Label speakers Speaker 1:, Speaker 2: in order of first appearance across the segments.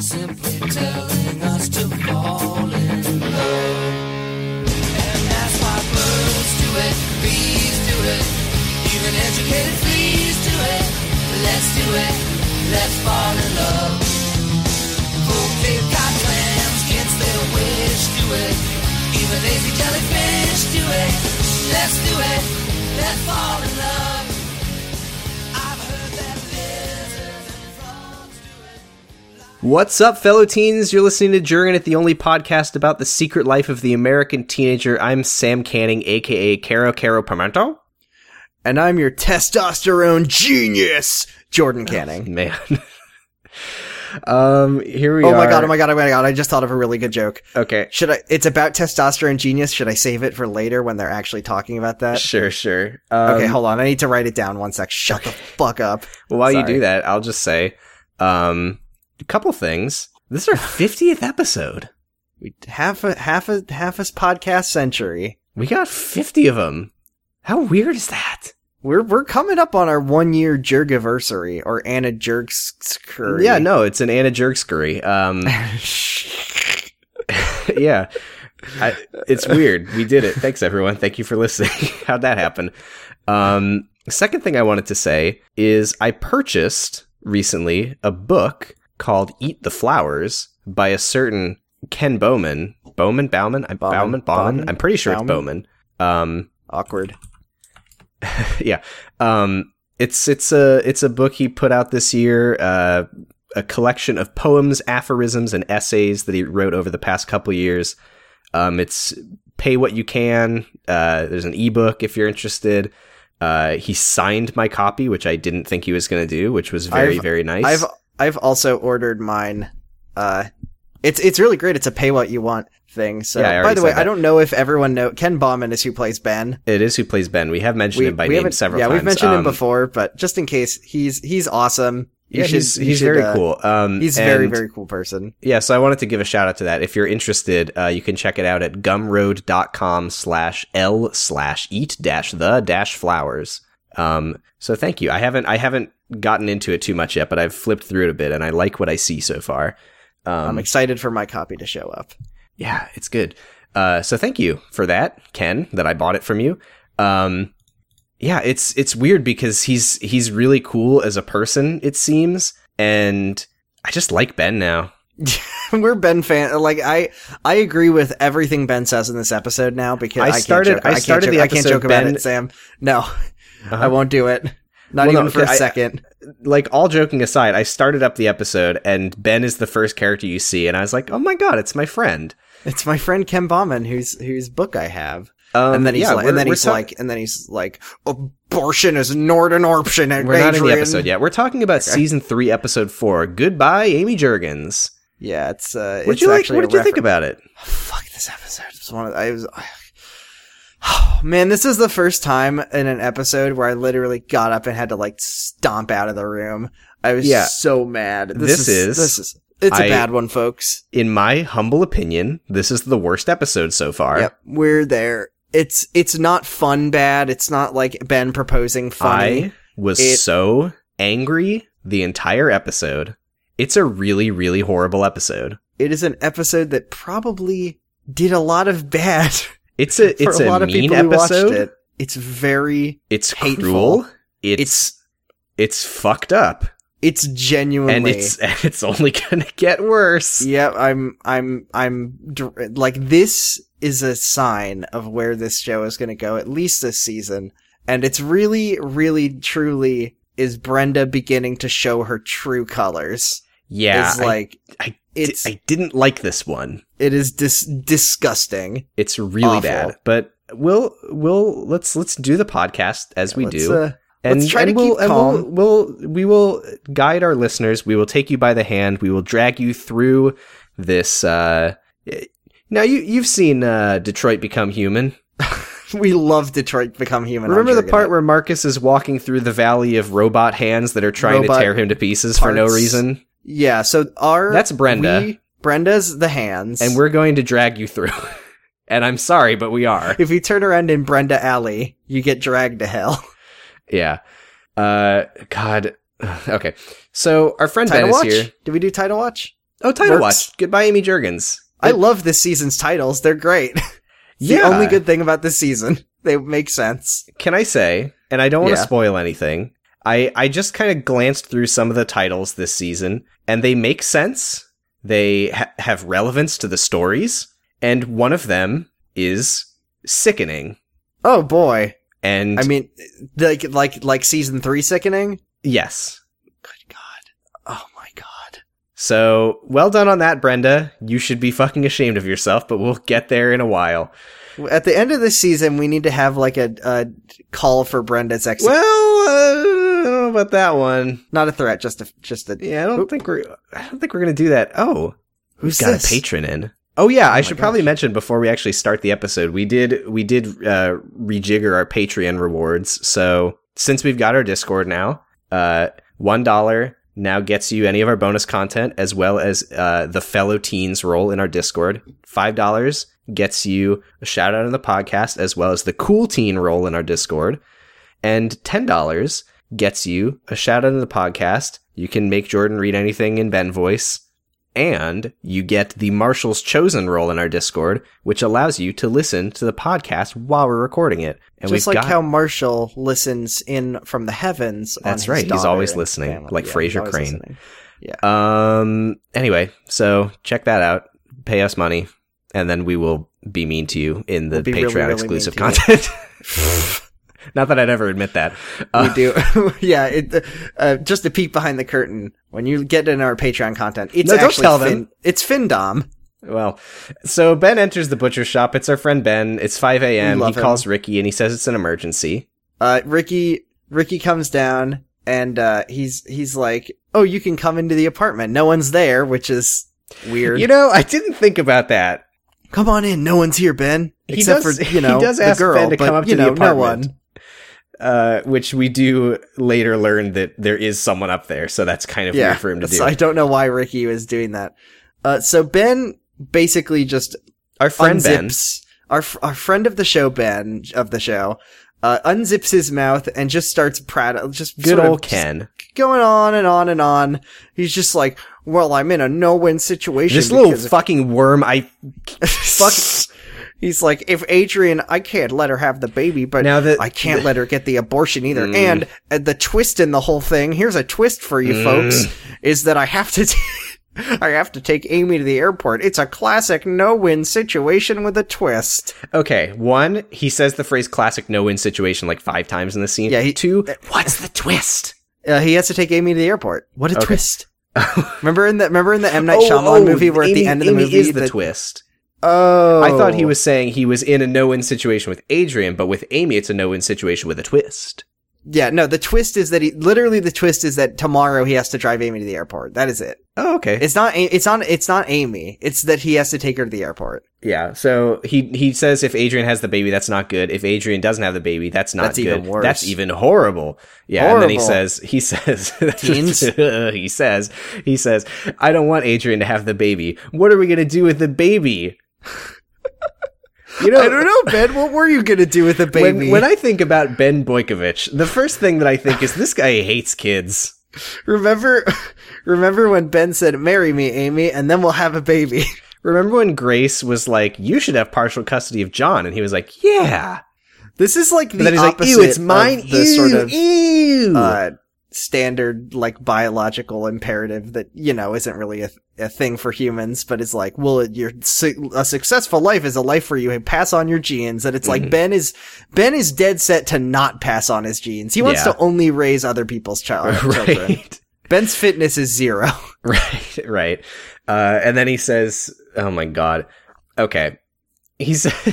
Speaker 1: simply telling us to fall in love. And that's why birds do it, bees do it, even educated fleas do it. Let's do it, let's fall in love. Full-fed cod clams gets their wish, do it. Even lazy jellyfish do it. Let's do it, let's fall in love. I've heard that lizards and frogs do it.
Speaker 2: What's up, fellow teens? You're listening to Jurgen at the only podcast about the secret life of the American teenager. I'm Sam Canning, aka Caro Caro Pimento.
Speaker 3: and I'm your testosterone genius, Jordan Canning.
Speaker 2: Man. um, here we
Speaker 3: Oh
Speaker 2: are.
Speaker 3: my god, oh my god, oh my god, I just thought of a really good joke.
Speaker 2: Okay.
Speaker 3: Should I it's about testosterone genius, should I save it for later when they're actually talking about that?
Speaker 2: Sure, sure. Um,
Speaker 3: okay, hold on. I need to write it down one sec. Shut the fuck up.
Speaker 2: well, while you
Speaker 3: sorry.
Speaker 2: do that, I'll just say um, a couple things. This is our 50th episode.
Speaker 3: We half a half a half a podcast century.
Speaker 2: We got 50 of them. How weird is that?
Speaker 3: We're we're coming up on our one year jergiversary or Anna Jerks
Speaker 2: Yeah, no, it's an Anna Jerkscurry. Um, yeah. I, it's weird. We did it. Thanks, everyone. Thank you for listening. How'd that happen? Um, second thing I wanted to say is I purchased recently a book called Eat the Flowers by a certain Ken Bowman. Bowman? Bauman? I, Bauman?
Speaker 3: Bauman,
Speaker 2: Bauman?
Speaker 3: Bauman,
Speaker 2: I'm pretty sure
Speaker 3: Bauman.
Speaker 2: it's Bowman. Um,
Speaker 3: Awkward.
Speaker 2: yeah. Um, it's it's a it's a book he put out this year. Uh, a collection of poems, aphorisms, and essays that he wrote over the past couple years. Um, it's pay what you can. Uh, there's an ebook if you're interested. Uh, he signed my copy, which I didn't think he was going to do, which was very
Speaker 3: I've-
Speaker 2: very nice.
Speaker 3: I've I've also ordered mine. Uh, it's it's really great. It's a pay what you want thing. So
Speaker 2: Yeah, I
Speaker 3: by
Speaker 2: already
Speaker 3: the way,
Speaker 2: said that.
Speaker 3: I don't know if everyone know Ken Bauman is who plays Ben.
Speaker 2: It is who plays Ben. We have mentioned him by name
Speaker 3: haven't-
Speaker 2: several
Speaker 3: yeah,
Speaker 2: times.
Speaker 3: we've mentioned
Speaker 2: Um,
Speaker 3: him before, but just in case, he's he's awesome. You
Speaker 2: Yeah,
Speaker 3: should-
Speaker 2: he's
Speaker 3: you
Speaker 2: he's
Speaker 3: should,
Speaker 2: very
Speaker 3: uh,
Speaker 2: cool. Um,
Speaker 3: He's a very
Speaker 2: and-
Speaker 3: very cool person.
Speaker 2: yeah so i wanted to give a shout out to that if you're interested uh, you can check it out at gumroad.com slash l slash eat dash the dash flowers um, so thank you i haven't i haven't gotten into it too much yet but i've flipped through it a bit and i like what i see so far um,
Speaker 3: I'm excited for my copy to show up.
Speaker 2: yeah it's good uh, so thank you for that ken that i bought it from you um, yeah it's it's weird because he's he's really cool as a person it seems and i just like ben now
Speaker 3: We're Ben fan. Like I I agree with everything Ben says in this episode now because
Speaker 2: I
Speaker 3: I, can't
Speaker 2: started-
Speaker 3: joke-
Speaker 2: I
Speaker 3: I can't
Speaker 2: started
Speaker 3: joke,
Speaker 2: the
Speaker 3: I can't
Speaker 2: episode,
Speaker 3: joke about
Speaker 2: Ben- Uh-huh.
Speaker 3: it, Sam. No, I won't do it. Not
Speaker 2: Well, no,
Speaker 3: even for a
Speaker 2: okay, I-
Speaker 3: second.
Speaker 2: like all joking aside, I started up the episode and Ben is the first character you see, and I was like, "Oh my god, it's my friend!"
Speaker 3: It's my friend Ken Bauman whose whose book I have.
Speaker 2: Um,
Speaker 3: and then he's
Speaker 2: yeah,
Speaker 3: like,
Speaker 2: we're-
Speaker 3: and then
Speaker 2: we're
Speaker 3: he's
Speaker 2: talk-
Speaker 3: like, and then he's like, abortion is not an option.
Speaker 2: "We're not in the episode yet. We're talking about season three, episode four. Goodbye, Amy Jurgens.
Speaker 3: Yeah, it's. Uh,
Speaker 2: What did
Speaker 3: it's
Speaker 2: you like?
Speaker 3: actually
Speaker 2: What
Speaker 3: a
Speaker 2: did you think
Speaker 3: refer-
Speaker 2: about it?
Speaker 3: Fuck this episode. It's one of I was. man, this is the first time in an episode where I literally got up and had to like stomp out of the room. I was
Speaker 2: Yeah.
Speaker 3: so mad.
Speaker 2: This is-
Speaker 3: this is it's a
Speaker 2: I-
Speaker 3: bad one, folks.
Speaker 2: In my humble opinion, this is the worst episode so far.
Speaker 3: Yep, we're there. It's it's not fun bad. It's not like Ben proposing funny.
Speaker 2: I was
Speaker 3: It-
Speaker 2: so angry the entire episode. It's a really, really horrible episode.
Speaker 3: it is an episode that probably did a lot of bad
Speaker 2: It's a
Speaker 3: for
Speaker 2: it's
Speaker 3: a lot of
Speaker 2: mean
Speaker 3: people who watched
Speaker 2: episode.
Speaker 3: it. It's very,
Speaker 2: It's
Speaker 3: Hateful.
Speaker 2: cruel. It's it's fucked up.
Speaker 3: it's genuinely.
Speaker 2: and it's and it's only gonna get worse.
Speaker 3: yeah, I'm, I'm, I'm dr- like this is a sign of where this show is going to go at least this season, and it's really, really, truly is Brenda beginning to show her true colors.
Speaker 2: Yeah,
Speaker 3: it's
Speaker 2: I-
Speaker 3: like
Speaker 2: I, di-
Speaker 3: it's
Speaker 2: I didn't like this one.
Speaker 3: it is dis- disgusting.
Speaker 2: It's really
Speaker 3: Awful.
Speaker 2: bad. But we'll we'll let's let's do the podcast as we
Speaker 3: Let's,
Speaker 2: do,
Speaker 3: uh,
Speaker 2: and
Speaker 3: let's try
Speaker 2: and
Speaker 3: to
Speaker 2: we'll,
Speaker 3: keep
Speaker 2: and
Speaker 3: calm.
Speaker 2: We'll, we'll we will guide our listeners. We will take you by the hand. We will drag you through this. uh Now you you've seen uh Detroit Become Human.
Speaker 3: we love Detroit Become Human. I'm
Speaker 2: Remember the
Speaker 3: sure
Speaker 2: part
Speaker 3: gonna-
Speaker 2: where Marcus is walking through the valley of robot hands that are trying
Speaker 3: Robot
Speaker 2: to tear him to pieces for no
Speaker 3: parts.
Speaker 2: reason?
Speaker 3: Yeah, so our
Speaker 2: That's Brenda.
Speaker 3: we- Brenda's the hands,
Speaker 2: and we're going to drag you through. and I'm sorry, but we are.
Speaker 3: if you turn around in Brenda Alley, you get dragged to hell.
Speaker 2: yeah. Uh, God. Okay. So our friend Ben
Speaker 3: Title
Speaker 2: is
Speaker 3: watch?
Speaker 2: here.
Speaker 3: Did we do title watch?
Speaker 2: Oh, Title
Speaker 3: Works.
Speaker 2: Watch. Goodbye, Amy Jurgens.
Speaker 3: I love this season's titles. They're great. the
Speaker 2: Yeah.
Speaker 3: only good thing about this season. They make sense.
Speaker 2: Can I say, and I don't want to
Speaker 3: Yeah.
Speaker 2: spoil anything, I, I just kind of glanced through some of the titles this season, and they make sense. They ha- have relevance to the stories, and one of them is sickening.
Speaker 3: Oh boy.
Speaker 2: And
Speaker 3: I mean like like like season 3 sickening?
Speaker 2: yes.
Speaker 3: Good god. Oh my god.
Speaker 2: So well done on that, Brenda. You should be fucking ashamed of yourself, but we'll get there in a while.
Speaker 3: At the end of this season, we need to have like a, a call for Brenda's exit.
Speaker 2: Well, uh, I don't know about that one.
Speaker 3: Not a threat, just a just a.
Speaker 2: Yeah, I don't
Speaker 3: Oop.
Speaker 2: think we're. I don't think we're gonna do that. Oh,
Speaker 3: Who's
Speaker 2: got
Speaker 3: this?
Speaker 2: a patron in. Oh yeah,
Speaker 3: my
Speaker 2: I should probably
Speaker 3: gosh.
Speaker 2: mention before we actually start the episode, we did we did uh, rejigger our Patreon rewards. So since we've got our Discord now, uh, one dollar now gets you any of our bonus content as well as uh, the fellow teens role in our Discord. Five dollars gets you a shout out in the podcast as well as the cool teen role in our Discord, and ten dollars gets you a shout out in the podcast. You can make Jordan read anything in Ben voice and you get the Marshall's Chosen role in our Discord, which allows you to listen to the podcast while we're recording it. And
Speaker 3: just
Speaker 2: we've got
Speaker 3: like how Marshall listens in from the heavens. on
Speaker 2: That's
Speaker 3: his
Speaker 2: right, he's
Speaker 3: daughter
Speaker 2: always
Speaker 3: and
Speaker 2: listening,
Speaker 3: family.
Speaker 2: like
Speaker 3: he's
Speaker 2: Fraser
Speaker 3: always
Speaker 2: Crane.
Speaker 3: listening.
Speaker 2: um anyway, so check that out. Pay us money, and then we will be mean to you in the
Speaker 3: We'll be
Speaker 2: Patreon
Speaker 3: really, really mean
Speaker 2: exclusive
Speaker 3: to you.
Speaker 2: content. Not that I'd ever admit that. Uh,
Speaker 3: we do, yeah. It, uh, just a peek behind the curtain when you get in our Patreon content. It's
Speaker 2: No, don't
Speaker 3: actually
Speaker 2: tell them.
Speaker 3: fin- It's Findom.
Speaker 2: Well, so Ben enters the butcher shop. It's our friend Ben. It's 5 a.m.
Speaker 3: We
Speaker 2: He
Speaker 3: love him.
Speaker 2: calls Ricky and he says it's an emergency.
Speaker 3: Uh, Ricky, Ricky comes down and uh, he's he's like, "Oh, you can come into the apartment. No one's there," which is weird.
Speaker 2: You know, I didn't think about that.
Speaker 3: come on in. No one's here, Ben.
Speaker 2: He
Speaker 3: Except
Speaker 2: does-
Speaker 3: for you know
Speaker 2: he does
Speaker 3: the
Speaker 2: ask
Speaker 3: girl,
Speaker 2: Ben to
Speaker 3: but,
Speaker 2: come up
Speaker 3: you
Speaker 2: to the
Speaker 3: know, no
Speaker 2: apartment.
Speaker 3: one.
Speaker 2: uh, which we do later learn that there is someone up there, so that's kind of weird for him to do.
Speaker 3: so I don't know why Ricky was doing that. Uh, so Ben basically just
Speaker 2: Our friend Ben,
Speaker 3: unzips our f- our friend of the show Ben of the show uh, unzips his mouth and just starts prattle, just
Speaker 2: good
Speaker 3: sort of
Speaker 2: old
Speaker 3: just
Speaker 2: Ken,
Speaker 3: going on and on and on. He's just like, well, I'm in a no win situation.
Speaker 2: this little
Speaker 3: because if-
Speaker 2: fucking worm. I fuck.
Speaker 3: He's like, if Adrian, I can't let her have the baby, but
Speaker 2: Now that-
Speaker 3: I can't let her get the abortion either.
Speaker 2: Mm.
Speaker 3: And uh, the twist in the whole thing, here's a twist for you
Speaker 2: Mm.
Speaker 3: folks, is that I have to, t- I have to take Amy to the airport. It's a classic no-win situation with a twist.
Speaker 2: Okay, one, he says the phrase "classic no-win situation" like five times in the scene.
Speaker 3: Yeah, he-
Speaker 2: two, what's the twist?
Speaker 3: Uh, he has to take Amy to the airport. What a
Speaker 2: Okay.
Speaker 3: twist! remember in the remember in the M Night Shyamalan movie where at
Speaker 2: Oh, Amy-
Speaker 3: the end of the
Speaker 2: Amy
Speaker 3: movie
Speaker 2: is the
Speaker 3: the-
Speaker 2: twist.
Speaker 3: Oh,
Speaker 2: I thought he was saying he was in a no-win situation with Adrian, but with Amy, it's a no-win situation with a twist.
Speaker 3: Yeah, no. The twist is that he literally the twist is that tomorrow he has to drive Amy to the airport. That is it.
Speaker 2: Oh, okay.
Speaker 3: It's not. A- It's not. It's not Amy. It's that he has to take her to the airport.
Speaker 2: Yeah. So he he says if Adrian has the baby, that's not good. If Adrian doesn't have the baby, that's not
Speaker 3: That's
Speaker 2: good.
Speaker 3: even worse.
Speaker 2: That's even horrible. Yeah. And then he
Speaker 3: Horrible.
Speaker 2: says he says
Speaker 3: Teens.
Speaker 2: he says he says I don't want Adrian to have the baby. What are we gonna do with the baby? You know,
Speaker 3: I don't know, Ben. What were you gonna do with the
Speaker 2: when
Speaker 3: baby?
Speaker 2: when I think about Ben Boykovich, the first thing that I think is this guy hates kids.
Speaker 3: remember, remember when Ben said, "Marry me, Amy, and then we'll have a baby."
Speaker 2: Remember when Grace was like, "You should have partial custody of John," and he was like, "Yeah."
Speaker 3: This is like the
Speaker 2: And then he's like,
Speaker 3: opposite
Speaker 2: "Ew, it's mine."
Speaker 3: of the
Speaker 2: Ew,
Speaker 3: sort of
Speaker 2: ew.
Speaker 3: uh, standard like biological imperative that you know isn't really a, th- a thing for humans, but it's like, well, it- your su- a successful life is a life where you pass on your genes, and it's
Speaker 2: Mm-hmm.
Speaker 3: like Ben is Ben is dead set to not pass on his genes. He wants
Speaker 2: Yeah.
Speaker 3: to only raise other people's child children.
Speaker 2: right.
Speaker 3: Ben's fitness is zero.
Speaker 2: Right, right. Uh, and then he says, "Oh my god." Okay, he sa-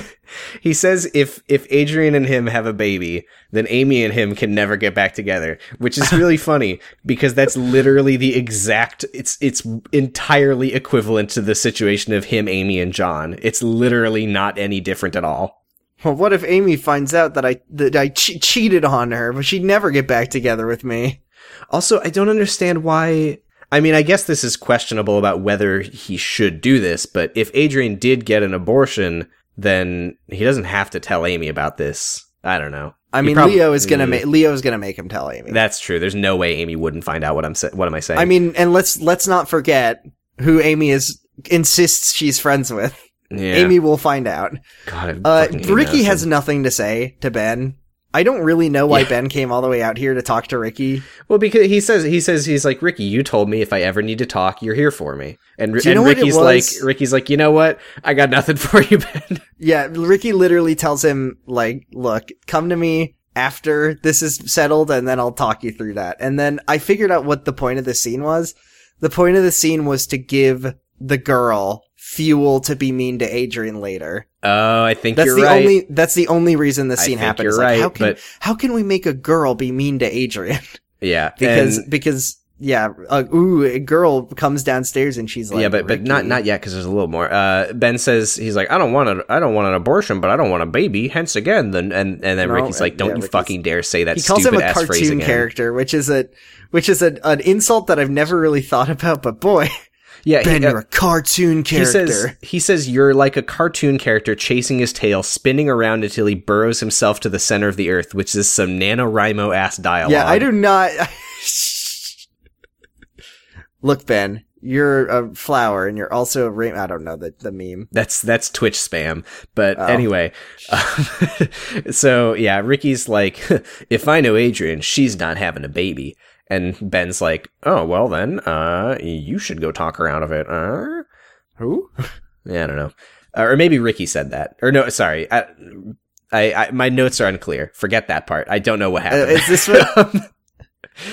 Speaker 2: he says if if Adrian and him have a baby, then Amy and him can never get back together, which is really funny because that's literally the exact. It's it's entirely equivalent to the situation of him, Amy, and John. It's literally not any different at all.
Speaker 3: well, what if Amy finds out that I that I che- cheated on her, but she'd never get back together with me?
Speaker 2: Also, I don't understand why. I mean, I guess this is questionable about whether he should do this, but if Adrian did get an abortion, then he doesn't have to tell Amy about this. I don't know.
Speaker 3: I
Speaker 2: He
Speaker 3: mean,
Speaker 2: prob-
Speaker 3: Leo is gonna
Speaker 2: Mm,
Speaker 3: make Leo is gonna make him tell Amy.
Speaker 2: That's true. There's no way Amy wouldn't find out what I'm sa- what am I saying?
Speaker 3: I mean, and let's let's not forget who Amy is insists she's friends with.
Speaker 2: Yeah.
Speaker 3: Amy will find out.
Speaker 2: God, I
Speaker 3: Uh,
Speaker 2: fucking hate
Speaker 3: Ricky
Speaker 2: that
Speaker 3: has
Speaker 2: thing.
Speaker 3: nothing to say to Ben. I don't really know why
Speaker 2: Yeah.
Speaker 3: Ben came all the way out here to talk to Ricky.
Speaker 2: well because he says he says he's like Ricky. You told me if I ever need to talk, you're here for me. And,
Speaker 3: Do you
Speaker 2: and
Speaker 3: know what it
Speaker 2: Ricky's like
Speaker 3: was?
Speaker 2: Ricky's like you know what? I got nothing for you, Ben.
Speaker 3: Yeah, Ricky literally tells him, like, look, come to me after this is settled and then I'll talk you through that. And then I figured out what the point of the scene was. The point of the scene was to give the girl fuel to be mean to Adrian later.
Speaker 2: Oh, I think
Speaker 3: That's
Speaker 2: you're
Speaker 3: the
Speaker 2: right.
Speaker 3: only that's the only reason the
Speaker 2: I
Speaker 3: scene
Speaker 2: think
Speaker 3: happened.
Speaker 2: you're
Speaker 3: It's like,
Speaker 2: right,
Speaker 3: how can
Speaker 2: but-
Speaker 3: how can we make a girl be mean to Adrian?
Speaker 2: yeah,
Speaker 3: because
Speaker 2: and-
Speaker 3: because yeah, uh, ooh, a girl comes downstairs and she's like,
Speaker 2: yeah, but but not
Speaker 3: "Ricky."
Speaker 2: not yet because there's a little more. Uh, ben says he's like, I don't want a, I don't want an abortion, but I don't want a baby. Hence again, then and and then
Speaker 3: No,
Speaker 2: Ricky's like,
Speaker 3: and-
Speaker 2: don't
Speaker 3: yeah,
Speaker 2: you
Speaker 3: Ricky's-
Speaker 2: fucking dare say that.
Speaker 3: he calls him
Speaker 2: stupid
Speaker 3: a
Speaker 2: ass phrase
Speaker 3: cartoon
Speaker 2: again.
Speaker 3: character, which is a which is a, an insult that I've never really thought about. But boy,
Speaker 2: Yeah,
Speaker 3: Ben,
Speaker 2: he, uh,
Speaker 3: you're a cartoon
Speaker 2: he
Speaker 3: character.
Speaker 2: says he says you're like a cartoon character chasing his tail, spinning around until he burrows himself to the center of the earth, which is some NaNoWriMo ass dialogue.
Speaker 3: yeah, I do not. Look, Ben, you're a flower, and you're also a rain. I don't know the the meme.
Speaker 2: That's that's Twitch spam. But
Speaker 3: Oh.
Speaker 2: anyway, um, so yeah, Ricky's like, if I know Adrian, she's not having a baby. And Ben's like, oh well then, uh, you should go talk her out of it. Uh,
Speaker 3: Who?
Speaker 2: yeah, I don't know, Uh, or maybe Ricky said that. Or no, sorry, I, I, I my notes are unclear. Forget that part. I don't know what
Speaker 3: Uh,
Speaker 2: happened.
Speaker 3: is this what?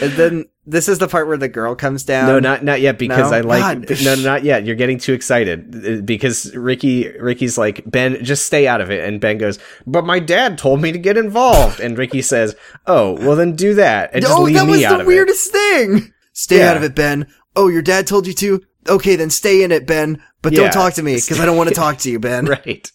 Speaker 3: and then this is the part where the girl comes down.
Speaker 2: no, not not yet because
Speaker 3: Um, no?
Speaker 2: I like
Speaker 3: God.
Speaker 2: no, not yet. You're getting too excited Uh, because Ricky Ricky's like Ben, just stay out of it, and Ben goes, but my dad told me to get involved, and Ricky says, oh well, then do that and just
Speaker 3: oh,
Speaker 2: leave
Speaker 3: that
Speaker 2: me
Speaker 3: was
Speaker 2: out
Speaker 3: the
Speaker 2: of
Speaker 3: weirdest thing. Stay
Speaker 2: Yeah.
Speaker 3: out of it, Ben. Oh, your dad told you to. Okay, then stay in it, Ben. But
Speaker 2: Yeah.
Speaker 3: don't talk to me because I don't want to talk to you, Ben.
Speaker 2: it, right?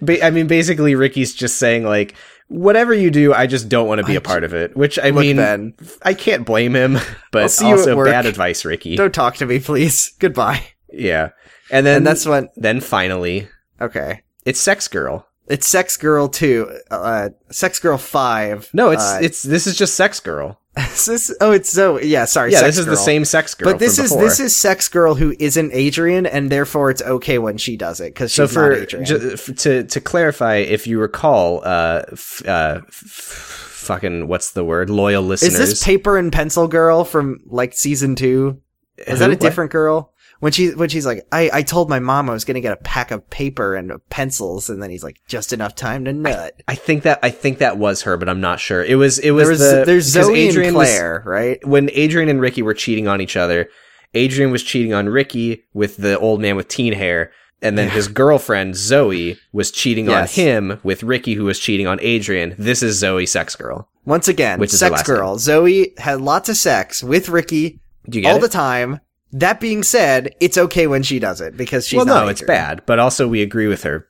Speaker 2: Ba- I mean, basically, Ricky's just saying like. Whatever you do, I just don't want to be
Speaker 3: I
Speaker 2: a part of it. Which I
Speaker 3: Look,
Speaker 2: mean,
Speaker 3: Ben,
Speaker 2: I can't blame him,
Speaker 3: I'll
Speaker 2: but
Speaker 3: see you at
Speaker 2: also
Speaker 3: work.
Speaker 2: bad advice, Ricky.
Speaker 3: don't talk to me, please. Goodbye.
Speaker 2: Yeah, and
Speaker 3: And,
Speaker 2: then
Speaker 3: that's when.
Speaker 2: then finally,
Speaker 3: Okay,
Speaker 2: it's Sex Girl.
Speaker 3: it's Sex Girl Two, uh, Sex Girl Five.
Speaker 2: No, it's
Speaker 3: Uh,
Speaker 2: it's this is just Sex Girl.
Speaker 3: is this- oh, it's so yeah. Sorry,
Speaker 2: yeah,
Speaker 3: Sex
Speaker 2: this is
Speaker 3: Girl.
Speaker 2: the same sex girl.
Speaker 3: But this is this is Sex Girl who isn't Adrian, and therefore it's okay when she does it because she's
Speaker 2: so for
Speaker 3: not Adrian.
Speaker 2: ju- f- to to clarify, if you recall, uh, f- uh, f- fucking what's the word? Loyal listeners.
Speaker 3: is this paper and pencil girl from like season two? Is that
Speaker 2: Who?
Speaker 3: a different girl? When she when she's like, I, I told my mom I was gonna get a pack of paper and pencils, and then he's like, just enough time to nut.
Speaker 2: I think that I think that was her, but I'm not sure. It was it was
Speaker 3: There was,
Speaker 2: the
Speaker 3: there's
Speaker 2: because
Speaker 3: Zoe and
Speaker 2: was-
Speaker 3: Claire, right?
Speaker 2: when Adrian and Ricky were cheating on each other. Adrian was cheating on Ricky with the old man with teen hair, and then
Speaker 3: Yeah.
Speaker 2: his girlfriend Zoe was cheating
Speaker 3: Yes.
Speaker 2: on him with Ricky, who was cheating on Adrian. This is Zoe, sex girl.
Speaker 3: Once again,
Speaker 2: Which is the
Speaker 3: sex
Speaker 2: last name.
Speaker 3: girl. Zoe had lots of sex with Ricky
Speaker 2: Do you get
Speaker 3: all
Speaker 2: it?
Speaker 3: the time. That being said, it's okay when she does it because she's
Speaker 2: well,
Speaker 3: not
Speaker 2: no, it's
Speaker 3: Adrian.
Speaker 2: bad, but also we agree with her.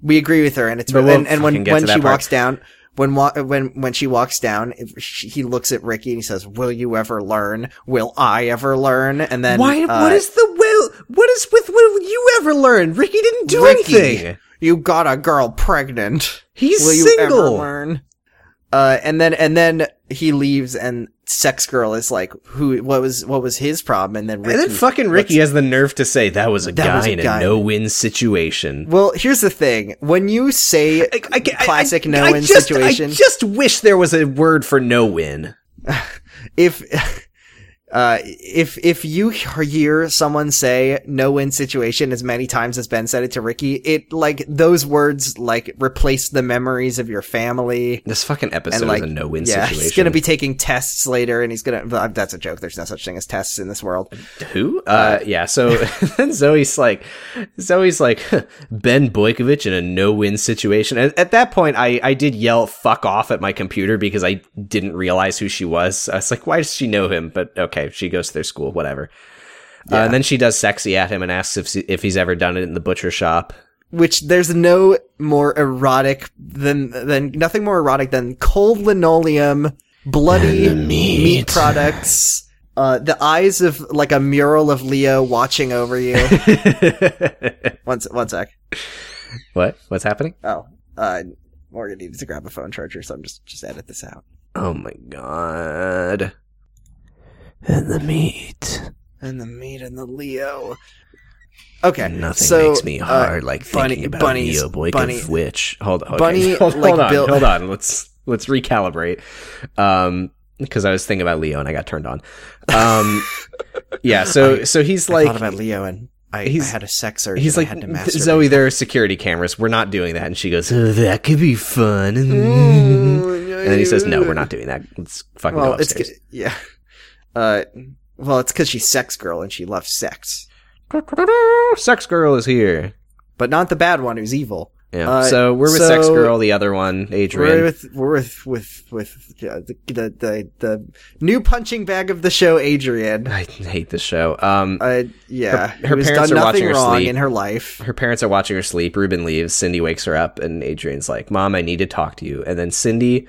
Speaker 3: We agree with her, and it's
Speaker 2: But
Speaker 3: and,
Speaker 2: we'll
Speaker 3: and
Speaker 2: fucking
Speaker 3: when
Speaker 2: get
Speaker 3: when
Speaker 2: to
Speaker 3: she
Speaker 2: that part.
Speaker 3: walks down, when wa- when when she walks down, if she, he looks at Ricky and he says, "Will you ever learn? Will I ever learn?" And then
Speaker 2: Why?
Speaker 3: uh,
Speaker 2: what is the will? What is with will you ever learn? Ricky didn't do
Speaker 3: Ricky,
Speaker 2: anything.
Speaker 3: You got a girl pregnant.
Speaker 2: He's
Speaker 3: Will you ever
Speaker 2: single.
Speaker 3: learn? Uh, and then and then he leaves, and sex girl is like, "Who? What was what was his problem?" And then Ricky,
Speaker 2: And then fucking Ricky has the nerve to say that was a
Speaker 3: That
Speaker 2: guy
Speaker 3: was a
Speaker 2: in
Speaker 3: guy.
Speaker 2: a no-win situation.
Speaker 3: Well, here's the thing: when you say
Speaker 2: I, I, I-
Speaker 3: classic
Speaker 2: I- I
Speaker 3: no-win
Speaker 2: just,
Speaker 3: situation,
Speaker 2: I just wish there was a word for no-win.
Speaker 3: if uh if if you hear someone say no win situation as many times as Ben said it to Ricky, it like those words like replace the memories of your family.
Speaker 2: This fucking episode
Speaker 3: And like,
Speaker 2: is a no-win
Speaker 3: yeah,
Speaker 2: situation.
Speaker 3: he's gonna be taking tests later, and he's gonna. well, That's a joke. There's no such thing as tests in this world.
Speaker 2: who? Uh, yeah. So then Zoe's like, Zoe's like Ben Boykovich in a no-win situation. And at that point, I I did yell "fuck off" at my computer because I didn't realize who she was. I was like, why does she know him? But okay, she goes to their school, whatever. Uh, and then she does sexy at him and asks if if he's ever done it in the butcher shop.
Speaker 3: Which there's no more erotic than than nothing more erotic than cold linoleum, bloody meat. products. Uh, the eyes of like a mural of Leo watching over you. One, se- one sec.
Speaker 2: what? What's happening?
Speaker 3: Oh, uh, Morgan needed to grab a phone charger, so I'm just just edit this out.
Speaker 2: Oh my god.
Speaker 4: and the meat
Speaker 3: and the meat and the Leo. Okay,
Speaker 2: Nothing
Speaker 3: so,
Speaker 2: makes me
Speaker 3: uh,
Speaker 2: hard like
Speaker 3: bunny-
Speaker 2: thinking about
Speaker 3: bunnies-
Speaker 2: Neo Boykin
Speaker 3: bunny-
Speaker 2: Switch. Hold on,
Speaker 3: bunny,
Speaker 2: hold,
Speaker 3: like,
Speaker 2: hold on,
Speaker 3: built-
Speaker 2: hold on. Let's let's recalibrate. Um, because I was thinking about Leo and I got turned on. Um, yeah. So
Speaker 3: I-
Speaker 2: so he's
Speaker 3: I
Speaker 2: like
Speaker 3: thought about Leo and I, I
Speaker 2: he's-
Speaker 3: had a sex urge.
Speaker 2: he's
Speaker 3: and
Speaker 2: like
Speaker 3: I had to
Speaker 2: "Th-
Speaker 3: masturbate.
Speaker 2: Zoe. There are security cameras. We're not doing that. And she goes, "Uh, that could be fun. and
Speaker 3: and
Speaker 2: then he says, no, we're not doing that. Let's fucking
Speaker 3: Mm. Well,
Speaker 2: go
Speaker 3: it's
Speaker 2: upstairs.
Speaker 3: g- yeah. Uh, well, it's because she's sex girl and she loves sex,
Speaker 2: Sex girl is here.
Speaker 3: but not the bad one who's evil.
Speaker 2: Yeah.
Speaker 3: Uh,
Speaker 2: so we're with Sex
Speaker 3: so-
Speaker 2: Girl, the other one, Adrian.
Speaker 3: We're with we're with with with uh, the, the the the new punching bag of the show, Adrian.
Speaker 2: I hate this show. Um,
Speaker 3: Uh, yeah,
Speaker 2: Her- her
Speaker 3: who's
Speaker 2: parents
Speaker 3: done
Speaker 2: are
Speaker 3: nothing
Speaker 2: watching her
Speaker 3: wrong
Speaker 2: sleep.
Speaker 3: in her life.
Speaker 2: her parents are watching her sleep. Ruben leaves. Cindy wakes her up, and Adrian's like, "Mom, I need to talk to you." And then Cindy,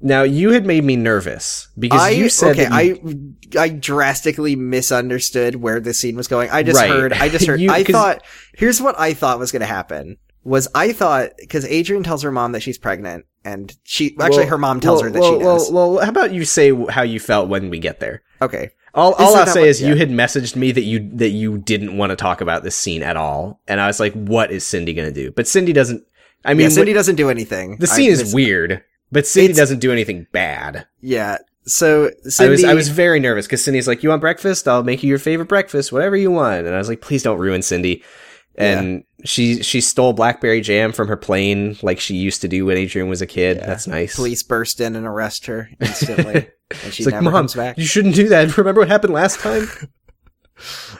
Speaker 2: now you had made me nervous because
Speaker 3: I
Speaker 2: you said
Speaker 3: okay,
Speaker 2: that you,
Speaker 3: I I drastically misunderstood where the scene was going. I just
Speaker 2: Right.
Speaker 3: heard. I just heard.
Speaker 2: You-
Speaker 3: I
Speaker 2: 'cause-
Speaker 3: thought. Here's what I thought was going to happen. Was I thought because Adrian tells her mom that she's pregnant, and she actually
Speaker 2: Well,
Speaker 3: her mom tells
Speaker 2: well,
Speaker 3: her that
Speaker 2: well,
Speaker 3: she knows.
Speaker 2: Well, well, how about you say w- how you felt when we get there?
Speaker 3: okay,
Speaker 2: All, all
Speaker 3: Isn't
Speaker 2: I'll
Speaker 3: that
Speaker 2: say
Speaker 3: what-
Speaker 2: is
Speaker 3: yeah.
Speaker 2: you had messaged me that you that you didn't want to talk about this scene at all, and I was like, "What is Cindy going to do?" But Cindy doesn't. I
Speaker 3: I mean,
Speaker 2: mean,
Speaker 3: Cindy doesn't do anything.
Speaker 2: the
Speaker 3: I
Speaker 2: scene is
Speaker 3: mis-
Speaker 2: weird, but Cindy
Speaker 3: It's-
Speaker 2: doesn't do anything bad.
Speaker 3: Yeah. So
Speaker 2: I
Speaker 3: Cindy,
Speaker 2: was I was very nervous because Cindy's like, "You want breakfast? I'll make you your favorite breakfast, whatever you want." And I was like, "Please don't ruin Cindy." And she she stole blackberry jam from her plane like she used to do when Adrian was a kid.
Speaker 3: Yeah.
Speaker 2: That's nice.
Speaker 3: police burst in and arrest her instantly, and she
Speaker 2: It's like,
Speaker 3: never
Speaker 2: "Mom,
Speaker 3: comes back.
Speaker 2: You shouldn't do that. Remember what happened last time?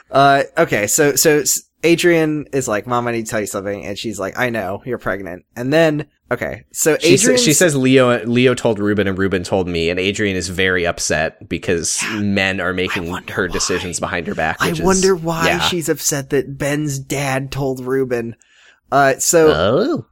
Speaker 3: Uh, okay, so so s- Adrian is like, "Mom, I need to tell you something," and she's like, "I know, you're pregnant." And then, okay, so
Speaker 2: she, sa-
Speaker 3: Adrian,
Speaker 2: she says Leo Leo told Ruben and Ruben told me, and Adrian is very upset because men are making
Speaker 3: wonder
Speaker 2: her
Speaker 3: why.
Speaker 2: decisions behind her back.
Speaker 3: "I
Speaker 2: which is-
Speaker 3: wonder why
Speaker 2: yeah.
Speaker 3: she's upset that Ben's dad told Ruben." Uh, so
Speaker 2: Oh,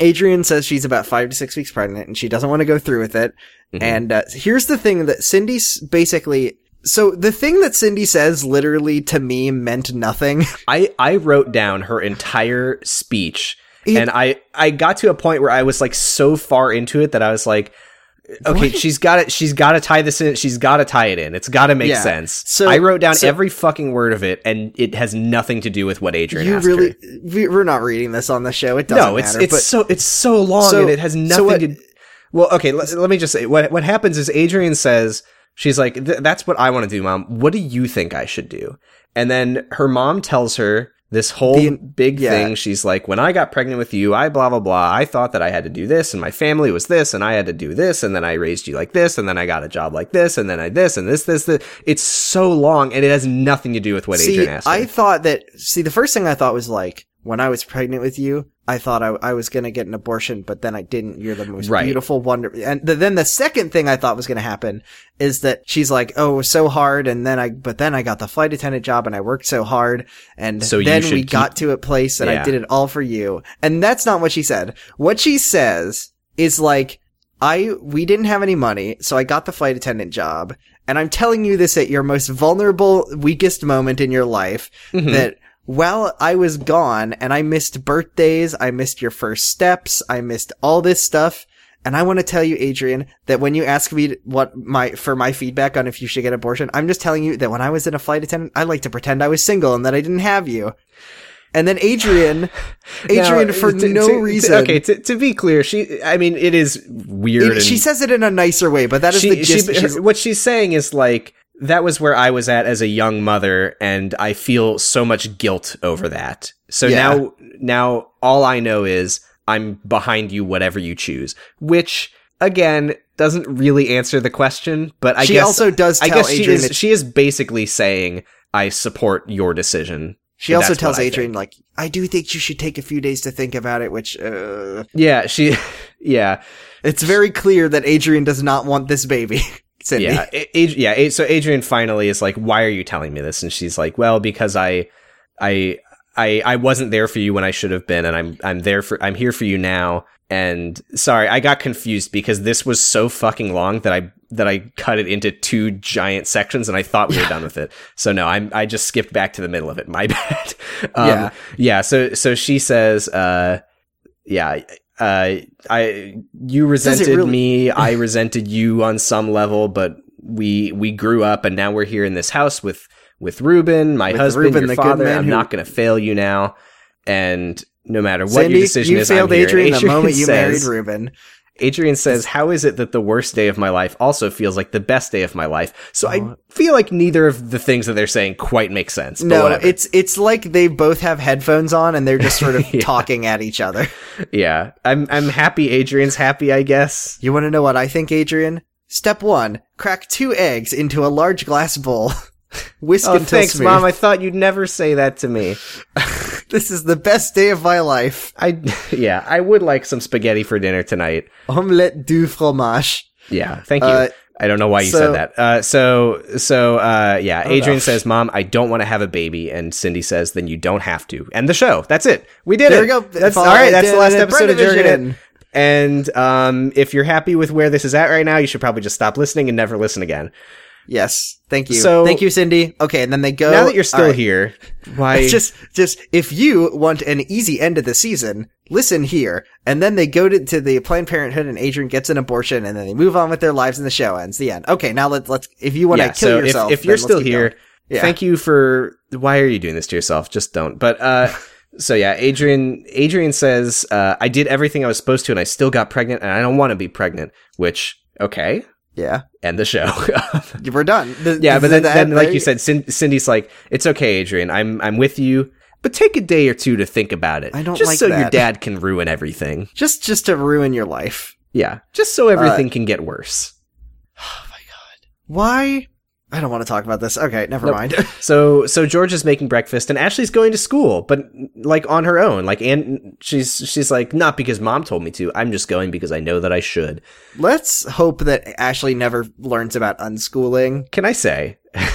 Speaker 3: Adrian says she's about five to six weeks pregnant, and she doesn't want to go through with it.
Speaker 2: Mhm.
Speaker 3: And uh, here's the thing that Cindy s- basically. So the thing that Cindy says literally to me meant nothing.
Speaker 2: I I wrote down her entire speech,
Speaker 3: It-
Speaker 2: and I I got to a point where I was like so far into it that I was like, okay, she's got it. She's got to tie this in. She's got to tie it in. It's got to make
Speaker 3: Yeah.
Speaker 2: sense.
Speaker 3: So-
Speaker 2: So I wrote down
Speaker 3: so-
Speaker 2: every fucking word of it, and it has nothing to do with what Adrian
Speaker 3: you
Speaker 2: asked
Speaker 3: really,
Speaker 2: her.
Speaker 3: we, we're not reading this on the show. It doesn't
Speaker 2: No, it's
Speaker 3: matter.
Speaker 2: it's
Speaker 3: but-
Speaker 2: so it's so long,
Speaker 3: So-
Speaker 2: and it has
Speaker 3: so
Speaker 2: nothing
Speaker 3: what-
Speaker 2: to. Well, okay, let, let me just say what what happens is Adrian says she's like, "Th- "That's what I want to do, mom. What do you think I should do?" And then her mom tells her this whole
Speaker 3: The-
Speaker 2: big
Speaker 3: yeah.
Speaker 2: thing. She's like, "When I got pregnant with you, I blah blah blah. I thought that I had to do this, and my family was this, and I had to do this, and then I raised you like this, and then I got a job like this, and then I this and this this this." It's so long, and it has nothing to do with what
Speaker 3: see,
Speaker 2: Adrian asked.
Speaker 3: I
Speaker 2: her.
Speaker 3: thought that. See, the first thing I thought was like, when I was pregnant with you, I thought I, I was gonna get an abortion, but then I didn't. You're the most
Speaker 2: Right.
Speaker 3: beautiful wonder. And th- then the second thing I thought was gonna happen is that she's like, oh, it was so hard, and then I, but then I got the flight attendant job, and I worked so hard, and
Speaker 2: So you
Speaker 3: then
Speaker 2: should
Speaker 3: we
Speaker 2: keep-
Speaker 3: got to a place, and I
Speaker 2: Yeah.
Speaker 3: did it all for you. And that's not what she said. What she says is like. I we didn't have any money, so I got the flight attendant job, and I'm telling you this at your most vulnerable, weakest moment in your life
Speaker 2: Mhm.
Speaker 3: that while I was gone and I missed birthdays, I missed your first steps, I missed all this stuff. And I want to tell you, Adrian, that when you ask me to- what my, for my feedback on if you should get abortion, I'm just telling you that when I was in a flight attendant, I like to pretend I was single and that I didn't have you. And then Adrian, Adrian,
Speaker 2: Now,
Speaker 3: for
Speaker 2: to- to-
Speaker 3: no
Speaker 2: to-
Speaker 3: reason.
Speaker 2: okay, to, to be clear, she. I mean, it is weird.
Speaker 3: It- she
Speaker 2: and
Speaker 3: says it in a nicer way, but that is
Speaker 2: she-
Speaker 3: the
Speaker 2: she-
Speaker 3: gist.
Speaker 2: her-
Speaker 3: she's-
Speaker 2: what she's saying is like that was where I was at as a young mother, and I feel so much guilt over that. So
Speaker 3: Yeah.
Speaker 2: now, now all I know is I'm behind you, whatever you choose. Which again doesn't really answer the question, but I
Speaker 3: she
Speaker 2: guess
Speaker 3: also does
Speaker 2: I
Speaker 3: tell
Speaker 2: guess she
Speaker 3: Adrian
Speaker 2: is.
Speaker 3: that
Speaker 2: She is basically saying I support your decision.
Speaker 3: She also
Speaker 2: That's what
Speaker 3: tells
Speaker 2: I
Speaker 3: Adrian, like, I do think you should take a few days to think about it, which, uh,
Speaker 2: Yeah, she. Yeah.
Speaker 3: it's very clear that Adrian does not want this baby. Cindy.
Speaker 2: Yeah, uh, A- Ad- yeah. A- So Adrian finally is like, "Why are you telling me this?" And she's like, "Well, because I, I, I, I wasn't there for you when I should have been, and I'm, I'm there for, I'm here for you now." And sorry, I got confused because this was so fucking long that I that I cut it into two giant sections, and I thought we were done with it. So no, I'm I just skipped back to the middle of it. My bad. Um,
Speaker 3: Yeah.
Speaker 2: yeah. So so she says, uh, yeah. Uh, I you
Speaker 3: it
Speaker 2: resented
Speaker 3: really-
Speaker 2: me, I resented you on some level, but we we grew up and now we're here in this house with with Reuben, my
Speaker 3: With
Speaker 2: husband,
Speaker 3: Reuben,
Speaker 2: your
Speaker 3: the good
Speaker 2: father.
Speaker 3: man
Speaker 2: I'm
Speaker 3: who-
Speaker 2: not going to fail you now. And no matter what
Speaker 3: Sandy,
Speaker 2: your decision
Speaker 3: you
Speaker 2: is,
Speaker 3: failed
Speaker 2: I'm here. And
Speaker 3: Adrian the moment you
Speaker 2: says,
Speaker 3: married Ruben.
Speaker 2: Adrian says, "How is it that the worst day of my life also feels like the best day of my life?" So I
Speaker 3: Oh.
Speaker 2: feel like neither of the things that they're saying quite make sense. but
Speaker 3: No,
Speaker 2: whatever.
Speaker 3: it's it's like they both have headphones on and they're just sort of talking at each other.
Speaker 2: yeah. I'm I'm happy. Adrian's happy, I guess.
Speaker 3: You want to know what I think, Adrian? Step one: crack two eggs into a large glass bowl. Whisk
Speaker 2: Oh,
Speaker 3: until
Speaker 2: thanks,
Speaker 3: smooth.
Speaker 2: mom. I thought you'd never say that to me.
Speaker 3: This is the best day of my life.
Speaker 2: I yeah. I would like some spaghetti for dinner tonight.
Speaker 3: Omelette du fromage.
Speaker 2: Yeah, thank you.
Speaker 3: Uh,
Speaker 2: I don't know why you
Speaker 3: so-
Speaker 2: said that. Uh, so, so uh, yeah,
Speaker 3: know.
Speaker 2: Adrian says, "Mom, I don't want to have a baby," and Cindy says, "Then you don't have to." And the show. That's it. We did
Speaker 3: There
Speaker 2: it.
Speaker 3: we go.
Speaker 2: That's
Speaker 3: Follow
Speaker 2: all right.
Speaker 3: it.
Speaker 2: That's the last
Speaker 3: Did it.
Speaker 2: episode of Jurgen.
Speaker 3: Brendavision.
Speaker 2: It. And um, if you're happy with where this is at right now, you should probably just stop listening and never listen again.
Speaker 3: Yes, thank you.
Speaker 2: So-
Speaker 3: thank you, Cindy. Okay, and then they go.
Speaker 2: now that you're still
Speaker 3: Alright.
Speaker 2: here, why?
Speaker 3: It's just, just if you want an easy end of the season, listen here. And then they go to, to the Planned Parenthood, and Adrian gets an abortion, and then they move on with their lives, and the show ends. The end. Okay, now let's let's. If you want to
Speaker 2: yeah.
Speaker 3: kill
Speaker 2: So
Speaker 3: yourself,
Speaker 2: if, if you're
Speaker 3: then let's
Speaker 2: still
Speaker 3: keep
Speaker 2: here,
Speaker 3: going. yeah.
Speaker 2: thank you for why are you doing this to yourself just don't but uh so yeah adrian adrian says uh i did everything i was supposed to and i still got pregnant and i don't want to be pregnant which okay
Speaker 3: yeah,
Speaker 2: end the show
Speaker 3: we're done. The-
Speaker 2: yeah but
Speaker 3: the-
Speaker 2: then,
Speaker 3: the-
Speaker 2: then like
Speaker 3: the-
Speaker 2: you said Cin- cindy's like it's okay adrian i'm i'm with you but take a day or two to think about it
Speaker 3: I don't
Speaker 2: just
Speaker 3: like
Speaker 2: so your
Speaker 3: that.
Speaker 2: dad can ruin everything
Speaker 3: just just to ruin your life.
Speaker 2: yeah just so everything
Speaker 3: Uh,
Speaker 2: can get worse
Speaker 3: Why? I don't want to talk about this. Okay, never
Speaker 2: Nope.
Speaker 3: mind.
Speaker 2: So so George is making breakfast and Ashley's going to school, but like on her own. Like and she's she's like not because mom told me to. I'm just going because I know that I should.
Speaker 3: Let's hope that Ashley never learns about unschooling.
Speaker 2: Can I say?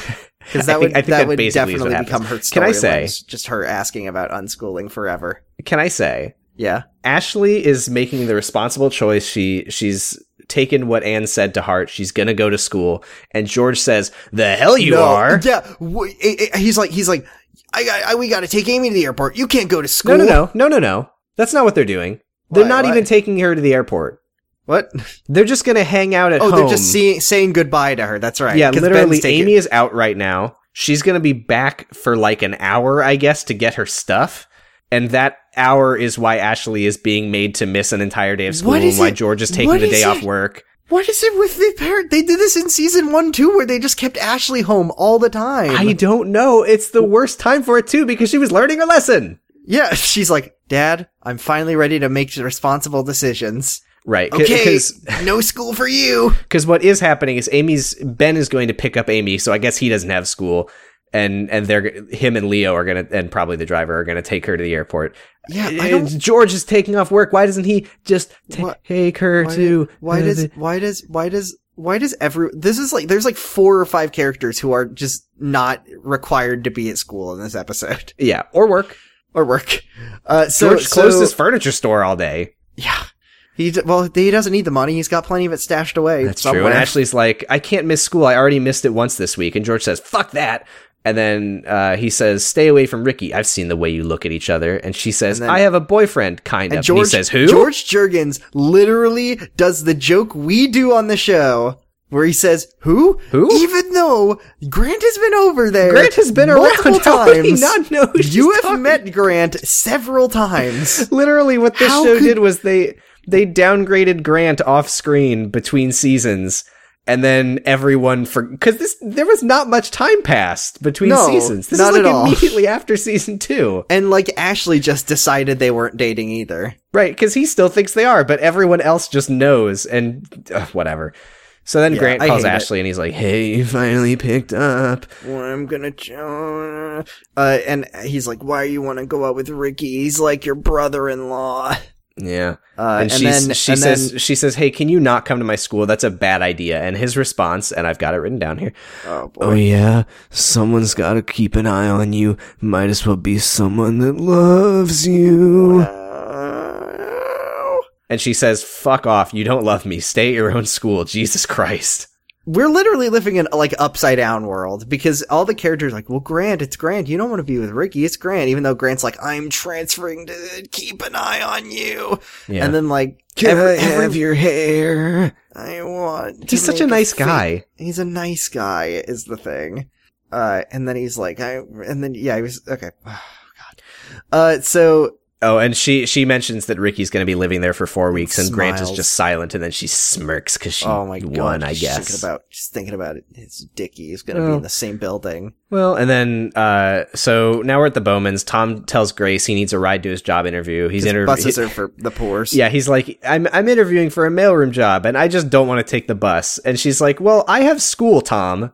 Speaker 3: Because that
Speaker 2: I
Speaker 3: would
Speaker 2: think- I think
Speaker 3: that
Speaker 2: that
Speaker 3: would
Speaker 2: basically is what
Speaker 3: definitely
Speaker 2: happens.
Speaker 3: become her story.
Speaker 2: Can I say-
Speaker 3: just her asking about unschooling forever?
Speaker 2: Can I say?
Speaker 3: Yeah,
Speaker 2: Ashley is making the responsible choice. She she's taken what Anne said to heart. She's gonna go to school. And George says, The hell you
Speaker 3: No,
Speaker 2: are.
Speaker 3: Yeah, w- i- i- he's like he's like I got I, we got to take Amy to the airport. You can't go to school.
Speaker 2: No no no. No no no. That's not what they're doing. They're
Speaker 3: Why-
Speaker 2: not
Speaker 3: why?
Speaker 2: even taking her to the airport.
Speaker 3: What?
Speaker 2: They're just gonna hang out at
Speaker 3: Oh,
Speaker 2: home.
Speaker 3: they're just seeing, saying goodbye to her. That's right.
Speaker 2: Yeah,
Speaker 3: 'Cause
Speaker 2: literally,
Speaker 3: Ben's taking-
Speaker 2: Amy is out right now. She's going to be back for like an hour, I guess, to get her stuff. And that hour is why Ashley is being made to miss an entire day of school
Speaker 3: What
Speaker 2: and
Speaker 3: is
Speaker 2: why
Speaker 3: it?
Speaker 2: George is taking
Speaker 3: What
Speaker 2: the
Speaker 3: is
Speaker 2: day
Speaker 3: it?
Speaker 2: off work.
Speaker 3: What is it with the parent? They did this in season one too, where they just kept Ashley home all the time.
Speaker 2: I don't know. It's the worst time for it, too, because she was learning her lesson.
Speaker 3: yeah, she's like, Dad, I'm finally ready to make responsible decisions.
Speaker 2: Right.
Speaker 3: Okay,
Speaker 2: Because
Speaker 3: no school for you.
Speaker 2: what is happening is Amy's Ben is going to pick up Amy, so I guess he doesn't have school. And and they're him and Leo are gonna and probably the driver are gonna take her to the airport.
Speaker 3: Yeah, I
Speaker 2: Uh,
Speaker 3: don't
Speaker 2: George is taking off work. Why doesn't he just ta-
Speaker 3: What-
Speaker 2: take her
Speaker 3: why,
Speaker 2: to?
Speaker 3: why
Speaker 2: uh,
Speaker 3: does
Speaker 2: the-
Speaker 3: why does why does why does every this is like there's like four or five characters who are just not required to be at school in this episode
Speaker 2: yeah or work?
Speaker 3: or work uh so,
Speaker 2: George
Speaker 3: so-
Speaker 2: closed his furniture store all day.
Speaker 3: yeah he d- well he doesn't need the money he's got plenty of it stashed away
Speaker 2: That's
Speaker 3: somewhere.
Speaker 2: true. And Ashley's like, I can't miss school. I already missed it once this week. And George says, "Fuck that." And then uh, he says, "Stay away from Ricky." I've seen the way you look at each other. And she says,
Speaker 3: And then-
Speaker 2: "I have a boyfriend, kind of."
Speaker 3: and George
Speaker 2: and he says, "Who?"
Speaker 3: George Jurgens literally does the joke we do on the show where he says who
Speaker 2: Who?
Speaker 3: even though Grant has been over there
Speaker 2: Grant has been
Speaker 3: multiple
Speaker 2: around. How would he
Speaker 3: times
Speaker 2: not know who she's
Speaker 3: you have
Speaker 2: talking
Speaker 3: met Grant several times
Speaker 2: Literally, what this
Speaker 3: How
Speaker 2: show
Speaker 3: could-
Speaker 2: did was they they downgraded Grant off screen between seasons, and then everyone for because this there was not much time passed between
Speaker 3: No,
Speaker 2: seasons. This
Speaker 3: not
Speaker 2: is like
Speaker 3: at all.
Speaker 2: immediately after season two,
Speaker 3: and like Ashley just decided they weren't dating either
Speaker 2: right? Because he still thinks they are, but everyone else just knows and uh, whatever. So then
Speaker 3: Yeah,
Speaker 2: Grant
Speaker 3: I
Speaker 2: calls
Speaker 3: hate it.
Speaker 2: Ashley and he's like, "Hey, you finally picked up."
Speaker 3: well, I'm gonna jo- uh and he's like why you want to go out with Ricky he's like your brother-in-law
Speaker 2: Yeah,
Speaker 3: uh,
Speaker 2: and,
Speaker 3: and,
Speaker 2: she
Speaker 3: then
Speaker 2: she
Speaker 3: and
Speaker 2: says
Speaker 3: then,
Speaker 2: she says, "Hey, can you not come to my school? That's a bad idea." And his response, and I've got it written down here.
Speaker 3: oh boy
Speaker 4: Oh yeah, someone's gotta keep an eye on you. Might as well be someone that loves
Speaker 3: Oh,
Speaker 4: you.
Speaker 3: Uh,
Speaker 2: And she says, "Fuck off! You don't love me. Stay at your own school." Jesus Christ!
Speaker 3: we're literally living in like upside down world because all the characters are like, well, Grant, it's Grant. You don't want to be with Ricky. It's Grant, even though Grant's like, I'm transferring to keep an eye on you.
Speaker 2: Yeah.
Speaker 3: And then like,
Speaker 4: Can
Speaker 3: every-
Speaker 4: I have
Speaker 3: every-
Speaker 4: your hair?
Speaker 3: I want. to
Speaker 2: he's such a
Speaker 3: make
Speaker 2: nice
Speaker 3: fake-
Speaker 2: guy.
Speaker 3: He's a nice guy, is the thing. Uh, and then he's like, I, and then, yeah, he was, okay. Oh, God. Uh, so,
Speaker 2: Oh, and she she mentions that Ricky's going to be living there for four weeks, and Grant is
Speaker 3: Smiles.
Speaker 2: just silent, and then she smirks because she
Speaker 3: oh my God.
Speaker 2: won, I
Speaker 3: just
Speaker 2: guess.
Speaker 3: Thinking about, just thinking about it. His Dickie is going to be
Speaker 2: Well.
Speaker 3: in the same building.
Speaker 2: well, and then uh, so now we're at the Bowmans. Tom tells Grace he needs a ride to his job interview. He's
Speaker 3: 'Cause
Speaker 2: interviewing.
Speaker 3: buses are for the poor.
Speaker 2: Yeah, he's like, I'm I'm interviewing for a mailroom job, and I just don't want to take the bus. And she's like, Well, I have school, Tom.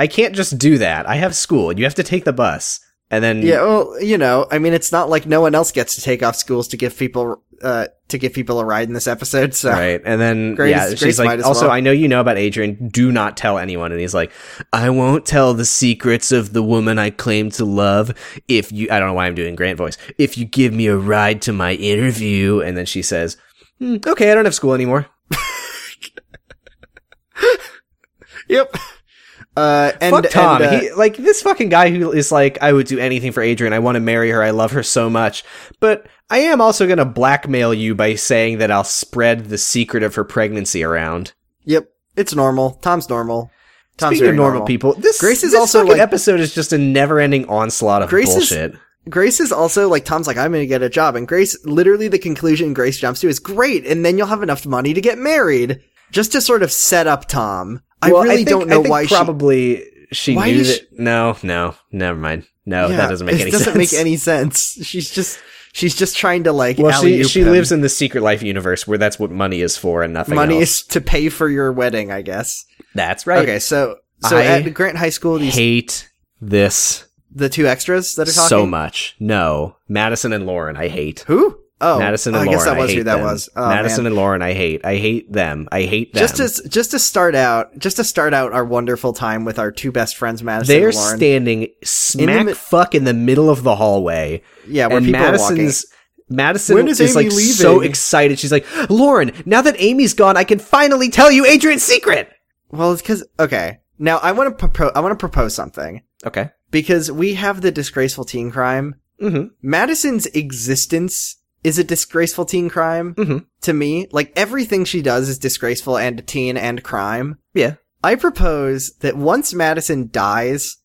Speaker 2: I can't just do that. I have school. You have to take the bus. And then
Speaker 3: Yeah, well, you know, I mean, it's not like no one else gets to take off schools to give people, uh, to give people a ride in this episode. So,
Speaker 2: Right. And then
Speaker 3: Grace-
Speaker 2: yeah,
Speaker 3: Grace
Speaker 2: she's
Speaker 3: might
Speaker 2: like,
Speaker 3: as
Speaker 2: also,
Speaker 3: well."
Speaker 2: I know you know about Adrian. Do not tell anyone. And he's like, I won't tell the secrets of the woman I claim to love if you. I don't know why I'm doing Grant voice. If you give me a ride to my interview, and then she says, "Hmm, Okay, I don't have school anymore.
Speaker 3: yep. Uh, and
Speaker 2: Fuck Tom.
Speaker 3: and, uh,
Speaker 2: he, like this fucking guy who is like, I would do anything for Adrian. I want to marry her. I love her so much. But I am also going to blackmail you by saying that I'll spread the secret of her pregnancy around.
Speaker 3: Yep, it's normal. Tom's normal. Tom's
Speaker 2: Speaking
Speaker 3: very
Speaker 2: of normal, people, this
Speaker 3: Grace is
Speaker 2: this
Speaker 3: also,
Speaker 2: fucking
Speaker 3: like-
Speaker 2: episode is just a never-ending onslaught of
Speaker 3: Grace is-
Speaker 2: bullshit.
Speaker 3: Grace is also like Tom's like I'm going to get a job, and Grace literally the conclusion Grace jumps to is great, and then you'll have enough money to get married, just to sort of set up Tom. I
Speaker 2: Well,
Speaker 3: really
Speaker 2: think-
Speaker 3: don't know
Speaker 2: I think
Speaker 3: why
Speaker 2: Probably she
Speaker 3: Why
Speaker 2: knew
Speaker 3: did
Speaker 2: that. no, no, never mind. No,
Speaker 3: she. Yeah,
Speaker 2: that doesn't make
Speaker 3: it
Speaker 2: any
Speaker 3: doesn't
Speaker 2: sense.
Speaker 3: make any sense. She's just she's just trying to like.
Speaker 2: Well, she
Speaker 3: alley-oop
Speaker 2: she
Speaker 3: him.
Speaker 2: lives in the secret life universe where that's what money is for and nothing.
Speaker 3: money
Speaker 2: else.
Speaker 3: is to pay for your wedding, I guess.
Speaker 2: that's right.
Speaker 3: Okay, so so
Speaker 2: I
Speaker 3: at Grant High School, these
Speaker 2: hate this
Speaker 3: the two extras that are talking
Speaker 2: so much. No, Madison and Lauren, I hate.
Speaker 3: Who? Oh,
Speaker 2: Madison and
Speaker 3: I
Speaker 2: Lauren,
Speaker 3: guess that was
Speaker 2: I hate
Speaker 3: who that
Speaker 2: them.
Speaker 3: was. Oh,
Speaker 2: Madison
Speaker 3: man.
Speaker 2: and Lauren, I hate. I hate them. I hate them.
Speaker 3: just to just to start out, just to start out our wonderful time with our two best friends, Madison
Speaker 2: they're
Speaker 3: and Lauren.
Speaker 2: standing smack
Speaker 3: mi-
Speaker 2: fuck in the middle of the hallway.
Speaker 3: yeah, where
Speaker 2: and
Speaker 3: people are walking.
Speaker 2: Madison's Madison
Speaker 3: When
Speaker 2: is,
Speaker 3: is
Speaker 2: like
Speaker 3: Amy
Speaker 2: so
Speaker 3: leaving?
Speaker 2: excited. She's like, Lauren, now that Amy's gone, I can finally tell you Adrian's secret.
Speaker 3: Well, it's because okay. Now I want to propose. I want to propose something
Speaker 2: Okay.
Speaker 3: because we have the disgraceful teen crime.
Speaker 2: Mm-hmm.
Speaker 3: Madison's existence is a disgraceful teen crime
Speaker 2: Mhm.
Speaker 3: to me. Like everything she does is disgraceful and teen and crime.
Speaker 2: Yeah.
Speaker 3: I propose that once Madison dies,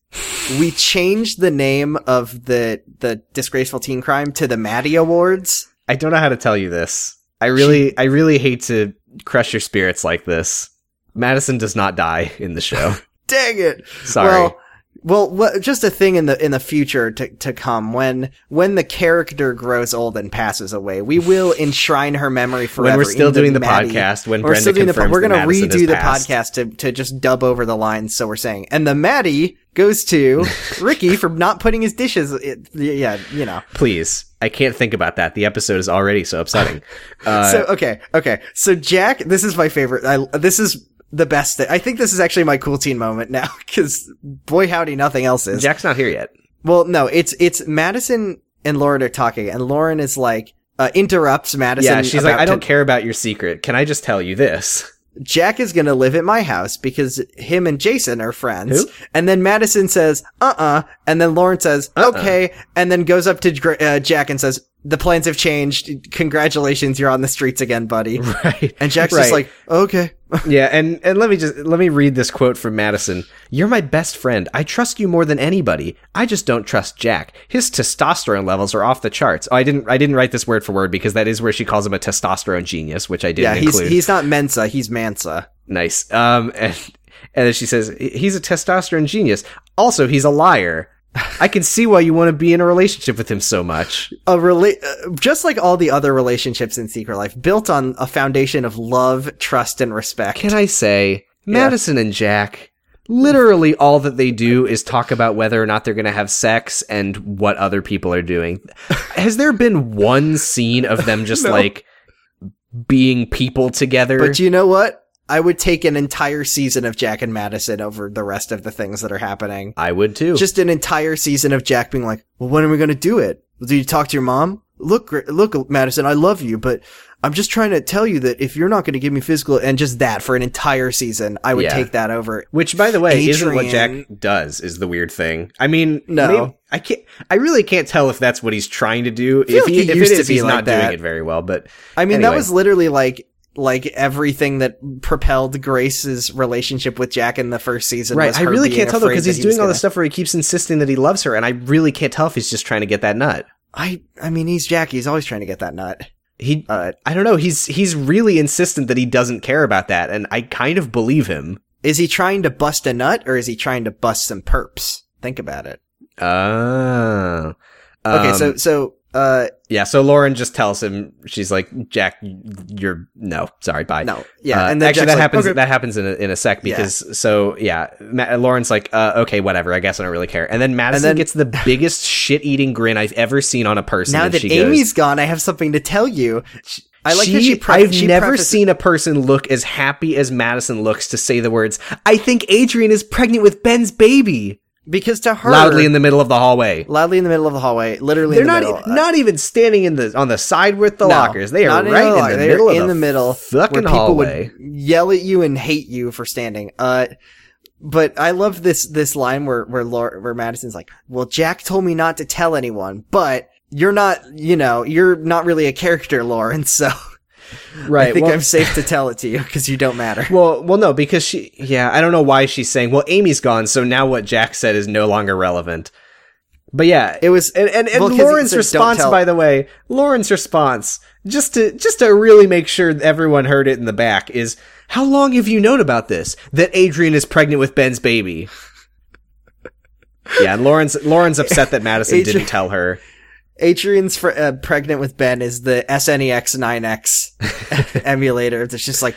Speaker 3: we change the name of the the disgraceful teen crime to the Maddie Awards.
Speaker 2: I don't know how to tell you this. I really, I really hate to crush your spirits like this. Madison does not die in the show.
Speaker 3: Dang it!
Speaker 2: Sorry.
Speaker 3: Well, well, what, just a thing in the in the future to to come when when the character grows old and passes away, we will enshrine her memory forever.
Speaker 2: when we're still
Speaker 3: in
Speaker 2: doing the
Speaker 3: Maddie-
Speaker 2: podcast, when
Speaker 3: We're
Speaker 2: Brenda
Speaker 3: still doing the,
Speaker 2: confirms
Speaker 3: po- we're
Speaker 2: that
Speaker 3: gonna
Speaker 2: Madison
Speaker 3: redo
Speaker 2: has
Speaker 3: the
Speaker 2: passed.
Speaker 3: podcast to, to just dub over the lines so we're saying. And the Maddie goes to Ricky for not putting his dishes. It, yeah, you know.
Speaker 2: Please, I can't think about that. The episode is already so upsetting. Uh,
Speaker 3: so okay, okay. So Jack, this is my favorite. I, this is the best. Thing. I think this is actually my cool teen moment now because boy howdy, nothing else is.
Speaker 2: Jack's not here yet.
Speaker 3: Well, no, it's it's Madison and Lauren are talking, and Lauren is like uh, interrupts Madison.
Speaker 2: yeah, she's
Speaker 3: about
Speaker 2: like, I don't
Speaker 3: to-
Speaker 2: care about your secret. Can I just tell you this?
Speaker 3: Jack is gonna live at my house because him and Jason are friends.
Speaker 2: Who?
Speaker 3: And then Madison says, "Uh uh and then Lauren says,
Speaker 2: Uh-uh.
Speaker 3: "Okay," and then goes up to Gra- uh, Jack and says, "The plans have changed. Congratulations, you're on the streets again, buddy."
Speaker 2: Right.
Speaker 3: And Jack's
Speaker 2: Right.
Speaker 3: just like, "Okay."
Speaker 2: Yeah, and and let me just let me read this quote from Madison. You're my best friend. I trust you more than anybody. I just don't trust Jack. His testosterone levels are off the charts. Oh, I didn't I didn't write this word for word because that is where she calls him a testosterone genius, which I
Speaker 3: yeah,
Speaker 2: didn't
Speaker 3: he's
Speaker 2: include.
Speaker 3: he's not Mensa, he's Mansa.
Speaker 2: nice. Um, and and then she says he's a testosterone genius. Also, he's a liar. I can see why you want to be in a relationship with him so much.
Speaker 3: a rela- uh, just like all the other relationships in Secret Life, built on a foundation of love, trust, and respect.
Speaker 2: Can I say Madison and Jack? Literally, all that they do is talk about whether or not they're going to have sex and what other people are doing. Has there been one scene of them just like being people together?
Speaker 3: but you know what? I would take an entire season of Jack and Madison over the rest of the things that are happening.
Speaker 2: I would too.
Speaker 3: Just an entire season of Jack being like, "Well, when are we going to do it? Do you talk to your mom? Look, Gr- look, Madison, I love you, but I'm just trying to tell you that if you're not going to give me physical and just that for an entire season, I would
Speaker 2: Yeah.
Speaker 3: take that over
Speaker 2: Which, by the way, isn't what Jack
Speaker 3: Adrian-
Speaker 2: does. Is the weird thing. I mean,
Speaker 3: No.
Speaker 2: maybe- I can't. I really can't tell if that's what he's trying to do.
Speaker 3: feel
Speaker 2: If,
Speaker 3: like
Speaker 2: he, if
Speaker 3: he
Speaker 2: it
Speaker 3: used
Speaker 2: is,
Speaker 3: to be
Speaker 2: he's
Speaker 3: like
Speaker 2: not
Speaker 3: that.
Speaker 2: doing it very well. But
Speaker 3: I mean,
Speaker 2: Anyway.
Speaker 3: that was literally like like everything that propelled Grace's relationship with Jack in the first season.
Speaker 2: Right.
Speaker 3: was
Speaker 2: I
Speaker 3: her
Speaker 2: really
Speaker 3: being
Speaker 2: can't tell though
Speaker 3: afraid
Speaker 2: because
Speaker 3: that
Speaker 2: he's
Speaker 3: he
Speaker 2: doing
Speaker 3: was
Speaker 2: all
Speaker 3: gonna-
Speaker 2: this stuff where he keeps insisting that he loves her, and I really can't tell if he's just trying to get that nut.
Speaker 3: I I mean, he's Jack. He's always trying to get that nut.
Speaker 2: He,
Speaker 3: Uh,
Speaker 2: I don't know. He's he's really insistent that he doesn't care about that, and I kind of believe him.
Speaker 3: is he trying to bust a nut or is he trying to bust some perps? Think about it.
Speaker 2: Oh.
Speaker 3: Okay,
Speaker 2: Um,
Speaker 3: so so uh
Speaker 2: yeah, so Lauren just tells him she's like, "Jack, you're no, sorry, bye."
Speaker 3: no, yeah,
Speaker 2: Uh,
Speaker 3: and then
Speaker 2: actually,
Speaker 3: Jack's
Speaker 2: that
Speaker 3: like,
Speaker 2: happens.
Speaker 3: okay.
Speaker 2: That happens in a, in a sec
Speaker 3: Yeah.
Speaker 2: because so yeah, Ma- Lauren's like, uh, okay, whatever. I guess I don't really care. And then Madison
Speaker 3: then-
Speaker 2: gets the biggest shit eating grin I've ever seen on a person.
Speaker 3: now
Speaker 2: and
Speaker 3: that
Speaker 2: she
Speaker 3: Amy's
Speaker 2: goes,
Speaker 3: gone, I have something to tell you. I like
Speaker 2: she,
Speaker 3: that she. Pre-
Speaker 2: I've
Speaker 3: she
Speaker 2: never
Speaker 3: prefaces-
Speaker 2: seen a person look as happy as Madison looks to say the words, "I think Adrian is pregnant with Ben's baby,"
Speaker 3: because to her
Speaker 2: loudly in the middle of the hallway.
Speaker 3: loudly in the middle of the hallway, literally.
Speaker 2: They're
Speaker 3: in the
Speaker 2: not
Speaker 3: middle.
Speaker 2: e- not even standing in the on the side with the
Speaker 3: No,
Speaker 2: lockers. They are
Speaker 3: not
Speaker 2: right in the,
Speaker 3: locker. They're
Speaker 2: middle of
Speaker 3: in the middle
Speaker 2: fucking
Speaker 3: where people
Speaker 2: hallway.
Speaker 3: would yell at you and hate you for standing. Uh, but I love this this line where where Laura, where Madison's like, "Well, Jack told me not to tell anyone, but you're not, you know, you're not really a character, Lauren, so
Speaker 2: right.
Speaker 3: I think
Speaker 2: well-
Speaker 3: I'm safe to tell it to you because you don't matter."
Speaker 2: Well, well, no, because she, yeah, I don't know why she's saying, well, Amy's gone, so now what Jack said is no longer relevant. But yeah,
Speaker 3: It was
Speaker 2: and and, and
Speaker 3: well, 'cause it
Speaker 2: Lauren's
Speaker 3: says, "Don't
Speaker 2: response,
Speaker 3: tell."
Speaker 2: by the way, Lauren's response, just to just to really make sure everyone heard it in the back, is how long have you known about this that Adrian is pregnant with Ben's baby? yeah, and Lauren's Lauren's upset that Madison
Speaker 3: Adrian-
Speaker 2: didn't tell her.
Speaker 3: Adrian's fr- uh, pregnant with Ben is the E SNEX 9X emulator. That's just like,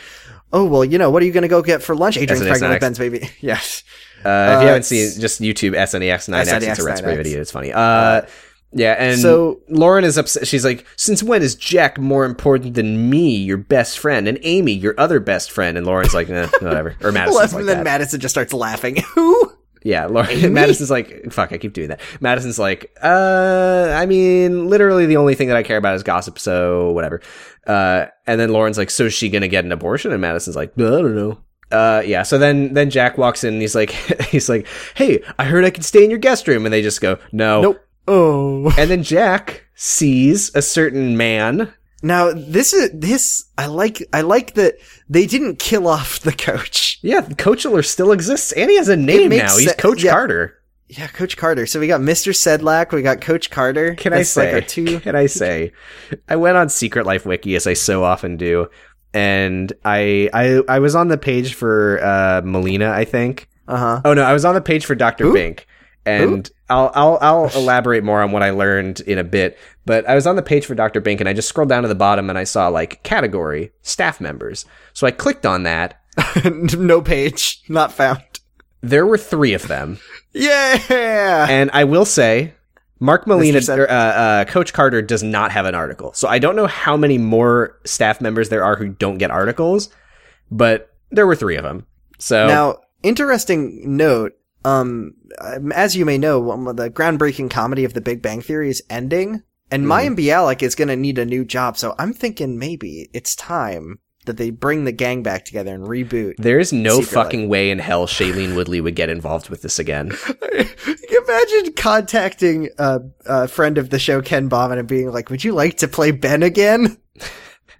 Speaker 3: oh well, you know, what are you gonna go get for lunch? Adrian's
Speaker 2: SNEX
Speaker 3: pregnant with
Speaker 2: 9X.
Speaker 3: Ben's baby. yes.
Speaker 2: Uh, if you haven't
Speaker 3: it's-
Speaker 2: seen, just YouTube E SNEX 9X. it's
Speaker 3: SNEX
Speaker 2: a Rats
Speaker 3: 9X.
Speaker 2: video. It's funny. Uh, yeah, and so
Speaker 3: So-
Speaker 2: Lauren is upset. She's like, "Since when is Jack more important than me, your best friend, and Amy, your other best friend?" And Lauren's like, eh, "Whatever." Or Madison's
Speaker 3: Left,
Speaker 2: like
Speaker 3: and then
Speaker 2: that.
Speaker 3: Madison just starts laughing. Who?
Speaker 2: yeah, Lauren. Madison's like, "Fuck, I keep doing that." Madison's like, "Uh, I mean, literally the only thing that I care about is gossip, so whatever." Uh, and then Lauren's like, "So is she gonna get an abortion?" And Madison's like, "I don't know." Uh, yeah. So then, then Jack walks in and he's like, he's like, "Hey, I heard I could stay in your guest room," and they just go, "No,
Speaker 3: Nope. Oh.
Speaker 2: and then Jack sees a certain man.
Speaker 3: Now this is this. I like. I like that they didn't kill off the coach.
Speaker 2: Yeah, Coachler still exists, and he has a name
Speaker 3: makes
Speaker 2: now. He's
Speaker 3: se-
Speaker 2: Coach
Speaker 3: yeah.
Speaker 2: Carter.
Speaker 3: Yeah, Coach Carter. So we got Mr. Sedlak. We got Coach Carter.
Speaker 2: Can
Speaker 3: That's
Speaker 2: I say?
Speaker 3: like our two?
Speaker 2: Can I say? I went on Secret Life Wiki as I so often do, and I I I was on the page for uh, Melina, I think.
Speaker 3: Uh huh.
Speaker 2: Oh no, I was on the page for Doctor
Speaker 3: Who?
Speaker 2: Bink, and I'll I'll I'll elaborate more on what I learned in a bit. But I was on the page for Doctor Bink, and I just scrolled down to the bottom, and I saw like category staff members. So I clicked on that.
Speaker 3: no page. Not found.
Speaker 2: There were three of them.
Speaker 3: Yeah.
Speaker 2: and I will say, Mark Molina,
Speaker 3: Mr. Sen-
Speaker 2: er, uh, uh, Coach Carter does not have an article, so I don't know how many more staff members there are who don't get articles, but there were three of them. So
Speaker 3: Now, interesting note. Um, um, as you may know, one of the groundbreaking comedy of The Big Bang Theory is ending, and
Speaker 2: Mm-hmm.
Speaker 3: Mayim Bialik is going to need a new job. So I'm thinking maybe it's time that they bring the gang back together and reboot.
Speaker 2: there is no
Speaker 3: Secret
Speaker 2: fucking way in hell Shailene Woodley would get involved with this again.
Speaker 3: Imagine contacting uh, a friend of the show, Ken Bauman, and being like, "Would you like to play Ben again?"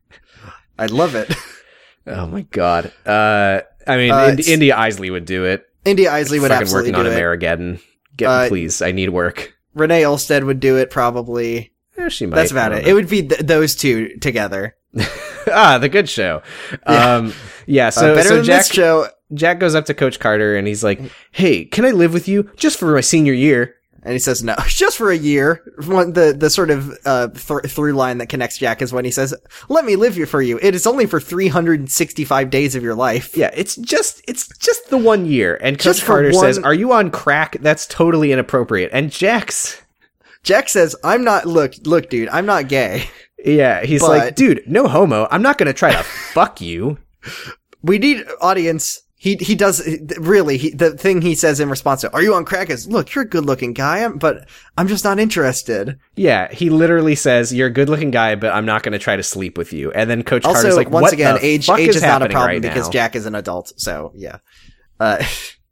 Speaker 3: I'd love it.
Speaker 2: Oh my god. Uh, I mean,
Speaker 3: Uh,
Speaker 2: Ind-
Speaker 3: it's-
Speaker 2: India Isley would do it.
Speaker 3: India Isley would
Speaker 2: fucking
Speaker 3: absolutely
Speaker 2: working
Speaker 3: do
Speaker 2: on
Speaker 3: it.
Speaker 2: Amerigeddon. Get
Speaker 3: Uh,
Speaker 2: please, I need work.
Speaker 3: Renee Olstead would do it probably.
Speaker 2: Eh, she might.
Speaker 3: That's
Speaker 2: I
Speaker 3: about
Speaker 2: don't
Speaker 3: it.
Speaker 2: know.
Speaker 3: It would be th- those two together.
Speaker 2: ah, the good show. Um, yeah.
Speaker 3: So,
Speaker 2: So
Speaker 3: Uh, better
Speaker 2: so
Speaker 3: than
Speaker 2: Jack,
Speaker 3: this show.
Speaker 2: Jack goes up to Coach Carter and he's like, "Hey, can I live with you just for my senior year?"
Speaker 3: And he says no, just for a year. One, the the sort of uh, th- through line that connects Jack is when he says, "Let me live here for you. It is only for 365 days of your life."
Speaker 2: Yeah, it's just it's just the one year. And Coach
Speaker 3: Just for
Speaker 2: Carter
Speaker 3: one-
Speaker 2: says, "Are you on crack? That's totally inappropriate." And Jack's
Speaker 3: Jack says, "I'm not. Look, look, dude. I'm not gay.
Speaker 2: yeah, he's
Speaker 3: But-
Speaker 2: like, "Dude, no homo. I'm not going to try to fuck you."
Speaker 3: We need audience." He he does really. He, the thing he says in response to "Are you on crack?" is, "Look, you're a good looking guy, I'm- but I'm just not interested."
Speaker 2: Yeah, he literally says, "You're a good-looking guy, but I'm not going to try to sleep with you." And then Coach
Speaker 3: Also,
Speaker 2: Carter's like,
Speaker 3: once
Speaker 2: "What
Speaker 3: again,
Speaker 2: the
Speaker 3: age
Speaker 2: fuck
Speaker 3: age is, not a
Speaker 2: happening
Speaker 3: problem
Speaker 2: right
Speaker 3: because
Speaker 2: now?
Speaker 3: Jack is an adult. So yeah, uh,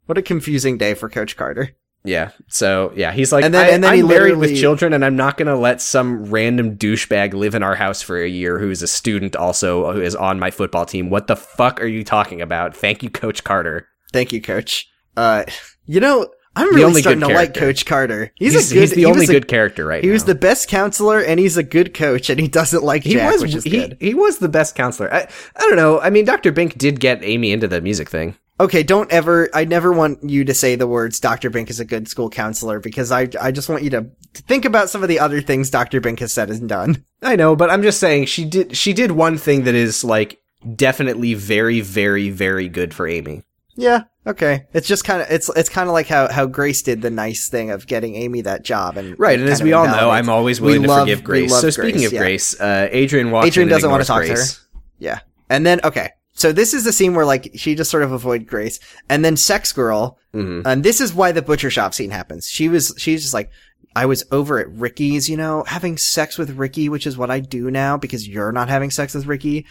Speaker 3: what a confusing day for Coach Carter.
Speaker 2: Yeah. So yeah, he's like,
Speaker 3: And then-
Speaker 2: I,
Speaker 3: and then
Speaker 2: I'm
Speaker 3: he
Speaker 2: married with
Speaker 3: literally-
Speaker 2: children, and I'm not gonna let some random douchebag live in our house for a year who is a student also who is on my football team. What the fuck are you talking about? Thank you, Coach Carter.
Speaker 3: Thank you, Coach. Uh, you know, I'm
Speaker 2: The only
Speaker 3: really starting
Speaker 2: good
Speaker 3: to like
Speaker 2: character.
Speaker 3: Coach Carter.
Speaker 2: He's
Speaker 3: He's, a good.
Speaker 2: he's the
Speaker 3: he
Speaker 2: only
Speaker 3: was a-
Speaker 2: good character right
Speaker 3: He
Speaker 2: now.
Speaker 3: was the best counselor, and he's a good coach, and he doesn't like
Speaker 2: he
Speaker 3: Jack,
Speaker 2: was
Speaker 3: which is
Speaker 2: he,
Speaker 3: good.
Speaker 2: he was the best counselor. I I don't know. I mean, Doctor Bink did get Amy into the music thing.
Speaker 3: Okay, don't ever. I never want you to say the words "Dr. Bink is a good school counselor" because I, I just want you to think about some of the other things Dr. Bink has said and done.
Speaker 2: I know, but I'm just saying she did she did one thing that is like definitely very very very good for Amy.
Speaker 3: Yeah, okay. It's just kind of it's it's kind of like how how Grace did the nice thing of getting Amy that job, and
Speaker 2: Right, and as
Speaker 3: kinda
Speaker 2: we all know,
Speaker 3: invalidates-
Speaker 2: I'm always
Speaker 3: We
Speaker 2: willing to
Speaker 3: love-
Speaker 2: forgive
Speaker 3: we
Speaker 2: Grace.
Speaker 3: love
Speaker 2: So speaking
Speaker 3: Grace,
Speaker 2: of
Speaker 3: yeah.
Speaker 2: Grace, uh, Adrian walks
Speaker 3: Adrian
Speaker 2: in and
Speaker 3: doesn't wanna
Speaker 2: ignores
Speaker 3: talk to
Speaker 2: Grace.
Speaker 3: her. Yeah. And then okay. So this is the scene where like she just sort of avoid Grace. And then Sex Girl,
Speaker 2: Mhm.
Speaker 3: and this is why the butcher shop scene happens. She was she's just like I was over at Ricky's, you know, having sex with Ricky, which is what I do now because you're not having sex with Ricky.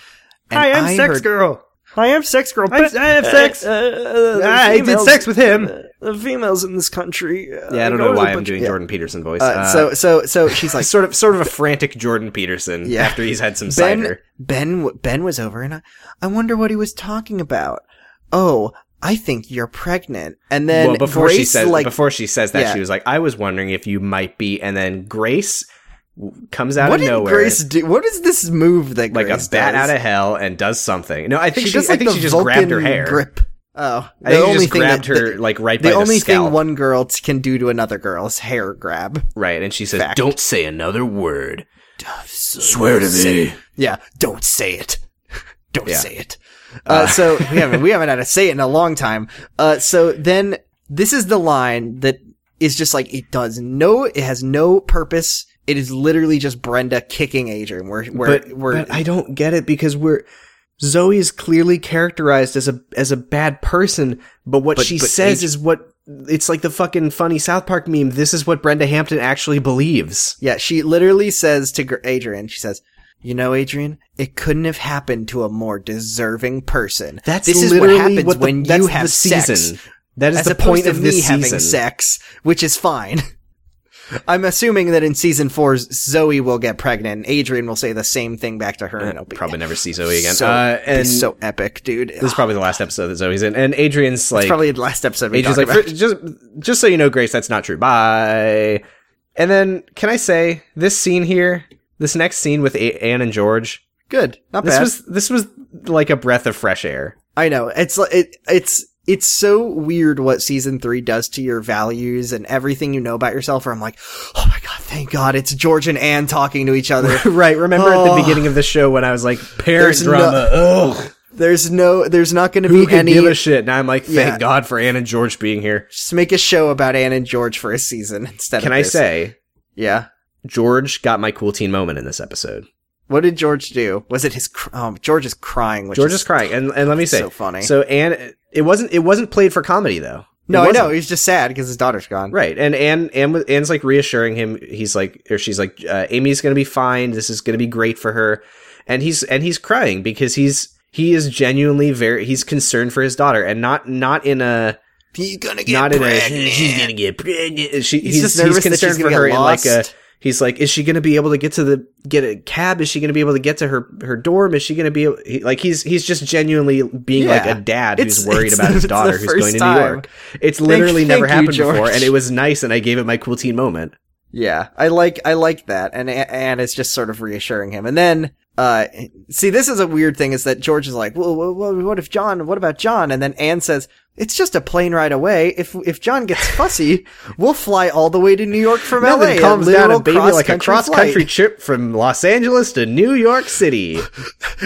Speaker 3: And
Speaker 2: I am sex
Speaker 3: heard-
Speaker 2: girl.
Speaker 3: I am sex girl.
Speaker 2: I, I have sex.
Speaker 4: Uh, uh, the
Speaker 2: I did
Speaker 4: females-
Speaker 2: sex with him.
Speaker 4: uh, the females in this country. uh,
Speaker 2: Yeah, I don't
Speaker 4: go
Speaker 2: know
Speaker 4: to a
Speaker 2: why I'm
Speaker 4: bunch-
Speaker 2: doing
Speaker 3: yeah.
Speaker 2: Jordan Peterson voice.
Speaker 3: Uh,
Speaker 2: Uh,
Speaker 3: so so so she's like
Speaker 2: sort of sort of a frantic Jordan Peterson
Speaker 3: Yeah.
Speaker 2: after he's had some
Speaker 3: Ben,
Speaker 2: cider.
Speaker 3: Ben, w- Ben was over, and I, I wonder what he was talking about. Oh, I think you're pregnant. And then
Speaker 2: well, before
Speaker 3: Grace,
Speaker 2: she says
Speaker 3: like,
Speaker 2: before she says that,
Speaker 3: Yeah.
Speaker 2: she was like, "I was wondering if you might be," and then Grace w- comes out of
Speaker 3: what did
Speaker 2: nowhere.
Speaker 3: Grace do? What is this move that
Speaker 2: like
Speaker 3: Grace
Speaker 2: a bat
Speaker 3: does?
Speaker 2: out of hell and does something. No, I think she,
Speaker 3: does,
Speaker 2: I think
Speaker 3: the
Speaker 2: she just
Speaker 3: Vulcan
Speaker 2: grabbed her hair.
Speaker 3: Grip. Oh,
Speaker 2: I think
Speaker 3: the
Speaker 2: she
Speaker 3: only
Speaker 2: just
Speaker 3: thing
Speaker 2: grabbed
Speaker 3: that,
Speaker 2: her like right
Speaker 3: the,
Speaker 2: by
Speaker 3: only
Speaker 2: the scalp.
Speaker 3: thing one girl t- can do to another girl is hair grab.
Speaker 2: right, and she says,
Speaker 3: Fact.
Speaker 2: "Don't say another word."
Speaker 4: Swear to me.
Speaker 3: Yeah, don't say it. Don't
Speaker 2: Yeah.
Speaker 3: say it. Uh, so we haven't we haven't had to say it in a long time. Uh, so then this is the line that is just like it does no it has no purpose. It is literally just Brenda kicking Adrian. We're we're
Speaker 2: but,
Speaker 3: we're
Speaker 2: but I don't get it because we're Zoe is clearly characterized as a as a bad person, but what
Speaker 3: But-
Speaker 2: she
Speaker 3: but
Speaker 2: says
Speaker 3: H-
Speaker 2: is what it's like the fucking funny South Park meme. This is what Brenda Hampton actually believes.
Speaker 3: yeah. She literally says to Gr- Adrian, she says, "You know, Adrian, it couldn't have happened to a more deserving person.
Speaker 2: That's
Speaker 3: this is what
Speaker 2: literally
Speaker 3: happens
Speaker 2: what the-
Speaker 3: when
Speaker 2: that's
Speaker 3: you
Speaker 2: the
Speaker 3: have
Speaker 2: season.
Speaker 3: sex.
Speaker 2: That is
Speaker 3: as
Speaker 2: the
Speaker 3: opposed
Speaker 2: point
Speaker 3: to
Speaker 2: of
Speaker 3: me
Speaker 2: this
Speaker 3: having
Speaker 2: season.
Speaker 3: sex, which is fine. I'm assuming that in season four, Zoe will get pregnant. and Adrian will say the same thing back to her, and it'll be
Speaker 2: Probably never see Zoe again.
Speaker 3: So,
Speaker 2: uh,
Speaker 3: be
Speaker 2: and
Speaker 3: so epic, dude. Ah,
Speaker 2: this is probably the last episode that Zoe's in. And Adrian's like,
Speaker 3: it's probably the last episode we
Speaker 2: Adrian's
Speaker 3: talked
Speaker 2: like,
Speaker 3: about.
Speaker 2: "Fr- just just so you know, Grace, that's not true. Bye. And then can I say this scene here, this next scene with a- Anne and George,
Speaker 3: Good, not
Speaker 2: this
Speaker 3: bad.
Speaker 2: was this was like a breath of fresh air.
Speaker 3: I know it's li- it, it's it's so weird what season three does to your values and everything you know about yourself. Where I'm like, oh my god, thank God, it's George and Anne talking to each other.
Speaker 2: Right. Remember at
Speaker 3: Oh.
Speaker 2: the beginning of the show when I was like, parent
Speaker 3: There's
Speaker 2: drama.
Speaker 3: no-
Speaker 2: ugh,
Speaker 3: There's no, there's not going to
Speaker 2: who
Speaker 3: be
Speaker 2: can
Speaker 3: any.
Speaker 2: give a shit? Now I'm like, thank
Speaker 3: Yeah.
Speaker 2: God for Anne and George being here.
Speaker 3: Just make a show about Anne and George for a season instead.
Speaker 2: Can
Speaker 3: of
Speaker 2: I
Speaker 3: this.
Speaker 2: say
Speaker 3: Yeah.
Speaker 2: George got my cool teen moment in this episode?
Speaker 3: What did George do? Was it his? Cr- um, George is crying. Which
Speaker 2: George
Speaker 3: is,
Speaker 2: is crying, and and let me say,
Speaker 3: so funny.
Speaker 2: So Anne, it wasn't it wasn't played for comedy though.
Speaker 3: no,
Speaker 2: It
Speaker 3: I
Speaker 2: wasn't.
Speaker 3: know he's just sad because his daughter's gone.
Speaker 2: Right, and Anne, Anne, was- Anne's like reassuring him. He's like, or she's like, uh, Amy's gonna be fine. This is gonna be great for her, and he's and he's crying because he's he is genuinely very he's concerned for his daughter, and not not in a
Speaker 3: He's gonna get
Speaker 2: not in a
Speaker 3: pregnant.
Speaker 2: she's gonna get pregnant. She,
Speaker 3: He's
Speaker 2: he's
Speaker 3: just
Speaker 2: he's
Speaker 3: nervous that she's
Speaker 2: concerned
Speaker 3: gonna
Speaker 2: for
Speaker 3: get
Speaker 2: her in like a
Speaker 3: lost.
Speaker 2: he's like, is she gonna be able to get to the get a cab? Is she gonna be able to get to her her dorm? Is she gonna be able, he, like he's he's just genuinely being like
Speaker 3: Yeah.
Speaker 2: a dad
Speaker 3: It's-
Speaker 2: who's worried
Speaker 3: it's
Speaker 2: about
Speaker 3: the-
Speaker 2: his
Speaker 3: it's the
Speaker 2: daughter who's
Speaker 3: first
Speaker 2: going to New
Speaker 3: time.
Speaker 2: York. It's literally
Speaker 3: thank
Speaker 2: never
Speaker 3: you,
Speaker 2: happened before,
Speaker 3: George.
Speaker 2: and it was nice, and I gave it my cool teen moment.
Speaker 3: Yeah, I like I like that, and A- Anne is just sort of reassuring him. And then, uh, see, this is a weird thing is that George is like, well, well, well, what if John? What about John? And then Anne says, it's just a plane ride away. If if John gets fussy, we'll fly all the way to New York from
Speaker 2: Nothing
Speaker 3: L.A. a
Speaker 2: calms down
Speaker 3: literal
Speaker 2: a baby like a
Speaker 3: cross-country
Speaker 2: cross
Speaker 3: flight."
Speaker 2: country trip from Los Angeles to New York City.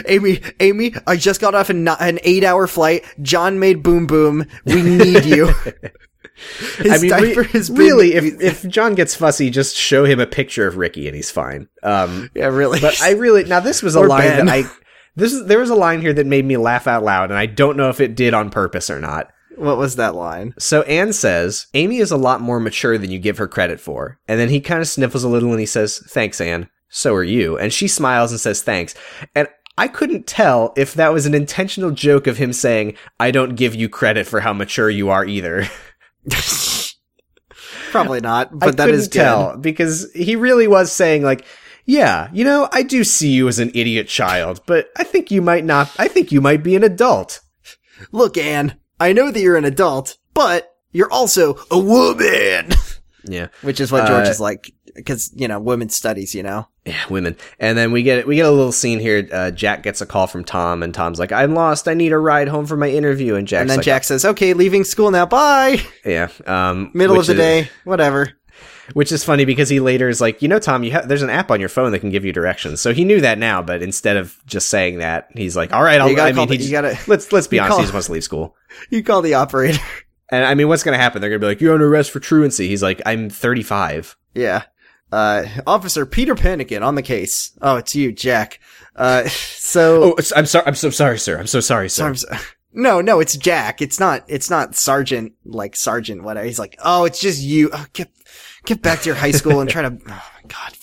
Speaker 3: Amy, Amy, I just got off a ni- an eight hour flight. John made boom boom. We need you. His
Speaker 2: I mean, re-
Speaker 3: diaper has been-
Speaker 2: really, if if John gets fussy, just show him a picture of Ricky, and he's fine. Um,
Speaker 3: yeah, really.
Speaker 2: But I really now this was a
Speaker 3: Or
Speaker 2: line
Speaker 3: Ben.
Speaker 2: that I this is there was a line here that made me laugh out loud, and I don't know if it did on purpose or not.
Speaker 3: what was that line?
Speaker 2: So Anne says, Amy is a lot more mature than you give her credit for. And then he kind of sniffles a little and he says, Thanks, Anne. So are you. And she smiles and says, Thanks. And I couldn't tell if that was an intentional joke of him saying, I don't give you credit for how mature you are either.
Speaker 3: Probably not, but
Speaker 2: I
Speaker 3: that is
Speaker 2: couldn't tell because he really was saying like, yeah, you know, I do see you as an idiot child, but I think you might not. I think you might be an adult.
Speaker 3: good. Look, Anne, I know that you're an adult, but you're also a woman,
Speaker 2: Yeah,
Speaker 3: which is what George
Speaker 2: Uh,
Speaker 3: is like because you know women's studies, you know.
Speaker 2: yeah, women. And then we get we get a little scene here. Uh, Jack gets a call from Tom, and Tom's like, "I'm lost. I need a ride home for my interview." And Jack's
Speaker 3: and then
Speaker 2: like,
Speaker 3: Jack says, "Okay, leaving school now. Bye."
Speaker 2: "Yeah, um,
Speaker 3: Middle
Speaker 2: which
Speaker 3: of the
Speaker 2: is-
Speaker 3: day, whatever.
Speaker 2: Which is funny because he later is like, you know, Tom, you ha- there's an app on your phone that can give you directions. So he knew that now, but instead of just saying that, he's like, all right, I'll,
Speaker 3: You gotta
Speaker 2: I
Speaker 3: call
Speaker 2: mean,
Speaker 3: the-
Speaker 2: he
Speaker 3: you
Speaker 2: just-
Speaker 3: gotta-
Speaker 2: let's let's be
Speaker 3: you
Speaker 2: honest,
Speaker 3: call-
Speaker 2: he just wants to leave school.
Speaker 3: You call the operator.
Speaker 2: And I mean, what's gonna happen? They're gonna be like, you're under arrest for truancy. He's like, I'm 35.
Speaker 3: Yeah. Uh, Officer Peter Panikin on the case. Oh, it's you, Jack. Uh, so
Speaker 2: Oh, it's- I'm sorry. I'm so sorry, sir. I'm so sorry, sir.
Speaker 3: I'm s- no, no, it's Jack. It's not. It's not Sergeant. Like Sergeant. Whatever. He's like, oh, it's just you. Oh, get get back to your high school and try to. Oh my god.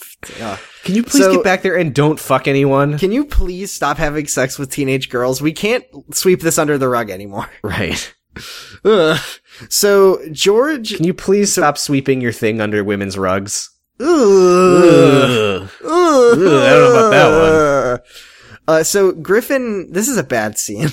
Speaker 3: Uh,
Speaker 2: Can you please
Speaker 3: So-
Speaker 2: get back there and don't fuck anyone?
Speaker 3: can you please stop having sex with teenage girls? We can't sweep this under the rug anymore.
Speaker 2: right.
Speaker 3: Ugh. So George.
Speaker 2: Can you please stop sweeping your thing under women's rugs?
Speaker 3: Ugh.
Speaker 2: Ugh.
Speaker 3: Ugh.
Speaker 2: Ugh, I don't know about that
Speaker 3: Uh, so Griffin, this is a bad scene.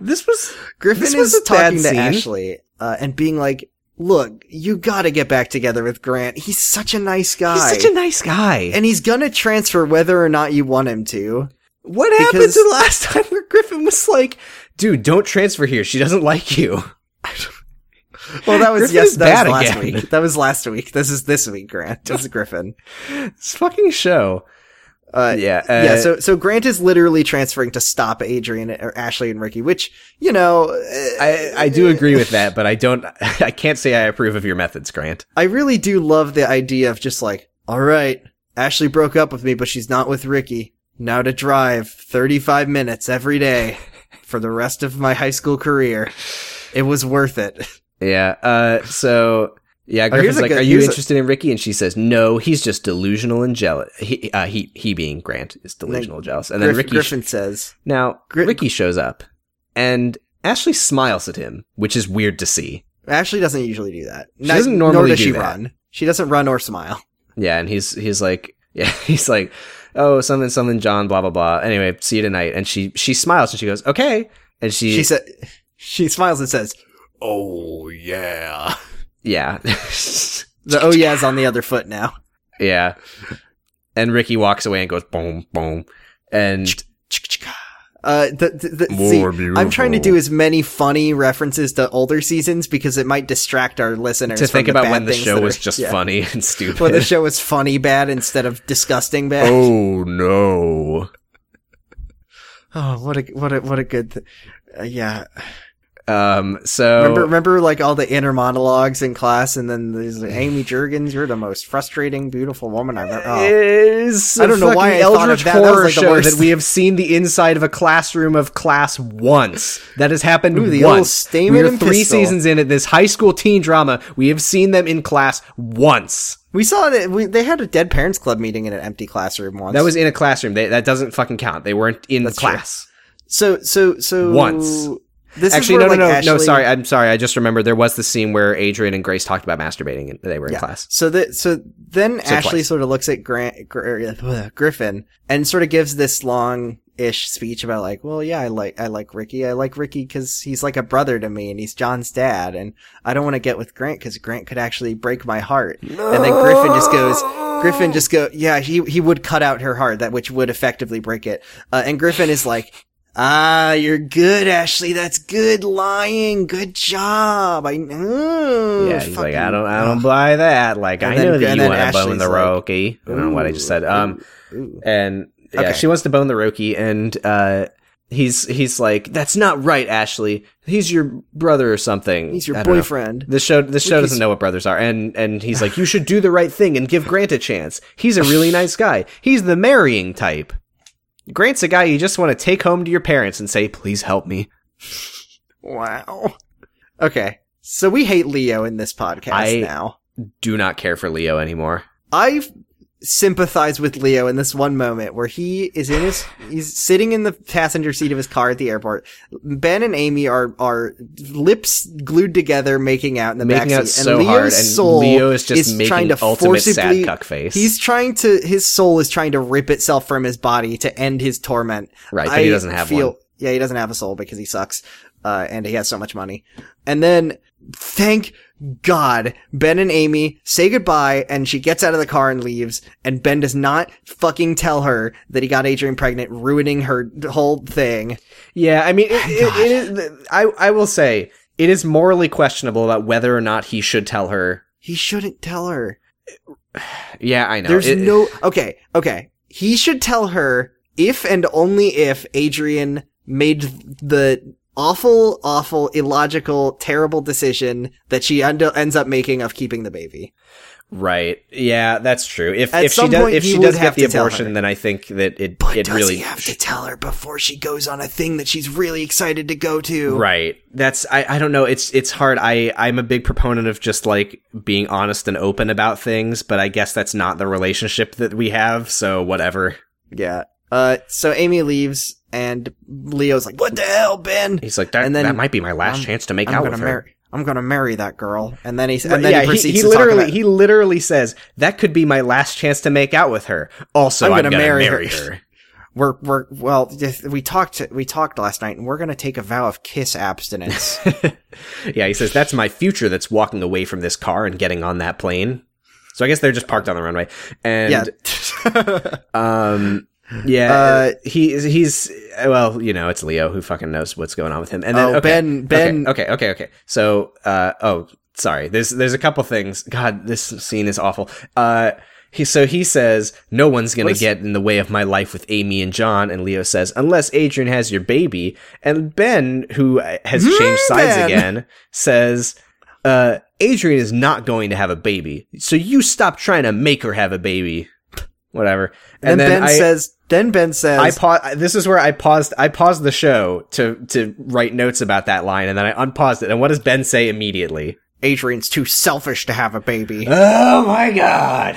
Speaker 2: This was
Speaker 3: Griffin
Speaker 2: This was
Speaker 3: is
Speaker 2: a bad
Speaker 3: talking to
Speaker 2: scene.
Speaker 3: Ashley uh, and being like, "Look, you got to get back together with Grant. He's such a nice guy,
Speaker 2: he's such a nice guy.
Speaker 3: and he's gonna transfer whether or not you want him to."
Speaker 2: What happened
Speaker 3: Because-
Speaker 2: to the last time where Griffin was like, "Dude, don't transfer here. She doesn't like you."
Speaker 3: Well, that was
Speaker 2: Griffin
Speaker 3: yes,
Speaker 2: is
Speaker 3: that
Speaker 2: bad
Speaker 3: was last
Speaker 2: again.
Speaker 3: week. That was last week. This is this week, Grant. This is Griffin.
Speaker 2: This fucking show. Uh, yeah, uh,
Speaker 3: yeah. So so Grant is literally transferring to stop Adrian or Ashley and Ricky, which you know, uh,
Speaker 2: I I do agree with that, but I don't. I can't say I approve of your methods, Grant.
Speaker 3: I really do love the idea of just like, all right, Ashley broke up with me, but she's not with Ricky. Now to drive 35 minutes every day for the rest of my high school career. It was worth it.
Speaker 2: Yeah. Uh, so yeah, Griffin's
Speaker 3: Oh, here's a
Speaker 2: like,
Speaker 3: good-
Speaker 2: "Are you
Speaker 3: here's a-
Speaker 2: interested in Ricky?" And she says, "No, he's just delusional and jealous." He uh, he he being Grant is delusional, and jealous, and then
Speaker 3: Griff-
Speaker 2: Ricky
Speaker 3: Griffin says,
Speaker 2: now
Speaker 3: Gri-
Speaker 2: Ricky shows up, and Ashley smiles at him, which is weird to see.
Speaker 3: Ashley doesn't usually do that. She
Speaker 2: doesn't
Speaker 3: nor
Speaker 2: normally
Speaker 3: does
Speaker 2: do
Speaker 3: she
Speaker 2: that.
Speaker 3: run. She doesn't run or smile.
Speaker 2: Yeah, and he's he's like, yeah, he's like, oh, something, something, John, blah blah blah. Anyway, see you tonight. And she she smiles and she goes, okay. And she,
Speaker 3: She said, she smiles and says,
Speaker 1: Oh, yeah.
Speaker 2: yeah,
Speaker 3: the oh yeah's on the other foot now.
Speaker 2: yeah. And Ricky walks away and goes boom boom, and
Speaker 3: Uh, the, the, the,
Speaker 1: More
Speaker 3: see, I'm
Speaker 1: beautiful.
Speaker 3: trying to do as many funny references to older seasons because it might distract our listeners
Speaker 2: to
Speaker 3: from
Speaker 2: think
Speaker 3: the
Speaker 2: about
Speaker 3: bad
Speaker 2: when the
Speaker 3: things
Speaker 2: show
Speaker 3: that
Speaker 2: was
Speaker 3: are-
Speaker 2: just
Speaker 3: yeah.
Speaker 2: funny and stupid.
Speaker 3: When the show was funny bad instead of disgusting bad. Oh,
Speaker 1: Oh, no.
Speaker 3: Oh, what a what a what a good. Th- uh, yeah,
Speaker 2: um, so
Speaker 3: remember remember like all the inner monologues in class, and then there's like, Amy Jurgens. You're the most frustrating, beautiful woman I've ever. Oh.
Speaker 2: is
Speaker 3: I don't know
Speaker 2: fucking
Speaker 3: why I thought of
Speaker 2: Eldritch
Speaker 3: that. That was,
Speaker 2: horror
Speaker 3: like, the
Speaker 2: show
Speaker 3: worst.
Speaker 2: that we have seen the inside of a classroom of class once. That has happened
Speaker 3: Ooh, the old
Speaker 2: once.
Speaker 3: stamen
Speaker 2: we are
Speaker 3: and
Speaker 2: three
Speaker 3: pistol.
Speaker 2: seasons in at this high school teen drama. We have seen them in class once.
Speaker 3: We saw that we, they had a dead parents club meeting in an empty classroom once.
Speaker 2: That was in a classroom. They, that doesn't fucking count. They weren't in class.
Speaker 3: so so so
Speaker 2: Once.
Speaker 3: This
Speaker 2: Actually,
Speaker 3: is
Speaker 2: no,
Speaker 3: where,
Speaker 2: no,
Speaker 3: like,
Speaker 2: no, no.
Speaker 3: Ashley-
Speaker 2: Sorry, I'm sorry. I just remembered there was the scene where Adrian and Grace talked about masturbating, and they were in class.
Speaker 3: So that so then Ashley
Speaker 2: twice.
Speaker 3: sort of looks at Grant Gr- uh, Griffin and sort of gives this long ish speech about like, well, yeah, I like I like Ricky. I like Ricky because he's like a brother to me and he's John's dad, and I don't want to get with Grant because Grant could actually break my heart. And then Griffin just goes. Griffin just go, yeah, he, he would cut out her heart, that which would effectively break it. Uh, and Griffin is like, ah, you're good, Ashley. That's good lying. Good job. I know.
Speaker 2: yeah, he's like, I
Speaker 3: Fucking-
Speaker 2: don't, I don't buy that. Like,
Speaker 3: And
Speaker 2: I
Speaker 3: then-
Speaker 2: know that
Speaker 3: and
Speaker 2: you
Speaker 3: then
Speaker 2: want to bone
Speaker 3: Ashley's
Speaker 2: the
Speaker 3: like,
Speaker 2: Roki. I don't know what I just said. Um,
Speaker 3: Ooh.
Speaker 2: and yeah,
Speaker 3: Okay.
Speaker 2: she wants to bone the Roki, and uh, he's he's like, "That's not right, Ashley. He's your brother or something.
Speaker 3: He's your
Speaker 2: I don't know.
Speaker 3: boyfriend.
Speaker 2: This show this show
Speaker 3: Ricky's-
Speaker 2: doesn't know what brothers are, and and he's like, "You should do the right thing and give Grant a chance. He's a really nice guy. He's the marrying type. Grant's a guy you just want to take home to your parents and say, "Please help me.
Speaker 3: Wow. Okay. So we hate Leo in this podcast
Speaker 2: I-
Speaker 3: now.
Speaker 2: Do not care for Leo anymore."
Speaker 3: I sympathize with Leo in this one moment where he is in his he's sitting in the passenger seat of his car at the airport. Ben and Amy are are lips glued together making out in the
Speaker 2: Making
Speaker 3: backseat
Speaker 2: out so
Speaker 3: and Leo's
Speaker 2: hard, and
Speaker 3: soul
Speaker 2: Leo is just making
Speaker 3: trying to
Speaker 2: ultimate sad
Speaker 3: forcibly-
Speaker 2: cuck face.
Speaker 3: He's trying to his soul is trying to rip itself from his body to end his torment.
Speaker 2: Right, but he doesn't have one.
Speaker 3: Yeah, he doesn't have a soul because he sucks, uh, and he has so much money. And then, thank God, Ben and Amy say goodbye, and she gets out of the car and leaves. And Ben does not fucking tell her that he got Adrian pregnant, ruining her whole thing.
Speaker 2: Yeah, I mean, it, it, it is, I I will say it is morally questionable about whether or not he should tell her.
Speaker 3: He shouldn't tell her.
Speaker 2: Yeah, I know.
Speaker 3: There's
Speaker 2: It-
Speaker 3: no okay, okay. He should tell her if and only if Adrian made the awful, awful, illogical, terrible decision that she end- ends up making of keeping the baby.
Speaker 2: right. Yeah, that's true. If
Speaker 3: At
Speaker 2: if she
Speaker 3: some
Speaker 2: does
Speaker 3: point,
Speaker 2: if
Speaker 3: you
Speaker 2: she
Speaker 3: would
Speaker 2: does
Speaker 3: have
Speaker 2: get the
Speaker 3: to tell her.
Speaker 2: abortion, then I think that it
Speaker 3: But
Speaker 2: it
Speaker 3: does
Speaker 2: really
Speaker 3: he have to tell her before she goes on a thing that she's really excited to go to?
Speaker 2: Right. That's I, I don't know. It's it's hard. I I'm a big proponent of just like being honest and open about things, but I guess that's not the relationship that we have, so whatever.
Speaker 3: Yeah. Uh, so Amy leaves, and Leo's like, "What the hell, Ben?
Speaker 2: He's like that
Speaker 3: And then-
Speaker 2: that might be my last
Speaker 3: I'm-
Speaker 2: chance to make
Speaker 3: I'm
Speaker 2: out
Speaker 3: gonna
Speaker 2: with her.
Speaker 3: marry. I'm gonna marry that girl." And then he and then
Speaker 2: yeah,
Speaker 3: he
Speaker 2: he,
Speaker 3: proceeds
Speaker 2: he
Speaker 3: to talk
Speaker 2: literally
Speaker 3: about-
Speaker 2: he literally says that could be my last chance to make out with her. Also, I'm gonna, marry, her.
Speaker 3: we're we're well if- we talked we talked last night and we're going to take a vow of kiss abstinence
Speaker 2: yeah, he says that's my future. That's walking away from this car and getting on that plane. So I guess they're just parked on the runway. And
Speaker 3: yeah
Speaker 2: Um, yeah,
Speaker 3: Uh,
Speaker 2: he he's well, you know, it's Leo who fucking knows what's going on with him. And then
Speaker 3: oh,
Speaker 2: okay,
Speaker 3: ben ben
Speaker 2: okay, okay, okay, okay. So, uh, oh, sorry. There's there's a couple things. God, this scene is awful. Uh. He, so he says, No one's going
Speaker 3: What
Speaker 2: to
Speaker 3: is-
Speaker 2: get in the way of my life with Amy and John. And Leo says, Unless Adrian has your baby. And Ben, who uh, has changed sides
Speaker 3: Hmm, Ben.
Speaker 2: again, says, uh, Adrian is not going to have a baby. So you stop trying to make her have a baby. Whatever.
Speaker 3: and, ben
Speaker 2: I,
Speaker 3: says then ben says
Speaker 2: I pa- this is where I paused I paused the show to to write notes about that line and then I unpaused it. And what does Ben say immediately?
Speaker 3: adrian's too selfish to have a baby
Speaker 2: Oh my god.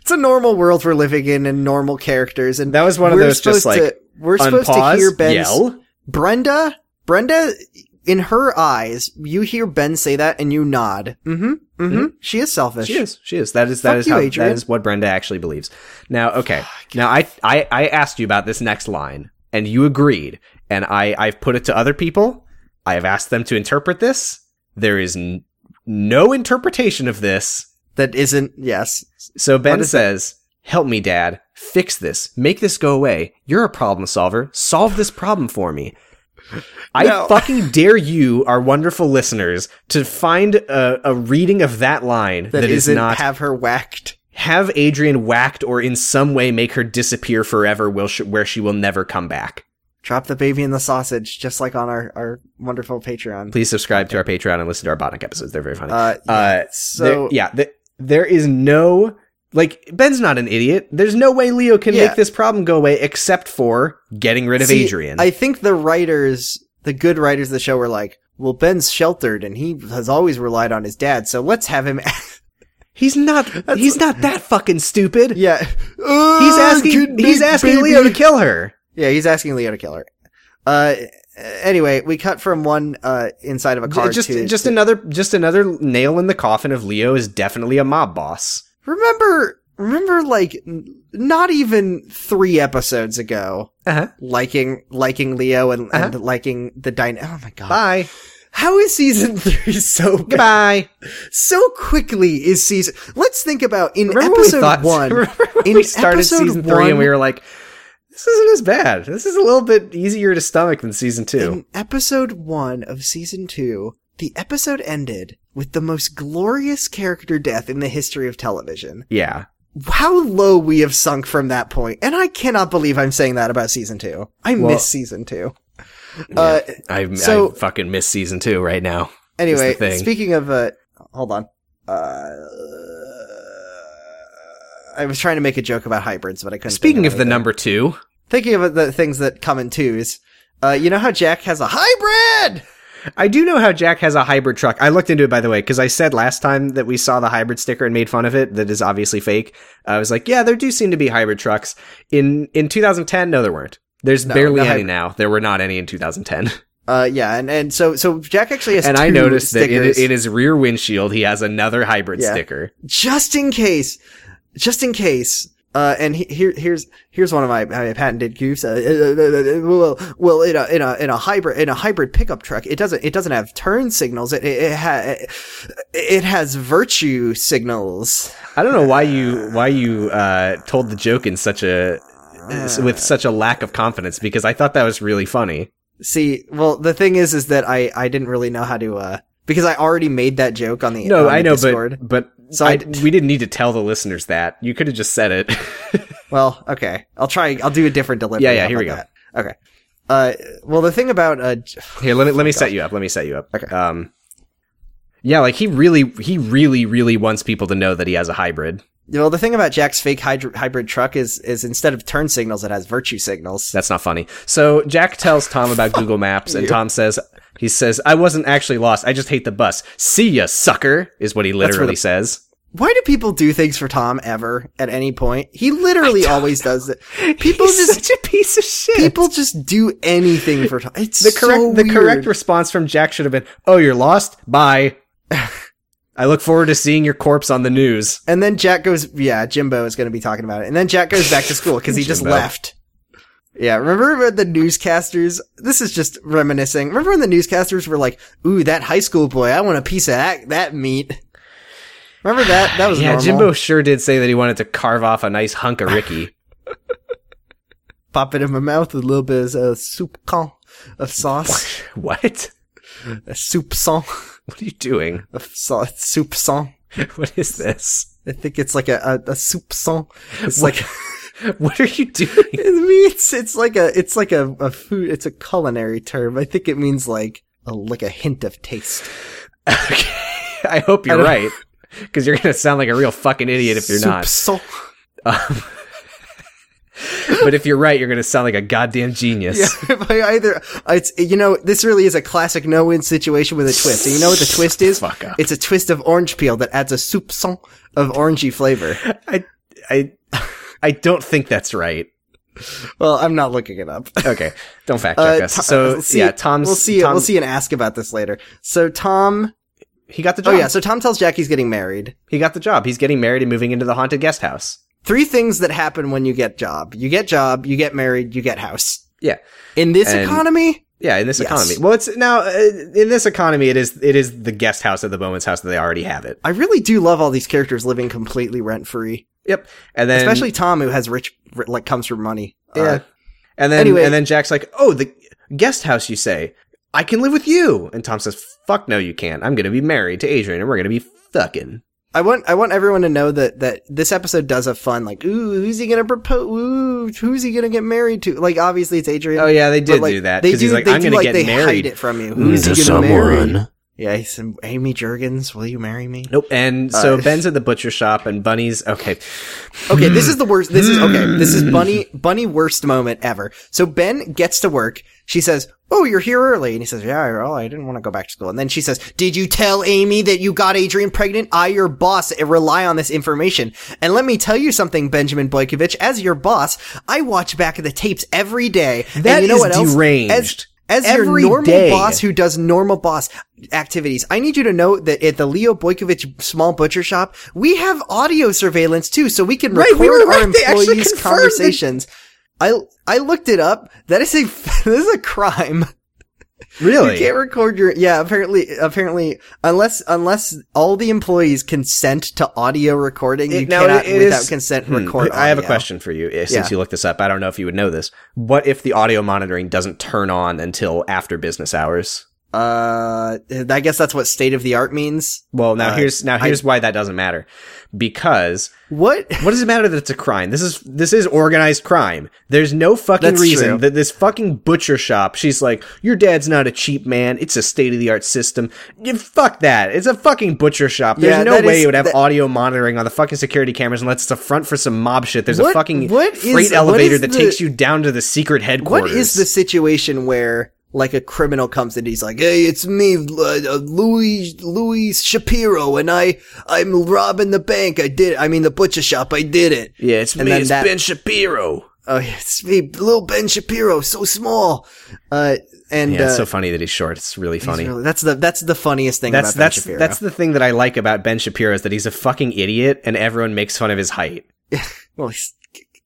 Speaker 3: it's a normal world we're living in and normal characters and
Speaker 2: That was one of
Speaker 3: we're
Speaker 2: those just,
Speaker 3: supposed to,
Speaker 2: like,
Speaker 3: we're supposed to
Speaker 2: Unpause,
Speaker 3: hear ben's
Speaker 2: yell.
Speaker 3: brenda brenda in her eyes you hear ben say that and you nod mm-hmm mm-hmm, she is selfish
Speaker 2: She is. She is. That is that
Speaker 3: Fuck
Speaker 2: is
Speaker 3: you,
Speaker 2: how
Speaker 3: Adrian.
Speaker 2: that is what Brenda actually believes. Now, okay. Now I, I I asked you about this next line and you agreed and I I've put it to other people. I have asked them to interpret this. There is n- no interpretation of this.
Speaker 3: that isn't yes
Speaker 2: So Ben
Speaker 3: is
Speaker 2: says, "Help me, Dad. Fix this. Make this go away. You're a problem solver. Solve this problem for me." I
Speaker 3: No.
Speaker 2: fucking dare you, our wonderful listeners, to find a, a reading of that line
Speaker 3: that
Speaker 2: that is
Speaker 3: isn't
Speaker 2: not
Speaker 3: have her whacked
Speaker 2: have Adrian whacked or in some way make her disappear forever, will sh- where she will never come back.
Speaker 3: Drop the baby in the sausage, just like on our, our wonderful Patreon.
Speaker 2: Please subscribe to our Patreon and listen to our Botnick episodes. They're very funny.
Speaker 3: Uh, yeah,
Speaker 2: Uh,
Speaker 3: so
Speaker 2: There- yeah, th- there is no like Ben's not an idiot. There's no way Leo can
Speaker 3: Yeah.
Speaker 2: make this problem go away except for getting rid of
Speaker 3: See,
Speaker 2: Adrian.
Speaker 3: I think the writers, the good writers of the show, were like, "Well, Ben's sheltered, and he has always relied on his dad, so let's have him."
Speaker 2: he's not. He's not that fucking stupid.
Speaker 3: yeah,
Speaker 2: He's asking. He's asking Leo to kill her.
Speaker 3: Yeah, he's asking Leo to kill her. Uh, anyway, we cut from one uh inside of a car.
Speaker 2: Just,
Speaker 3: to,
Speaker 2: just another, just another nail in the coffin of Leo is definitely a mob boss.
Speaker 3: remember, remember, like n- not even three episodes ago,
Speaker 2: Uh-huh.
Speaker 3: liking liking Leo and, and liking the dyna Oh my god!
Speaker 2: Bye.
Speaker 3: How is season three so bad?
Speaker 2: Goodbye.
Speaker 3: so quickly? Is season? Let's think about in
Speaker 2: Remember
Speaker 3: episode
Speaker 2: we thought,
Speaker 3: one.
Speaker 2: remember when
Speaker 3: in
Speaker 2: we started
Speaker 3: episode
Speaker 2: season three and we
Speaker 3: one-
Speaker 2: were like, this isn't as bad. This is a little bit easier to stomach than season two.
Speaker 3: In episode one of season two, the episode ended with the most glorious character death in the history of television.
Speaker 2: yeah.
Speaker 3: How low we have sunk from that point, and I cannot believe I'm saying that about season two. I
Speaker 2: Well-
Speaker 3: miss season two. Uh,
Speaker 2: I,
Speaker 3: So-
Speaker 2: I fucking miss season two right now.
Speaker 3: Anyway,
Speaker 2: It's the thing.
Speaker 3: speaking of uh hold on. Uh I was trying to make a joke about hybrids, but I couldn't. think
Speaker 2: Speaking of the
Speaker 3: anything.
Speaker 2: number two,
Speaker 3: thinking of the things that come in twos. Uh, you know how Jack has a hybrid.
Speaker 2: I do know how Jack has a hybrid truck. I looked into it by the way because I said last time that we saw the hybrid sticker and made fun of it. That is obviously fake. I was like, yeah, there do seem to be hybrid trucks in in 2010. No, there weren't. There's
Speaker 3: No,
Speaker 2: barely
Speaker 3: no
Speaker 2: any
Speaker 3: hybrid-
Speaker 2: now. There were not any in 2010.
Speaker 3: Uh, yeah, and, and so so Jack actually has
Speaker 2: and
Speaker 3: two
Speaker 2: I noticed
Speaker 3: stickers.
Speaker 2: that in, in his rear windshield, he has another hybrid
Speaker 3: Yeah.
Speaker 2: sticker.
Speaker 3: just in case, just in case. Uh, and he, here, here's, here's one of my, my patented goofs. Uh, uh, uh, uh, well, well, in a, in a, in a hybrid, in a hybrid pickup truck, it doesn't, it doesn't have turn signals. It, it, it, ha- it has virtue signals.
Speaker 2: I don't know why you why you uh, told the joke in such a with such a lack of confidence because I thought that was really funny.
Speaker 3: See, well, the thing is, is that I, I didn't really know how to, uh, because I already made that joke on the, on
Speaker 2: No,
Speaker 3: um, the
Speaker 2: I know,
Speaker 3: Discord.
Speaker 2: but but
Speaker 3: So
Speaker 2: I-
Speaker 3: I-
Speaker 2: we didn't need to tell the listeners that. You could have just said it.
Speaker 3: Well, okay. I'll try. I'll do a different delivery.
Speaker 2: Yeah, yeah,
Speaker 3: How
Speaker 2: here we
Speaker 3: about that? Okay. Uh, well, the thing about uh, j-
Speaker 2: Here, let me let me set you up. Let me set you up.
Speaker 3: Okay.
Speaker 2: Um, yeah, like he really he really really wants people to know that he has a hybrid.
Speaker 3: well, the thing about Jack's fake hydr- hybrid truck is is instead of turn signals, it has virtue signals.
Speaker 2: That's not funny. So Jack tells Tom about Google Maps, and Tom says he says I wasn't actually lost. I just hate the bus. See ya, sucker, is what he literally
Speaker 3: the-
Speaker 2: says.
Speaker 3: Why do people do things for Tom ever at any point? He literally always does it. People
Speaker 2: He's
Speaker 3: just
Speaker 2: such a piece of shit.
Speaker 3: people just do anything for Tom. It's
Speaker 2: the correct
Speaker 3: so
Speaker 2: the
Speaker 3: weird.
Speaker 2: correct response from Jack should have been, "Oh, you're lost. Bye. I look forward to seeing your corpse on the news."
Speaker 3: And then Jack goes, yeah, Jimbo is going to be talking about it. And then Jack goes back to school because he just
Speaker 2: Jimbo.
Speaker 3: left. Yeah, remember when the newscasters? This is just reminiscing. Remember when the newscasters were like, "Ooh, that high school boy, I want a piece of that, that meat." Remember that? That was
Speaker 2: Yeah,
Speaker 3: normal.
Speaker 2: Jimbo sure did say that he wanted to carve off a nice hunk of Ricky.
Speaker 3: pop it in my mouth with a little bit of uh, soup con of sauce,
Speaker 2: what?
Speaker 3: a soup song
Speaker 2: What are you doing?
Speaker 3: of sauce, soup song.
Speaker 2: What is this?
Speaker 3: I think it's like a a, a soup song. It's like.
Speaker 2: What are you doing?
Speaker 3: It means it's like a it's like a, a food it's a culinary term. I think it means like a, like a hint of taste.
Speaker 2: okay. I hope you're
Speaker 3: don't-
Speaker 2: right. Because you're gonna sound like a real fucking idiot if you're not.
Speaker 3: Soupçon.
Speaker 2: But if you're right, you're gonna sound like a goddamn genius.
Speaker 3: Yeah, if I either it's you know this really is a classic no win situation with a twist. And you know what the twist is?
Speaker 2: Fuck up.
Speaker 3: It's a twist of orange peel that adds a soupçon of orangey flavor.
Speaker 2: I, I, I don't think that's right.
Speaker 3: Well, I'm not looking it up.
Speaker 2: Okay, don't fact
Speaker 3: Uh,
Speaker 2: check us.
Speaker 3: Tom-
Speaker 2: so
Speaker 3: we'll see-
Speaker 2: yeah, Tom's.
Speaker 3: We'll see.
Speaker 2: Tom,
Speaker 3: We'll see and ask about this later. So Tom.
Speaker 2: He got the
Speaker 3: Oh
Speaker 2: job.
Speaker 3: yeah. So Tom tells Jack he's getting married.
Speaker 2: He got the job. He's getting married and moving into the haunted guest house.
Speaker 3: Three things that happen when you get job. You get job. You get married. You get house.
Speaker 2: Yeah,
Speaker 3: In this
Speaker 2: And-
Speaker 3: economy?
Speaker 2: yeah. In this
Speaker 3: Yes.
Speaker 2: economy, well, it's now uh, in this economy, it is it is the guest house at the Bowman's house that they already have it.
Speaker 3: I really do love all these characters living completely rent free,
Speaker 2: Yep. And then
Speaker 3: especially Tom, who has rich, ri- like comes from money.
Speaker 2: yeah.
Speaker 3: Uh,
Speaker 2: and then
Speaker 3: anyway.
Speaker 2: and then Jack's like, oh, the guest house, you say? I can live with you. And Tom says, fuck no, you can't. I'm gonna be married to Adrian, and we're gonna be fucking.
Speaker 3: I want, I want everyone to know that that this episode does a fun like, ooh, who's he gonna propose? Ooh, who's he gonna get married to? Like, obviously it's Adrian.
Speaker 2: Oh yeah, they
Speaker 3: but,
Speaker 2: did
Speaker 3: like,
Speaker 2: do that
Speaker 3: They
Speaker 2: because
Speaker 3: do.
Speaker 2: he's like,
Speaker 3: they
Speaker 2: I'm
Speaker 3: do,
Speaker 2: gonna
Speaker 3: like,
Speaker 2: get
Speaker 3: they hide
Speaker 2: married.
Speaker 3: it from you. Who's
Speaker 4: Mm, to
Speaker 3: he gonna marry?
Speaker 4: someone.
Speaker 3: Yeah, he said, Amy Jurgens, will you marry me?
Speaker 2: Nope. And
Speaker 3: Uh,
Speaker 2: so Ben's at the butcher shop, and Bunny's okay.
Speaker 3: Okay, this is the worst. This is okay. This is Bunny Bunny worst moment ever. So Ben gets to work. She says, "Oh, you're here early," and he says, "Yeah, well, I didn't want to go back to school." And then she says, "Did you tell Amy that you got Adrian pregnant? I, your boss, rely on this information. And let me tell you something, Benjamin Boykovich. As your boss, I watch back the tapes every day. And
Speaker 2: That
Speaker 3: you know
Speaker 2: is
Speaker 3: what else?
Speaker 2: deranged.
Speaker 3: As- as
Speaker 2: Every
Speaker 3: your normal
Speaker 2: day.
Speaker 3: boss who does normal boss activities, I need you to know that at the Leo Boykovich small butcher shop, we have audio surveillance too, so we can
Speaker 2: Right,
Speaker 3: record
Speaker 2: we were
Speaker 3: our
Speaker 2: right. They actually
Speaker 3: employees'
Speaker 2: confirmed that-
Speaker 3: conversations. I I looked it up. That is a this is a crime. You
Speaker 2: Really?
Speaker 3: can't record your yeah. Apparently, apparently, unless unless all the employees consent to audio recording,
Speaker 2: It-
Speaker 3: you
Speaker 2: now,
Speaker 3: cannot
Speaker 2: it- it
Speaker 3: without
Speaker 2: is-
Speaker 3: consent
Speaker 2: Hmm,
Speaker 3: record.
Speaker 2: I have a
Speaker 3: audio.
Speaker 2: question for you. eh, Since
Speaker 3: Yeah.
Speaker 2: you looked this up, I don't know if you would know this. What if the audio monitoring doesn't turn on until after business hours?
Speaker 3: Uh, I guess that's what state of the art means.
Speaker 2: Well, now
Speaker 3: Uh,
Speaker 2: here's now here's why that doesn't matter. Because
Speaker 3: What?
Speaker 2: what does it matter that it's a crime? This is this is organized crime. There's no fucking
Speaker 3: That's
Speaker 2: reason
Speaker 3: true.
Speaker 2: that this fucking butcher shop. She's like, your dad's not a cheap man. It's a state of the art system. You, fuck that. It's a fucking butcher shop. There's
Speaker 3: Yeah,
Speaker 2: no
Speaker 3: that
Speaker 2: way
Speaker 3: is-
Speaker 2: it would have
Speaker 3: that-
Speaker 2: audio monitoring on the fucking security cameras unless it's a front for some mob shit. There's a
Speaker 3: What-
Speaker 2: fucking
Speaker 3: what is-
Speaker 2: freight
Speaker 3: what
Speaker 2: elevator
Speaker 3: is
Speaker 2: that
Speaker 3: the-
Speaker 2: takes you down to the secret headquarters.
Speaker 3: What is the situation where like a criminal comes in, he's like, "Hey, it's me, uh, Louis Louis Shapiro, and I I'm robbing the bank. I did. I mean, the butcher shop. I did it.
Speaker 2: Yeah, it's
Speaker 3: And
Speaker 2: me.
Speaker 3: then
Speaker 2: It's
Speaker 3: that-
Speaker 2: Ben Shapiro.
Speaker 3: Oh, yeah, it's me, little Ben Shapiro, so small." Uh, and
Speaker 2: Yeah, it's
Speaker 3: uh,
Speaker 2: so funny that he's short. It's really
Speaker 3: he's
Speaker 2: funny.
Speaker 3: really- that's the that's the funniest thing
Speaker 2: that's
Speaker 3: about Ben
Speaker 2: that's
Speaker 3: Shapiro.
Speaker 2: that's the thing that I like about Ben Shapiro is that he's a fucking idiot and everyone makes fun of his height.
Speaker 3: well, he's,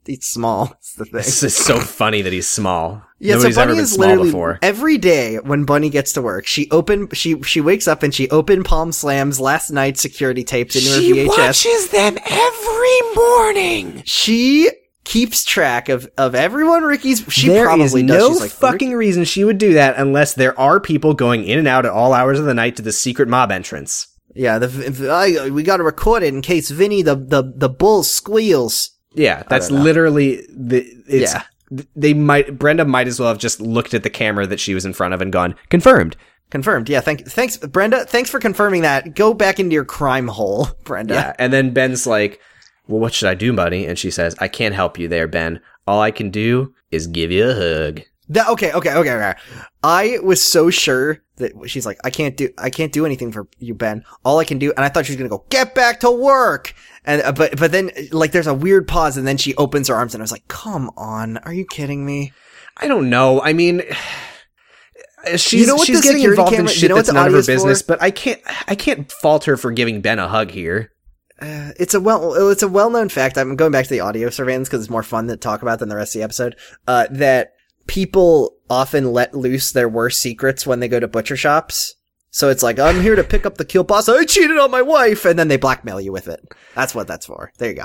Speaker 3: he's small. That's the thing.
Speaker 2: It's just so funny that he's small.
Speaker 3: Yeah,
Speaker 2: Nobody's
Speaker 3: so Bunny
Speaker 2: ever been
Speaker 3: is
Speaker 2: small
Speaker 3: literally
Speaker 2: before.
Speaker 3: every day when Bunny gets to work, she open she she wakes up and she open palm slams last night's security tapes in her VHS.
Speaker 4: them every morning.
Speaker 3: She keeps track of of everyone Ricky's. She
Speaker 2: There
Speaker 3: probably
Speaker 2: is
Speaker 3: does.
Speaker 2: no
Speaker 3: She's like
Speaker 2: fucking reason she would do that unless there are people going in and out at all hours of the night to the secret mob entrance.
Speaker 3: yeah. The if I, we got to record it in case Vinny the the the bull squeals.
Speaker 2: Yeah, that's
Speaker 3: know.
Speaker 2: literally the. It's,
Speaker 3: Yeah.
Speaker 2: th- They might Brenda might as well have just looked at the camera that she was in front of and gone confirmed.
Speaker 3: Confirmed. Yeah. Thank thanks Brenda. Thanks for confirming that. Go back into your crime hole, Brenda.
Speaker 2: Yeah, Uh, and then Ben's like, "Well, what should I do, buddy?" And she says, "I can't help you there, Ben. All I can do is give you a hug."
Speaker 3: That okay, okay, okay, okay. I was so sure that she's like, I can't do, I can't do anything for you, Ben. All I can do, and I thought she was gonna go get back to work. And uh, but but then like there's a weird pause, and then she opens her arms, and I was like, come on, are you kidding me?
Speaker 2: I don't know. I mean, she's
Speaker 3: You know what
Speaker 2: she's
Speaker 3: the
Speaker 2: getting
Speaker 3: security
Speaker 2: involved in
Speaker 3: camera-
Speaker 2: shit
Speaker 3: you know what
Speaker 2: that's
Speaker 3: the
Speaker 2: none of her
Speaker 3: audio's for?
Speaker 2: business. But I can't I can't fault her for giving Ben a hug here.
Speaker 3: Uh, it's a well, it's a well known fact. I'm going back to the audio surveillance because it's more fun to talk about than the rest of the episode. Uh, that people often let loose their worst secrets when they go to butcher shops. So it's like, I'm here to pick up the kill boss. I cheated on my wife. And then they blackmail you with it. That's what that's for. There you go.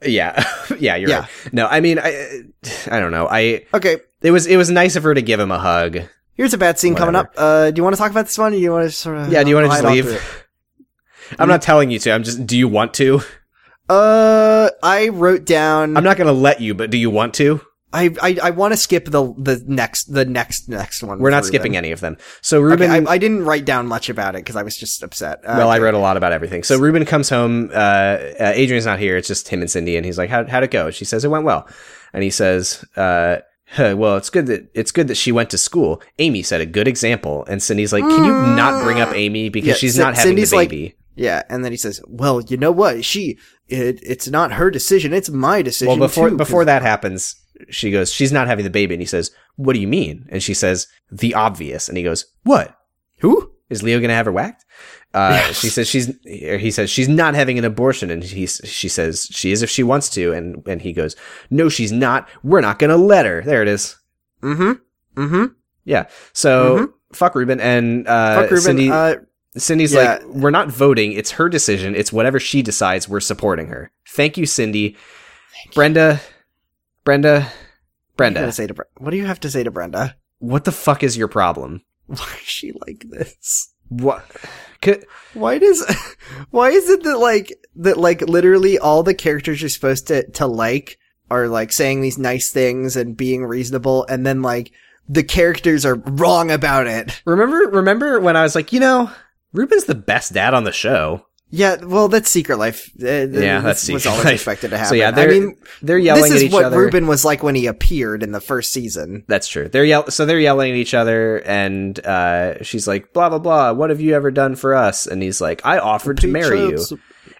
Speaker 2: Yeah, yeah, you're
Speaker 3: Yeah.
Speaker 2: right. No, I mean, I I don't know. I
Speaker 3: Okay.
Speaker 2: it was it was nice of her to give him a hug.
Speaker 3: Here's a bad scene coming
Speaker 2: Whatever.
Speaker 3: up. Uh, do you want to talk about this one? Or do you want to sort of?
Speaker 2: Yeah, do you want to just
Speaker 3: glide on through it?
Speaker 2: leave? I'm
Speaker 3: Mm-hmm.
Speaker 2: not telling you to. I'm just. Do you want to?
Speaker 3: Uh, I wrote down.
Speaker 2: I'm not going to let you, but do you want to?
Speaker 3: I I, I want to skip the the next the next next one.
Speaker 2: We're not
Speaker 3: through
Speaker 2: skipping
Speaker 3: then.
Speaker 2: any of them. So Ruben,
Speaker 3: Okay, I, I didn't write down much about it because I was just upset. Uh,
Speaker 2: well, I
Speaker 3: okay.
Speaker 2: wrote a lot about everything. So Ruben comes home. Uh, uh, Adrian's not here. It's just him and Cindy, and he's like, How, "How'd it go?" She says, "It went well," and he says, uh, huh, "Well, it's good that it's good that she went to school." Amy set a good example, and Cindy's like, "Can you not bring up Amy because
Speaker 3: Mm. Yeah,
Speaker 2: she's
Speaker 3: Cin-
Speaker 2: not having
Speaker 3: Cindy's
Speaker 2: the
Speaker 3: like-
Speaker 2: baby?"
Speaker 3: Yeah, and then he says, "Well, you know what? She it, it's not her decision. It's my
Speaker 2: well,
Speaker 3: decision."
Speaker 2: before
Speaker 3: too,
Speaker 2: before
Speaker 3: 'cause-
Speaker 2: that happens, she goes, "She's not having the baby," and he says, "What do you mean?" And she says, "The obvious," and he goes, "What?"
Speaker 3: who?
Speaker 2: is Leo gonna have her whacked? Uh, she says she's. or He says she's not having an abortion, and he she says she is if she wants to, and and he goes, no, she's not. We're not gonna let her. There it is.
Speaker 3: Mm-hmm. Mm-hmm.
Speaker 2: Yeah. So
Speaker 3: Mhm.
Speaker 2: fuck Ruben and uh,
Speaker 3: Fuck Ruben.
Speaker 2: Cindy.
Speaker 3: uh,
Speaker 2: Cindy's
Speaker 3: yeah.
Speaker 2: like, we're not voting. It's her decision. It's whatever she decides. We're supporting her. Thank you, Cindy. Brenda, Brenda,
Speaker 3: what do you
Speaker 2: Brenda.
Speaker 3: gotta say to Bre- what do you have to say to Brenda?
Speaker 2: What the fuck is your problem?
Speaker 3: Why is she like this?
Speaker 2: What? Could,
Speaker 3: Why does? Why is it that like that like literally all the characters you're supposed to to like are like saying these nice things and being reasonable, and then like the characters are wrong about it.
Speaker 2: Remember, remember when I was like, you know, Ruben's the best dad on the show.
Speaker 3: Yeah, well, that's Secret Life. Uh,
Speaker 2: Yeah,
Speaker 3: yeah,
Speaker 2: that's
Speaker 3: that's was
Speaker 2: Secret
Speaker 3: always
Speaker 2: Life.
Speaker 3: expected to happen.
Speaker 2: So yeah,
Speaker 3: I
Speaker 2: they're
Speaker 3: mean,
Speaker 2: they're yelling
Speaker 3: this is
Speaker 2: at each
Speaker 3: what
Speaker 2: other.
Speaker 3: Ruben was like when he appeared in the first season.
Speaker 2: That's true. They're yell. So they're yelling at each other, and uh, she's like, blah blah blah. What have you ever done for us? And he's like, I offered to marry you.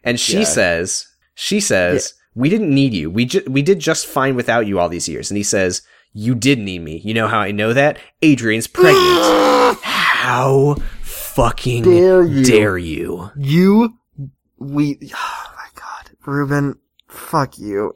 Speaker 2: And she
Speaker 3: Yeah.
Speaker 2: says, she says, we didn't need you. We ju- we did just fine without you all these years. And he says, you did need me. You know how I know that? Adrian's pregnant. how fucking
Speaker 3: Dare you.
Speaker 2: dare you?
Speaker 3: You, we, oh my god, Ruben, fuck you.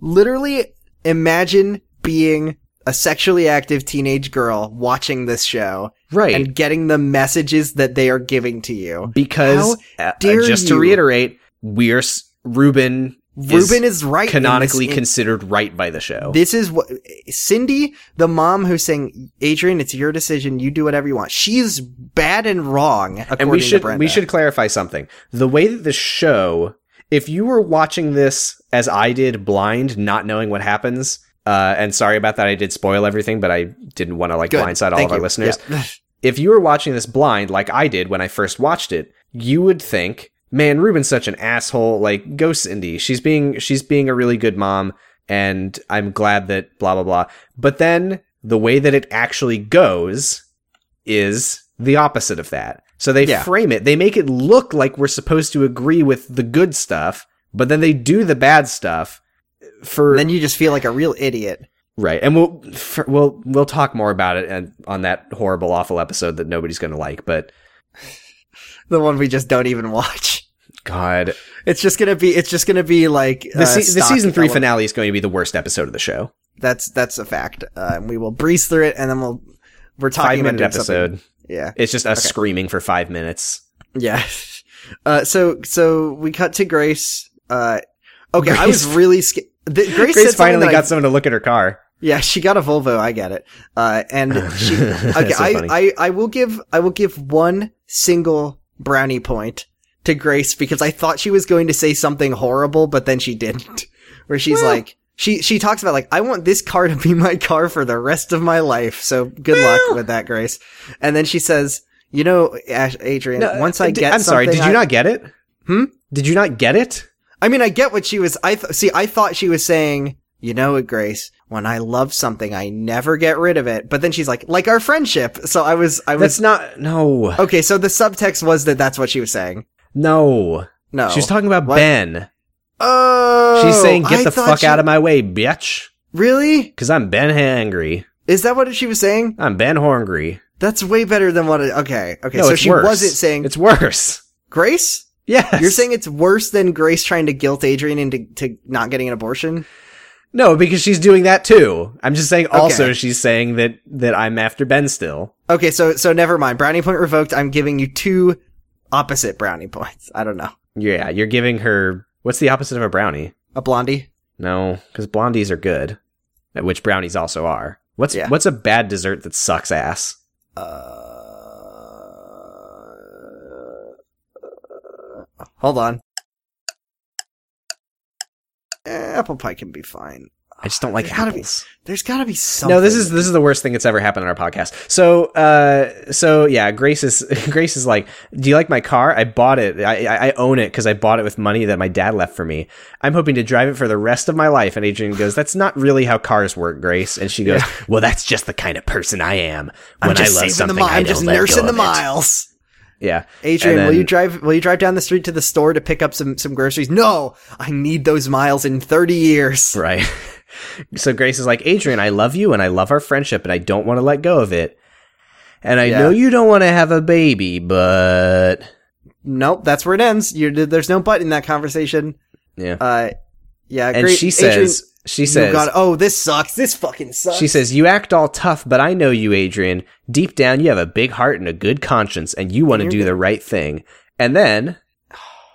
Speaker 3: Literally, imagine being a sexually active teenage girl watching this show
Speaker 2: Right.
Speaker 3: and getting the messages that they are giving to you.
Speaker 2: because uh,
Speaker 3: dare
Speaker 2: just to
Speaker 3: you?
Speaker 2: reiterate, we're s- Ruben.
Speaker 3: Ruben is, right. in this-
Speaker 2: canonically
Speaker 3: in-
Speaker 2: considered right by the show.
Speaker 3: This is what Cindy, the mom who's saying, Adrian, it's your decision. You do whatever you want. She's bad and wrong. According
Speaker 2: and we
Speaker 3: to
Speaker 2: should
Speaker 3: Brenda.
Speaker 2: we should clarify something. The way that the show, if you were watching this as I did, blind, not knowing what happens, uh, and sorry about that, I did spoil everything, but I didn't want to like
Speaker 3: Good.
Speaker 2: blindside all
Speaker 3: Thank
Speaker 2: of our
Speaker 3: you.
Speaker 2: listeners.
Speaker 3: Yeah.
Speaker 2: If you were watching this blind, like I did when I first watched it, you would think, "Man, Ruben's such an asshole. Like, go Cindy. She's being she's being a really good mom, and I'm glad that blah blah blah." But then the way that it actually goes is the opposite of that. So they
Speaker 3: Yeah.
Speaker 2: frame it, they make it look like we're supposed to agree with the good stuff, but then they do the bad stuff for
Speaker 3: And then you just feel like a real idiot.
Speaker 2: right. And we'll for, we'll we'll talk more about it and on that horrible awful episode that nobody's going to like, but
Speaker 3: The one we just don't even watch.
Speaker 2: god,
Speaker 3: It's just gonna be. It's just gonna be like
Speaker 2: the,
Speaker 3: uh,
Speaker 2: se- the
Speaker 3: stock
Speaker 2: season 3
Speaker 3: ele-
Speaker 2: finale is going to be the worst episode of the show.
Speaker 3: That's that's a fact. Uh, and we will breeze through it, and then we'll we're talking
Speaker 2: 5 minute
Speaker 3: about doing something-
Speaker 2: episode.
Speaker 3: Yeah,
Speaker 2: It's just us screaming for 5 minutes.
Speaker 3: yeah. Uh, so so we cut to Grace. Uh, okay, I was
Speaker 2: Grace-
Speaker 3: really scared. Grace,
Speaker 2: Grace,
Speaker 3: said something
Speaker 2: finally
Speaker 3: that I-
Speaker 2: got someone to look at her car.
Speaker 3: Yeah, she got a Volvo. I get it. Uh, and she. Okay,
Speaker 2: That's so funny.
Speaker 3: I, I I will give I will give one single brownie point to Grace because I thought she was going to say something horrible, but then she didn't. Where she's like. She, she talks about like I want this car to be my car for the rest of my life. So good luck with that, Grace. And then she says, "You know, Ash, Adrian, once I
Speaker 2: uh, d-
Speaker 3: get
Speaker 2: I'm sorry. Did
Speaker 3: something
Speaker 2: you
Speaker 3: I-
Speaker 2: not get it?
Speaker 3: Hmm?
Speaker 2: Did you not get it?
Speaker 3: I mean, I get what she was. I th- see. I thought she was saying, you know what, Grace? When I love something, I never get rid of it. But then she's like, like our friendship. So I was, I
Speaker 2: That's
Speaker 3: was.
Speaker 2: not. No.
Speaker 3: okay, so the subtext was that that's what she was saying.
Speaker 2: No.
Speaker 3: No,
Speaker 2: She was talking about
Speaker 3: What?
Speaker 2: Ben.
Speaker 3: Oh,
Speaker 2: She's saying, "Get
Speaker 3: I
Speaker 2: the
Speaker 3: thought
Speaker 2: fuck
Speaker 3: she-
Speaker 2: out of my way, bitch,"
Speaker 3: Really?
Speaker 2: because I'm Ben hangry.
Speaker 3: Is that what she was saying?
Speaker 2: I'm Ben hungry.
Speaker 3: That's way better than what. It, okay, okay.
Speaker 2: No,
Speaker 3: so
Speaker 2: it's
Speaker 3: she
Speaker 2: worse.
Speaker 3: wasn't saying
Speaker 2: it's worse.
Speaker 3: Grace.
Speaker 2: Yes.
Speaker 3: You're saying it's worse than Grace trying to guilt Adrian into to not getting an abortion.
Speaker 2: no because she's doing that too. I'm just saying. Also,
Speaker 3: Okay.
Speaker 2: she's saying that that I'm after Ben still.
Speaker 3: Okay, so so never mind. Brownie point revoked. I'm giving you two opposite brownie points. I don't know.
Speaker 2: Yeah, you're giving her. What's the opposite of a brownie?
Speaker 3: A blondie.
Speaker 2: No, because blondies are good, which brownies also are. What's
Speaker 3: Yeah.
Speaker 2: what's a bad dessert that sucks ass?
Speaker 3: Uh, hold on. Eh, apple pie can be fine.
Speaker 2: I just don't like
Speaker 3: There's gotta be
Speaker 2: apples.
Speaker 3: There's got to be something.
Speaker 2: No, this is this is the worst thing that's ever happened on our podcast. So, uh, so yeah, Grace is Grace is like, do you like my car? I bought it. I I, I own it because I bought it with money that my dad left for me. I'm hoping to drive it for the rest of my life. And Adrian goes, that's not really how cars work, Grace. And she goes, well, that's just the kind of person I am. When
Speaker 3: I'm just
Speaker 2: I love
Speaker 3: saving
Speaker 2: something,
Speaker 3: the mile.
Speaker 2: I
Speaker 3: I'm just
Speaker 2: don't let go
Speaker 3: nursing the
Speaker 2: of it."
Speaker 3: miles.
Speaker 2: Yeah,
Speaker 3: Adrian,
Speaker 2: And
Speaker 3: will you
Speaker 2: then-
Speaker 3: drive? Will you drive down the street to the store to pick up some some groceries? No, I need those miles in thirty years.
Speaker 2: Right. So Grace is like, Adrian, I love you and I love our friendship and I don't want to let go of it. And I
Speaker 3: Yeah.
Speaker 2: know you don't want to have a baby, but
Speaker 3: Nope, that's where it ends. You there's no but in that conversation.
Speaker 2: yeah.
Speaker 3: Uh, yeah.
Speaker 2: and
Speaker 3: great.
Speaker 2: she
Speaker 3: Adrian,
Speaker 2: says, she
Speaker 3: you
Speaker 2: says,
Speaker 3: gotta- "Oh, this sucks. This fucking sucks."
Speaker 2: she says, you act all tough, but I know you, Adrian. Deep down, you have a big heart and a good conscience, and you want to
Speaker 3: You're
Speaker 2: do the right thing. And then,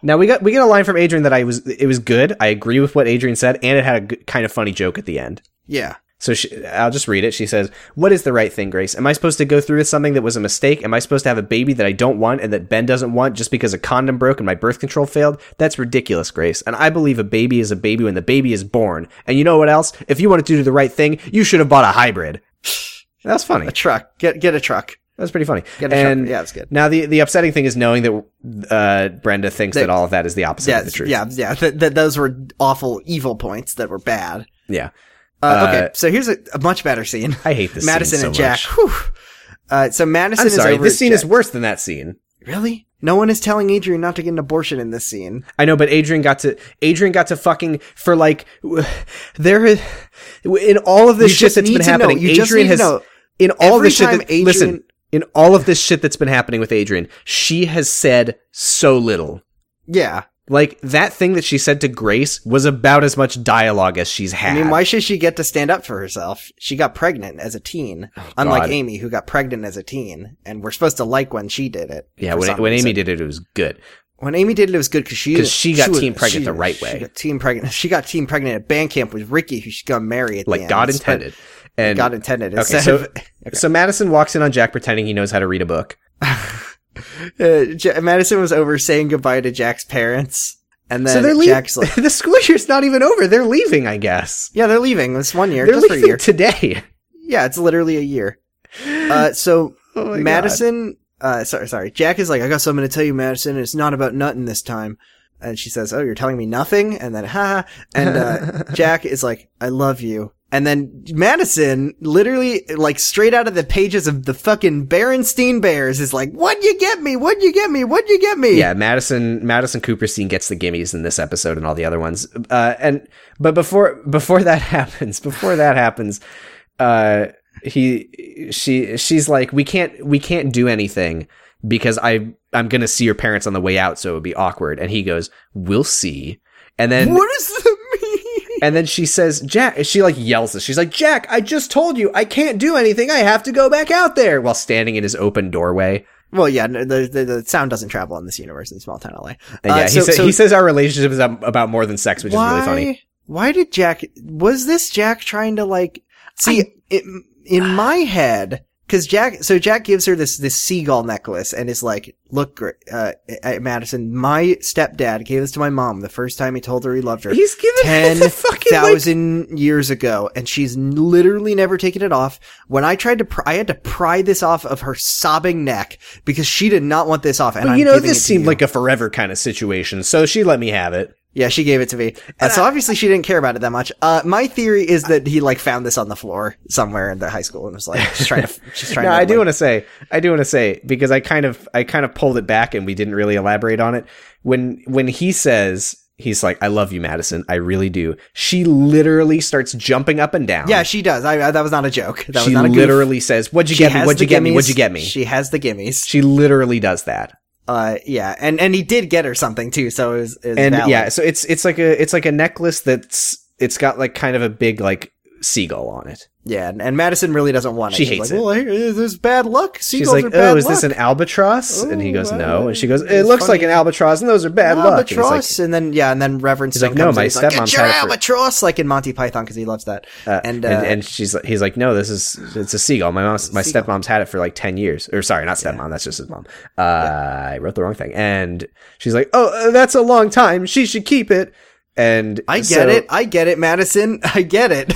Speaker 2: now we got we get a line from Adrian that I was it was good. I agree with what Adrian said, and it had a g- kind of funny joke at the end.
Speaker 3: "Yeah."
Speaker 2: So she, I'll just read it. She says, "What is the right thing, Grace? Am I supposed to go through with something that was a mistake? Am I supposed to have a baby that I don't want and that Ben doesn't want just because a condom broke and my birth control failed? That's ridiculous, Grace. And I believe a baby is a baby when the baby is born. And you know what else? If you wanted to do the right thing, you should have bought a hybrid. That's funny.
Speaker 3: a
Speaker 2: That
Speaker 3: truck. Get get a truck.
Speaker 2: was pretty funny.
Speaker 3: Get a
Speaker 2: And
Speaker 3: truck. Yeah, that's good.
Speaker 2: now the the upsetting thing is knowing that uh, Brenda thinks
Speaker 3: That-
Speaker 2: that, all of that is the opposite
Speaker 3: Yeah,
Speaker 2: of the truth.
Speaker 3: yeah, yeah. Th- th- those were awful, evil points that were bad.
Speaker 2: yeah.
Speaker 3: Uh, okay,
Speaker 2: Uh,
Speaker 3: so here's a, a much better scene.
Speaker 2: I hate this.
Speaker 3: Madison
Speaker 2: scene so
Speaker 3: and Jack.
Speaker 2: much.
Speaker 3: Whew. Uh, so Madison
Speaker 2: I'm
Speaker 3: is
Speaker 2: sorry.
Speaker 3: over
Speaker 2: This
Speaker 3: at
Speaker 2: scene is
Speaker 3: Jack-
Speaker 2: worse than that scene.
Speaker 3: really. No one is telling Adrian not to get an abortion in this scene.
Speaker 2: I know, but Adrian got to Adrian got to fucking for like there is- in all of this
Speaker 3: You
Speaker 2: shit
Speaker 3: just
Speaker 2: that's
Speaker 3: need
Speaker 2: been
Speaker 3: to know.
Speaker 2: happening.
Speaker 3: You
Speaker 2: Adrian
Speaker 3: just need to
Speaker 2: has
Speaker 3: know.
Speaker 2: in all
Speaker 3: Every
Speaker 2: this shit.
Speaker 3: time
Speaker 2: That,
Speaker 3: Adrian-
Speaker 2: Listen, in all of this shit that's been happening with Adrian, she has said so little.
Speaker 3: Yeah.
Speaker 2: Like that thing that she said to Grace was about as much dialogue as she's had.
Speaker 3: I mean, why should she get to stand up for herself? She got pregnant as a teen, unlike
Speaker 2: Oh, God.
Speaker 3: Amy, who got pregnant as a teen, and we're supposed to like when she did it.
Speaker 2: yeah,
Speaker 3: for
Speaker 2: when,
Speaker 3: some
Speaker 2: when Amy
Speaker 3: reason.
Speaker 2: did it, it was good.
Speaker 3: When Amy did it, it was good because she
Speaker 2: 'Cause she got
Speaker 3: was-
Speaker 2: teen pregnant the right way.
Speaker 3: She got teen pregnant. She got teen pregnant at band camp with Ricky, who she's gonna marry at the
Speaker 2: Like
Speaker 3: end.
Speaker 2: God
Speaker 3: It's-
Speaker 2: intended. And
Speaker 3: God intended.
Speaker 2: okay,
Speaker 3: Instead
Speaker 2: so
Speaker 3: of-
Speaker 2: so Madison walks in on Jack pretending he knows how to read a book.
Speaker 3: uh, Ja- Madison was over saying goodbye to Jack's parents, and then
Speaker 2: so they're
Speaker 3: Jack's
Speaker 2: leaving.
Speaker 3: like,
Speaker 2: the school year's not even over. They're leaving, I guess.
Speaker 3: "Yeah, they're leaving this one year,
Speaker 2: They're
Speaker 3: just for a
Speaker 2: leaving
Speaker 3: year.
Speaker 2: today.
Speaker 3: yeah, it's literally a year." Uh, so
Speaker 2: Oh my
Speaker 3: Madison, uh, sorry, sorry, Jack is like, "I got something to tell you, Madison. and It's not about nothing this time." And she says, "Oh, you're telling me nothing?" And then, ha. ha. And uh, Jack is like, "I love you." And then Madison, literally, like straight out of the pages of the fucking Berenstein Bears, is like, "What'd you get me? What'd you get me? What'd you get me?"
Speaker 2: Yeah, Madison Madison Cooperstein gets the gimmies in this episode and all the other ones. Uh, and but before before that happens, before that happens, uh, he she she's like, we can't we can't do anything because I I'm gonna see your parents on the way out, so it would be awkward. And he goes, we'll see. And then
Speaker 3: What does that mean?
Speaker 2: and then she says, Jack, she like yells this. She's like, Jack, I just told you I can't do anything. I have to go back out there while standing in his open doorway.
Speaker 3: Well, yeah, no, the, the the sound doesn't travel in this universe in small town LA.
Speaker 2: And
Speaker 3: Uh,
Speaker 2: yeah, he,
Speaker 3: so-
Speaker 2: sa-
Speaker 3: so-
Speaker 2: he says our relationship is ab- about more than sex, which is really funny.
Speaker 3: Why did Jack? Was this Jack trying to like see it, in my head? Because Jack, so Jack gives her this this seagull necklace and is like, "Look, Gr- uh, uh, Madison, my stepdad gave this to my mom the first time he told her he loved her
Speaker 2: He's giving
Speaker 3: ten
Speaker 2: the fucking like,
Speaker 3: thousand years ago, and she's n- literally never taken it off. When I tried to, pr- I had to pry this off of her sobbing neck because she did not want this off. And
Speaker 2: but
Speaker 3: I'm
Speaker 2: you know,
Speaker 3: giving it
Speaker 2: this
Speaker 3: to
Speaker 2: seemed
Speaker 3: you.
Speaker 2: like a forever kind of situation, so she let me have it.
Speaker 3: Yeah, she gave it to me. Uh, so obviously she didn't care about it that much. Uh, my theory is that he like found this on the floor somewhere in the high school and was like just trying to just trying
Speaker 2: No,
Speaker 3: to.
Speaker 2: I do
Speaker 3: like-
Speaker 2: want to say, I do want to say because I kind of, I kind of pulled it back, and we didn't really elaborate on it. When when he says he's like, "I love you, Madison, I really do," she literally starts jumping up and down.
Speaker 3: yeah, she does. I, I- that was not a joke. That was
Speaker 2: she
Speaker 3: not a goof.
Speaker 2: literally says, "What'd you
Speaker 3: She
Speaker 2: get me?
Speaker 3: has
Speaker 2: What'd
Speaker 3: the
Speaker 2: you get me? What'd
Speaker 3: gimmies.
Speaker 2: you get me?"
Speaker 3: She has the gimmies.
Speaker 2: She literally does that.
Speaker 3: Uh, yeah, and and he did get her something too. So it was, it was
Speaker 2: and
Speaker 3: valid.
Speaker 2: yeah so it's it's like a it's like a necklace that's it's got like kind of a big like seagull on it
Speaker 3: yeah, and, and Madison really doesn't want it.
Speaker 2: She
Speaker 3: She's
Speaker 2: hates
Speaker 3: like,
Speaker 2: it.
Speaker 3: Well, hey, there's bad luck.
Speaker 2: she's
Speaker 3: Seagulls
Speaker 2: like
Speaker 3: are bad
Speaker 2: oh is this
Speaker 3: luck.
Speaker 2: an albatross and he
Speaker 3: Oh,
Speaker 2: goes
Speaker 3: well,
Speaker 2: no and she goes it
Speaker 3: it's
Speaker 2: looks like
Speaker 3: funny.
Speaker 2: an albatross and those are bad luck And he's like-
Speaker 3: albatross? And, then yeah, and then Reverend
Speaker 2: He's
Speaker 3: Stone
Speaker 2: like, no,
Speaker 3: comes in,
Speaker 2: my
Speaker 3: he's like, "Get
Speaker 2: stepmom's
Speaker 3: your
Speaker 2: had it for-"
Speaker 3: albatross, like in Monty Python, because he loves that.
Speaker 2: uh,
Speaker 3: and,
Speaker 2: and,
Speaker 3: uh,
Speaker 2: and she's like he's like no this is it's a seagull my mom's my
Speaker 3: Seagull.
Speaker 2: stepmom's had it for like 10 years or sorry not stepmom that's just his mom uh i wrote the wrong thing and she's like oh uh, that's a long time she should keep it and
Speaker 3: I get
Speaker 2: so-
Speaker 3: it. I get it, Madison. I get it.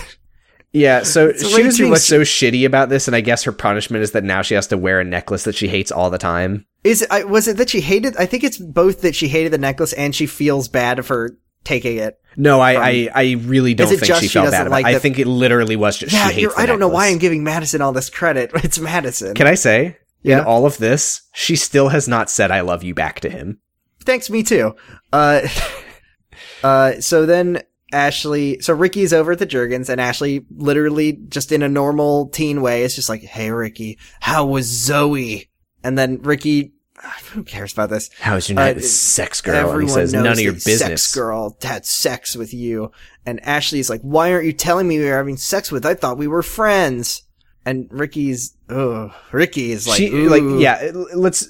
Speaker 2: Yeah, so
Speaker 3: It's
Speaker 2: she
Speaker 3: way
Speaker 2: was
Speaker 3: too
Speaker 2: being
Speaker 3: much-
Speaker 2: so shitty about this, and I guess her punishment is that now she has to wear a necklace that she hates all the time.
Speaker 3: Is I, was it that she hated? I think it's both that she hated the necklace and she feels bad for taking it.
Speaker 2: No, I,
Speaker 3: From-
Speaker 2: I, I really don't
Speaker 3: Is it
Speaker 2: think
Speaker 3: just
Speaker 2: she
Speaker 3: she
Speaker 2: felt
Speaker 3: doesn't
Speaker 2: bad about
Speaker 3: like
Speaker 2: it. I
Speaker 3: the-
Speaker 2: think it literally was just
Speaker 3: Yeah,
Speaker 2: she hates
Speaker 3: you're,
Speaker 2: the
Speaker 3: I don't know why I'm
Speaker 2: necklace.
Speaker 3: giving Madison all this credit. It's Madison.
Speaker 2: Can I say,
Speaker 3: Yeah.
Speaker 2: in all of this, she still has not said I love you back to him.
Speaker 3: Thanks, me too. Uh, uh, so then Ashley, so Ricky's over at the Jurgens and Ashley literally just in a normal teen way is just like, Hey, Ricky, how was Zoe? And then Ricky, who cares about this?
Speaker 2: How's your
Speaker 3: Uh,
Speaker 2: night with sex girl? And he says, none of your
Speaker 3: that
Speaker 2: business.
Speaker 3: Sex girl had sex with you, and Ashley's like, "Why aren't you telling me we were having sex with? I thought we were friends." And Ricky's, oh, Ricky is like,
Speaker 2: she
Speaker 3: "Ooh."
Speaker 2: like yeah l- let's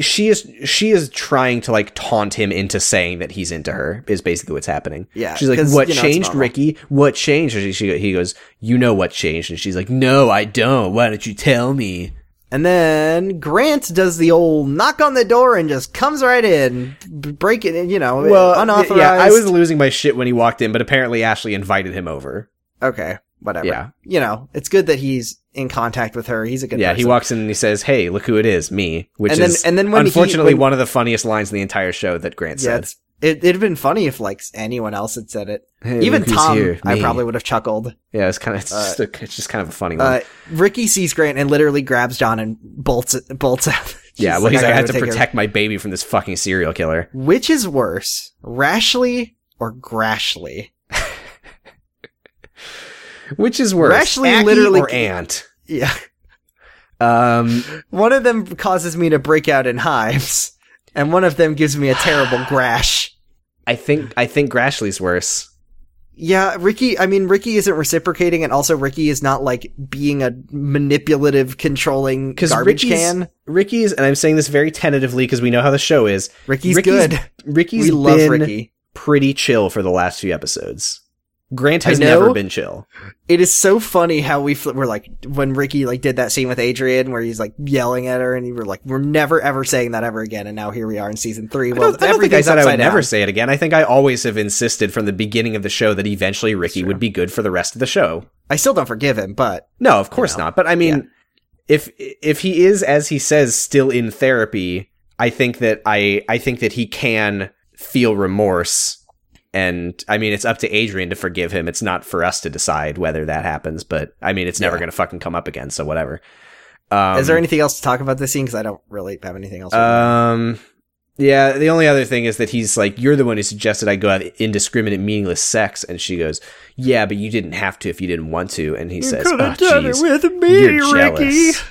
Speaker 2: she is she is trying to like taunt him into saying that he's into her is basically what's happening
Speaker 3: Yeah,
Speaker 2: she's like
Speaker 3: 'cause,
Speaker 2: what
Speaker 3: you know, it's
Speaker 2: changed
Speaker 3: normal."
Speaker 2: ricky what changed and she, she he goes you know what changed and she's like no i don't why don't you tell me
Speaker 3: And then Grant does the old knock on the door and just comes right in, b- breaking, it, you know, unauthorized.
Speaker 2: yeah i was losing my shit when he walked in but apparently ashley invited him over
Speaker 3: okay, whatever.
Speaker 2: Yeah.
Speaker 3: you know, it's good that he's in contact with her. He's a good.
Speaker 2: yeah he
Speaker 3: person.
Speaker 2: walks in and he says hey look who it is me which
Speaker 3: And then-
Speaker 2: is
Speaker 3: and then when he-
Speaker 2: unfortunately
Speaker 3: when-
Speaker 2: one of the funniest lines in the entire show that grant
Speaker 3: Yeah,
Speaker 2: said
Speaker 3: it's, it, it'd have been funny if like anyone else had said it.
Speaker 2: Hey,
Speaker 3: Even
Speaker 2: look who's
Speaker 3: Tom,
Speaker 2: here,
Speaker 3: I
Speaker 2: me.
Speaker 3: probably would have chuckled.
Speaker 2: yeah it's kind of it's, just a- it's just kind of a funny one
Speaker 3: Uh, Ricky sees Grant and literally grabs John and bolts bolts out. She's
Speaker 2: Yeah, well, he's like, I
Speaker 3: gotta
Speaker 2: have
Speaker 3: go
Speaker 2: to
Speaker 3: take care of-"
Speaker 2: protect my baby from this fucking serial killer.
Speaker 3: Which is worse, Rashley or Grashly?
Speaker 2: Which is worse,
Speaker 3: Rashly
Speaker 2: Aki
Speaker 3: literally-
Speaker 2: or Ant.
Speaker 3: Yeah,
Speaker 2: Um,
Speaker 3: one of them causes me to break out in hives, and one of them gives me a terrible grash.
Speaker 2: I think I think Grashley's worse.
Speaker 3: Yeah, Ricky. I mean, Ricky isn't reciprocating, and also Ricky is not like being a manipulative, controlling
Speaker 2: Because
Speaker 3: garbage
Speaker 2: Ricky's,
Speaker 3: can.
Speaker 2: Ricky's, and I'm saying this very tentatively because we know how the show is.
Speaker 3: Ricky's,
Speaker 2: Ricky's-
Speaker 3: good.
Speaker 2: Ricky's
Speaker 3: we love
Speaker 2: been
Speaker 3: Ricky.
Speaker 2: pretty chill for the last few episodes. Grant
Speaker 3: I
Speaker 2: has
Speaker 3: know.
Speaker 2: never been chill.
Speaker 3: it is so funny how we fl- were like when Ricky like did that scene with Adrian where he's like yelling at her and you were like we're never ever saying that ever again and now here we are in season three.
Speaker 2: I
Speaker 3: Well,
Speaker 2: don't, I don't think I
Speaker 3: everything's
Speaker 2: said I would
Speaker 3: upside down.
Speaker 2: never say it again. I think I always have insisted from the beginning of the show that eventually Ricky would be good for the rest of the show.
Speaker 3: I still don't forgive him, but
Speaker 2: No, of course not. But I mean, if if he is as he says still in therapy, I think that I I think that he can feel remorse And I mean, it's up to Adrian to forgive him. It's not for us to decide whether that happens, but I mean, it's never
Speaker 3: Yeah.
Speaker 2: going to fucking come up again, so whatever. Um,
Speaker 3: Is there anything else to talk about this scene? Because I don't really have anything else.
Speaker 2: Um, yeah, the only other thing is that he's like, You're the one who suggested I go have indiscriminate, meaningless sex. And she goes, Yeah, but you didn't have to if you didn't want to. And he says,
Speaker 3: coulda
Speaker 2: oh, geez,
Speaker 3: with
Speaker 2: You're jealous.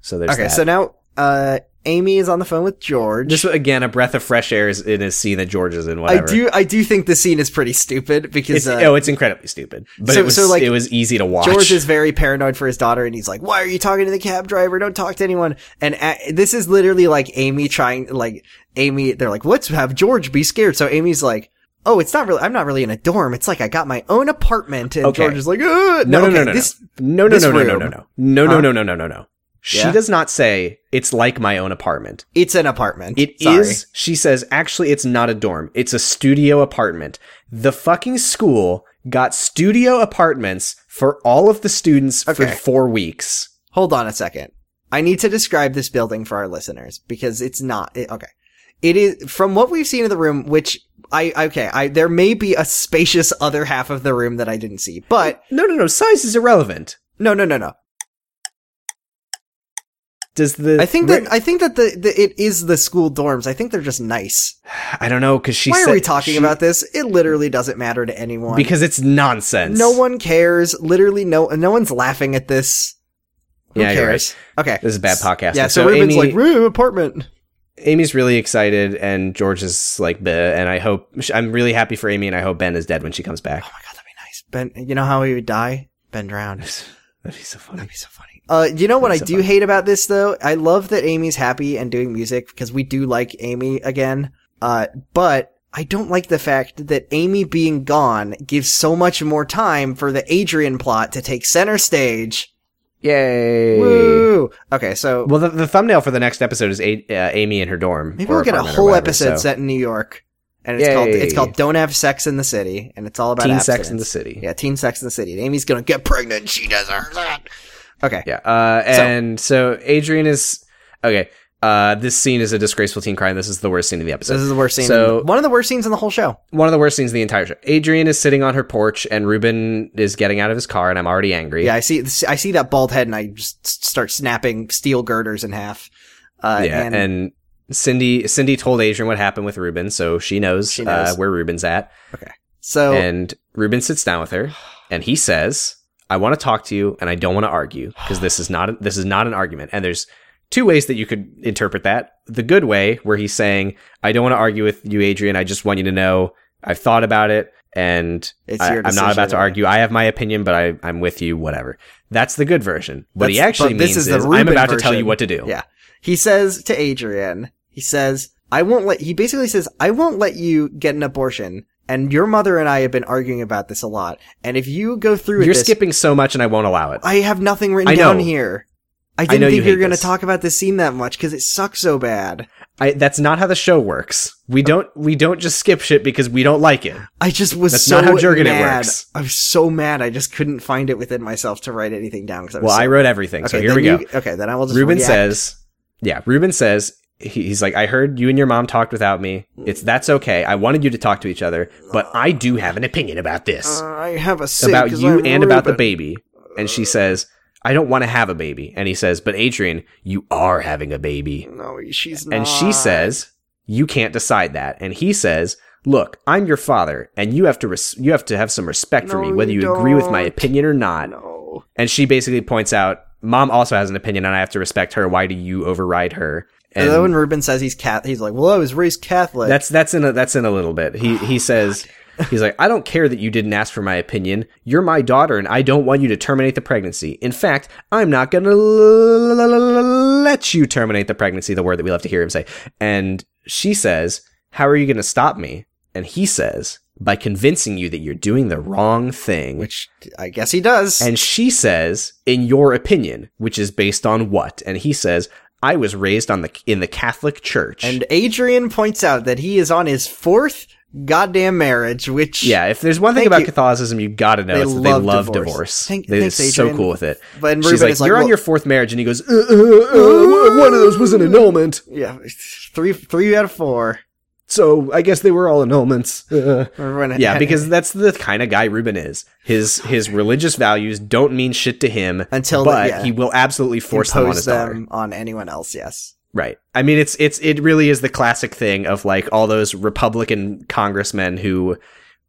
Speaker 2: So there's
Speaker 3: Okay,
Speaker 2: that.
Speaker 3: so now uh, Amy is on the phone with George.
Speaker 2: Just again, a breath of fresh air is in a scene that George is in.
Speaker 3: I
Speaker 2: Whatever.
Speaker 3: do, I do think the scene is pretty stupid because
Speaker 2: It's,
Speaker 3: uh,
Speaker 2: oh, it's incredibly stupid. But
Speaker 3: so-
Speaker 2: it was
Speaker 3: so, like,
Speaker 2: it was easy to watch.
Speaker 3: George is very paranoid for his daughter, and he's like, "Why are you talking to the cab driver? Don't talk to anyone." And uh, this is literally like Amy trying, like Amy. They're like, "Let's have George be scared." So Amy's like, "Oh, it's not really. I'm not really in a dorm. It's like I got my own apartment." And
Speaker 2: Okay.
Speaker 3: George is like, "Ugh."
Speaker 2: no, no,
Speaker 3: okay,
Speaker 2: no, no,
Speaker 3: this-
Speaker 2: no, no,
Speaker 3: this
Speaker 2: no, no, no, no, no,
Speaker 3: room.
Speaker 2: no, no,
Speaker 3: Huh?
Speaker 2: no, no, no, no, no. She
Speaker 3: Yeah?
Speaker 2: does not say it's like my own apartment.
Speaker 3: It's an apartment.
Speaker 2: It is.
Speaker 3: Sorry.
Speaker 2: she says, actually, it's not a dorm. It's a studio apartment. The fucking school got studio apartments for all of the students for
Speaker 3: Okay.
Speaker 2: four weeks.
Speaker 3: Hold on a second. I need to describe this building for our listeners because it's not it, okay. It is from what we've seen of the room, which I okay. I there may be a spacious other half of the room that I didn't see, but
Speaker 2: No, no, no. Size is irrelevant.
Speaker 3: no, no, no, no.
Speaker 2: Does the.
Speaker 3: I think that I think that the, the it is the school dorms. I think they're just nice.
Speaker 2: I don't know, because she
Speaker 3: Why
Speaker 2: said-
Speaker 3: are we talking
Speaker 2: she-
Speaker 3: about this? It literally doesn't matter to anyone
Speaker 2: Because it's nonsense.
Speaker 3: no one cares. Literally, no no one's laughing at this. Who
Speaker 2: Yeah, you're
Speaker 3: cares? Okay,
Speaker 2: This is bad podcasting.
Speaker 3: Yeah, so, Oh
Speaker 2: So
Speaker 3: Ruben's
Speaker 2: Amy-
Speaker 3: like room apartment.
Speaker 2: Amy's really excited, and George is like, "Bleh," and I hope. I'm really happy for Amy, and I hope Ben is dead when she comes back.
Speaker 3: Oh my god, that'd be nice. Ben, you know how he would die? Ben drowned.
Speaker 2: That'd be so funny.
Speaker 3: That'd be so funny. Uh, you know what I
Speaker 2: That'd be so
Speaker 3: do hate about this though? I love that Amy's happy and doing music because we do like Amy again. Uh, but I don't like the fact that Amy being gone gives so much more time for the Adrian plot to take center stage.
Speaker 2: Yay.
Speaker 3: Woo! Okay, so
Speaker 2: Well, the, the thumbnail for the next episode is a- uh, Amy in her dorm.
Speaker 3: maybe
Speaker 2: or
Speaker 3: we'll get a
Speaker 2: apartment or
Speaker 3: whole
Speaker 2: whatever,
Speaker 3: episode
Speaker 2: so-
Speaker 3: set in New York, and it's called
Speaker 2: Yay.
Speaker 3: it's called "Don't Have Sex in the City," and it's all about
Speaker 2: Teen Sex in the
Speaker 3: abstinence.
Speaker 2: City.
Speaker 3: Yeah, Teen Sex in the City. And Amy's gonna get pregnant. She deserves it. Okay.
Speaker 2: Yeah. Uh,
Speaker 3: So-
Speaker 2: and so, Adrian is okay. Uh, this scene is a disgraceful teen crime. This is the worst scene of the
Speaker 3: So
Speaker 2: episode.
Speaker 3: this is the worst scene.
Speaker 2: So-
Speaker 3: one of the worst scenes in the whole show.
Speaker 2: One of the worst scenes of the entire show. Adrian is sitting on her porch, and Ruben is getting out of his car, and I'm already angry.
Speaker 3: Yeah, I see. I see that bald head, and I just s- start snapping steel girders in half. Uh,
Speaker 2: yeah.
Speaker 3: and,
Speaker 2: And, Cindy, Cindy told Adrian what happened with Ruben, so she knows,
Speaker 3: She knows.
Speaker 2: Uh, where Ruben's at.
Speaker 3: so
Speaker 2: And Ruben sits down with her, and he says, "I want to talk to you, and I don't want to argue because this is not this is not an argument." And there's two ways that you could interpret that. The good way, where he's saying, "I don't want to argue with you, Adrian. I just want you to know I've thought about it, and
Speaker 3: it's
Speaker 2: I,
Speaker 3: your
Speaker 2: am not about to
Speaker 3: decision.
Speaker 2: argue. I have my opinion, but I, I'm with you. Whatever." That's the good version. What he
Speaker 3: That's-
Speaker 2: actually
Speaker 3: but this
Speaker 2: means
Speaker 3: is
Speaker 2: is,
Speaker 3: the
Speaker 2: I'm
Speaker 3: Ruben
Speaker 2: about to tell
Speaker 3: version."
Speaker 2: you what to do.
Speaker 3: Yeah. He says to Adrian, he says, "I won't let." He basically says, "I won't let you get an abortion." And your mother and I have been arguing about this a lot. And if you go through with
Speaker 2: You're
Speaker 3: this,
Speaker 2: skipping so much, and I won't allow it.
Speaker 3: I have nothing written
Speaker 2: I know.
Speaker 3: down here. I didn't
Speaker 2: know you
Speaker 3: think you were
Speaker 2: hate
Speaker 3: going to
Speaker 2: this.
Speaker 3: talk about this scene that much because it sucks so bad.
Speaker 2: I, that's not how the show works. We don't we don't just skip shit because we don't like it.
Speaker 3: I just was
Speaker 2: That's
Speaker 3: so
Speaker 2: not how Jergen it
Speaker 3: mad.
Speaker 2: works.
Speaker 3: I was so mad. I just couldn't find it within myself to write anything down because I was
Speaker 2: Well,
Speaker 3: so
Speaker 2: I wrote everything, so here
Speaker 3: then
Speaker 2: we go.
Speaker 3: you- okay, then I will just.
Speaker 2: Ruben
Speaker 3: react.
Speaker 2: says, "Yeah." Ruben says he- he's like, "I heard you and your mom talked without me. It's that's okay. I wanted you to talk to each other, but I do have an opinion about this,
Speaker 3: Uh, "I have a sick
Speaker 2: about
Speaker 3: 'cause
Speaker 2: you
Speaker 3: I'm Uh,
Speaker 2: and about the
Speaker 3: Ruben."
Speaker 2: baby." And she says, "I don't want to have a baby." And he says, "But Adrian, you are having a baby."
Speaker 3: No, she's not.
Speaker 2: And she says, "You can't decide that." And he says, "Look, I'm your father, and you have to res- you have to have some respect for
Speaker 3: No,
Speaker 2: me, whether you
Speaker 3: you
Speaker 2: agree with my
Speaker 3: don't.
Speaker 2: opinion or not."
Speaker 3: "No."
Speaker 2: And she basically points out, "Mom also has an opinion, and I have to respect her. Why do you override her?"
Speaker 3: And then when
Speaker 2: And
Speaker 3: Ruben says he's cat, he's like, "Well, I was raised Catholic."
Speaker 2: that's that's in a, that's in a little bit. He
Speaker 3: Oh,
Speaker 2: he says. He's like, I don't care that you didn't ask for my opinion. You're my daughter, and I don't want you to terminate the pregnancy. In fact, I'm not gonna l- l- l- let you terminate the pregnancy. The word that we love to hear him say. And she says, "How are you gonna stop me?" And he says, "By convincing you that you're doing the wrong thing."
Speaker 3: which I guess he does.
Speaker 2: And she says, "In your opinion, which is based on what?" And he says, "I was raised on the in the Catholic Church."
Speaker 3: And Adrian points out that he is on his fourth goddamn marriage, which
Speaker 2: yeah, if there's one thing
Speaker 3: Thank
Speaker 2: about
Speaker 3: you.
Speaker 2: Catholicism, you got to know
Speaker 3: They
Speaker 2: it's that they
Speaker 3: love
Speaker 2: love
Speaker 3: divorce.
Speaker 2: divorce.
Speaker 3: Thank-
Speaker 2: They're
Speaker 3: thanks,
Speaker 2: so
Speaker 3: Adrian.
Speaker 2: cool with it.
Speaker 3: But then
Speaker 2: She's
Speaker 3: Ruben
Speaker 2: like,
Speaker 3: is like,
Speaker 2: "You're
Speaker 3: well-
Speaker 2: on your fourth marriage," and he goes, uh, uh, uh, "One of those was an annulment."
Speaker 3: yeah, three three out of four.
Speaker 2: So I guess they were all annulments. Uh,
Speaker 3: Remember when
Speaker 2: yeah, because that's the kind of guy Ruben is. His his religious values don't mean shit to him
Speaker 3: Until the-
Speaker 2: but
Speaker 3: yeah.
Speaker 2: he will absolutely force them on
Speaker 3: impose
Speaker 2: his daughter.
Speaker 3: them on anyone else? Yes.
Speaker 2: Right. I mean, it's it's it really is the classic thing of like all those Republican congressmen who